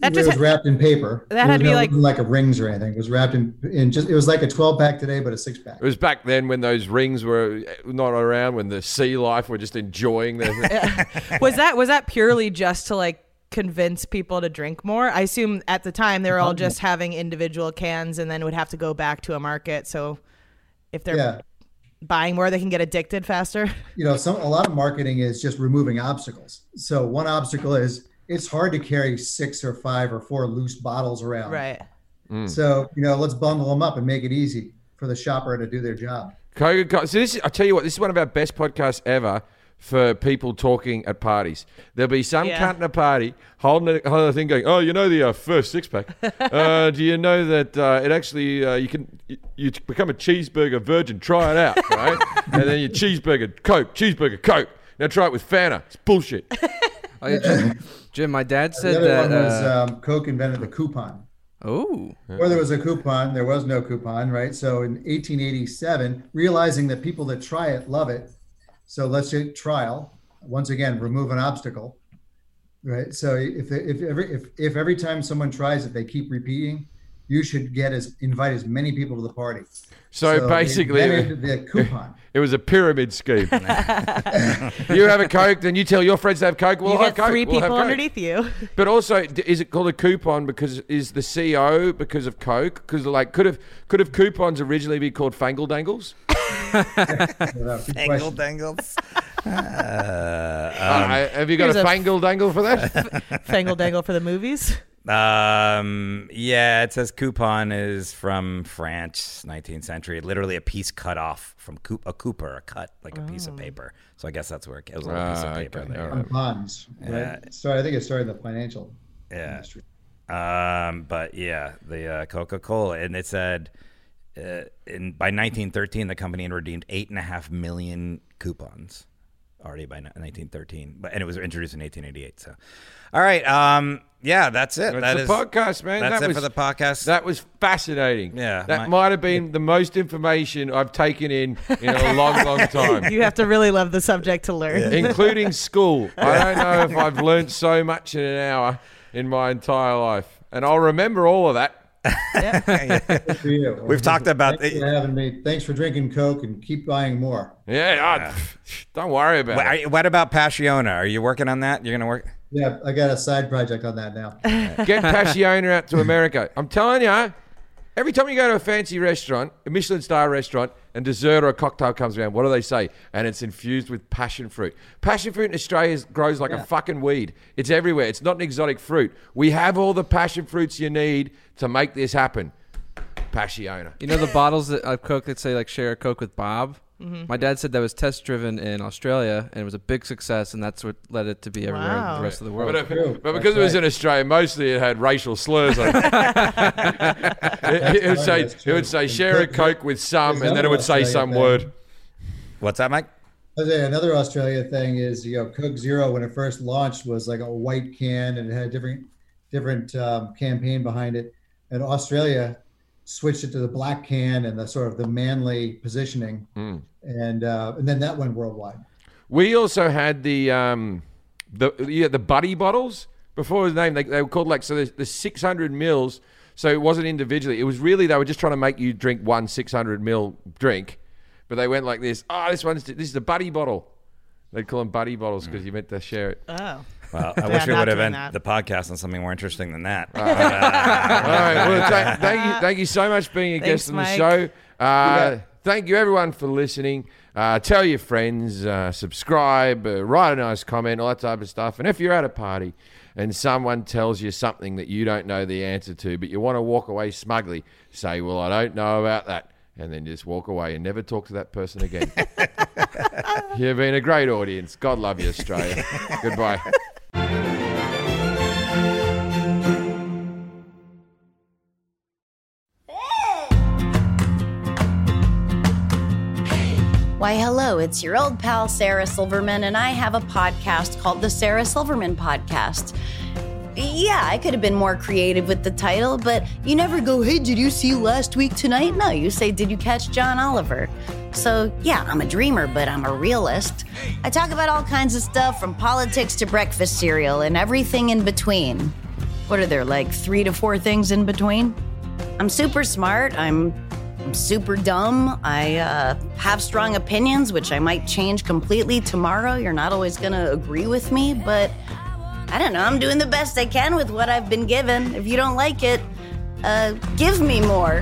Speaker 4: That
Speaker 5: it
Speaker 4: just
Speaker 5: was
Speaker 4: had-
Speaker 5: wrapped in paper.
Speaker 4: that
Speaker 5: It
Speaker 4: had
Speaker 5: was
Speaker 4: to be
Speaker 5: no-
Speaker 4: like-
Speaker 5: wasn't like a rings or anything. It was wrapped in, in just it was like a 12 pack today, but a six pack.
Speaker 1: it was back then when those rings were eh, not around, when the sea life were just enjoying their.
Speaker 4: was that was that purely just to like convince people to drink more? I assume at the time they were all just
Speaker 5: Uh-huh.
Speaker 4: having individual cans and then would have to go back to a market. So if they're
Speaker 5: Yeah.
Speaker 4: buying more, they can get addicted faster.
Speaker 5: you know some a lot of marketing is just removing obstacles so one obstacle is it's hard to carry six or five or four loose bottles around
Speaker 4: right.
Speaker 5: so you know let's bundle them up and make it easy for the shopper to do their job
Speaker 1: Coca Cola. So this, is, I tell you what, this is one of our best podcasts ever for people talking at parties. There'll be some
Speaker 4: Yeah.
Speaker 1: cunt in a party holding a, holding a thing, going, "Oh, you know the uh, first six pack. Uh, do you know that uh, it actually uh, you can you, you become a cheeseburger virgin? Try it out, right? and then your cheeseburger Coke, cheeseburger Coke. Now try it with Fanta. It's bullshit.
Speaker 3: Oh, yeah, Jim, Jim, my dad
Speaker 5: the
Speaker 3: said
Speaker 5: other
Speaker 3: that.
Speaker 5: one was uh,
Speaker 3: uh,
Speaker 5: um, coke invented the coupon
Speaker 3: oh,
Speaker 5: or there was a coupon there was no coupon right so in 1887 realizing that people that try it love it so let's do trial once again remove an obstacle right so if if every if, if every time someone tries it they keep repeating you should get as invite as many people to the party
Speaker 1: So,
Speaker 5: they
Speaker 1: basically,
Speaker 5: invented the coupon
Speaker 1: it was a pyramid scheme. you have a Coke, then you tell your friends to have Coke. We'll
Speaker 4: You
Speaker 1: have
Speaker 4: get
Speaker 1: Coke.
Speaker 4: three
Speaker 1: we'll have
Speaker 4: people
Speaker 1: Coke.
Speaker 4: underneath you.
Speaker 1: But also, d- is it called a coupon because is the CO because of Coke? Because like, could have could have coupons originally be called Fangle Dangles?
Speaker 2: Um,
Speaker 5: without good
Speaker 2: Dangle
Speaker 5: question.
Speaker 2: dangles.
Speaker 1: Uh, have you got a
Speaker 4: here's a f-
Speaker 1: Fangle Dangle for that?
Speaker 4: Fangle dangle for the movies.
Speaker 2: Um, yeah, it says coupon is from France, 19th century. Literally a piece cut off from coup- a cooper, a cut, like a piece of paper. So I guess that's where it, it was a little piece of
Speaker 1: Ah,
Speaker 2: paper.
Speaker 1: okay,
Speaker 2: there.
Speaker 1: all right.
Speaker 5: on bonds right sorry i think it started in the financial
Speaker 2: Yeah.
Speaker 5: industry
Speaker 2: Um, but yeah, the uh, Coca Cola, and it said uh, in by 1913 the company had redeemed eight and a half million coupons already by ni- 1913, but and it was introduced in 1888. So, all right, um, yeah, that's it.
Speaker 1: That's
Speaker 2: That
Speaker 1: the
Speaker 2: is-
Speaker 1: podcast, man.
Speaker 2: That's
Speaker 1: That
Speaker 2: it
Speaker 1: was-
Speaker 2: for the podcast.
Speaker 1: that was fascinating.
Speaker 2: Yeah,
Speaker 1: that
Speaker 2: my-
Speaker 1: might have been the most information I've taken in in a long, long time.
Speaker 4: You have to really love the subject to learn.
Speaker 1: Including school. I don't know if I've learned so much in an hour in my entire life. And I'll remember all of that.
Speaker 5: Good for you.
Speaker 2: We've talked about
Speaker 5: thanks for having me thanks for drinking coke and keep buying more
Speaker 1: Yeah, I, don't worry about it.
Speaker 2: Wha- What about Passiona? Are you working on that? You're gonna work.
Speaker 5: yeah i got a side project on that now
Speaker 1: Get Passiona out to America. I'm telling you, every time you go to a fancy restaurant, a Michelin star restaurant, and dessert or a cocktail comes around, what do they say? And it's infused with passion fruit. Passion fruit in Australia is, grows like a fucking weed. It's everywhere. It's not an exotic fruit. We have all the passion fruits you need to make this happen. Passiona.
Speaker 3: you know the bottles that of Coke that say like share a Coke with Bob.
Speaker 4: Mm-hmm.
Speaker 3: My dad said that was test driven in Australia and it was a big success, and that's what led it to be everywhere in
Speaker 4: Wow.
Speaker 3: the rest of the world.
Speaker 1: But, if- but because it was in Australia, mostly it had racial slurs on it. it, it would
Speaker 5: right,
Speaker 1: say,
Speaker 5: Oh, that's
Speaker 1: it would
Speaker 5: true.
Speaker 1: say, share a Coke with some,
Speaker 5: There's
Speaker 1: and then it would
Speaker 5: another
Speaker 1: say
Speaker 5: Australian
Speaker 1: some
Speaker 5: thing.
Speaker 1: word.
Speaker 2: What's that, Mike?
Speaker 5: I'd say Another Australia thing is, you know, Coke Zero when it first launched was like a white can and it had different different um, campaign behind it. And Australia switched it to the black can and the sort of the manly positioning, and uh, and then that went worldwide.
Speaker 1: We also had the um, the yeah the buddy bottles before it was named. They, they were called like so the, the 600 mils. So it wasn't individually. It was really they were just trying to make you drink one 600 mil drink, but they went like this. Oh, this one's this is a buddy bottle. They'd call them buddy bottles
Speaker 5: Mm.
Speaker 1: because you meant to share it.
Speaker 4: Oh.
Speaker 2: Well, I
Speaker 4: Yeah,
Speaker 2: wish we
Speaker 4: not
Speaker 2: would have
Speaker 4: doing
Speaker 2: ended
Speaker 4: that.
Speaker 2: the podcast on something more interesting than that.
Speaker 1: All right. Well, thank, thank you, thank you so much for being a
Speaker 4: Thanks,
Speaker 1: guest on
Speaker 4: Mike.
Speaker 1: the show. Uh, Thank you, everyone, for listening. Uh, tell your friends, uh, subscribe, uh, write a nice comment, all that type of stuff. And if you're at a party and someone tells you something that you don't know the answer to, but you want to walk away smugly, say, Well, I don't know about that. And then just walk away and never talk to that person again. You've been a great audience. God love you, Australia. Goodbye.
Speaker 6: Why, hello, it's your old pal Sarah Silverman, and I have a podcast called The Sarah Silverman Podcast. Yeah, I could have been more creative with the title, but you never go, hey, did you see last week tonight? No, you say, did you catch John Oliver? So, yeah, I'm a dreamer, but I'm a realist. I talk about all kinds of stuff from politics to breakfast cereal and everything in between. What are there, like three to four things in between? I'm super smart. I'm I'm super dumb. I uh, have strong opinions, which I might change completely tomorrow. You're not always going to agree with me, but I don't know. I'm doing the best I can with what I've been given. If you don't like it, uh, give me more.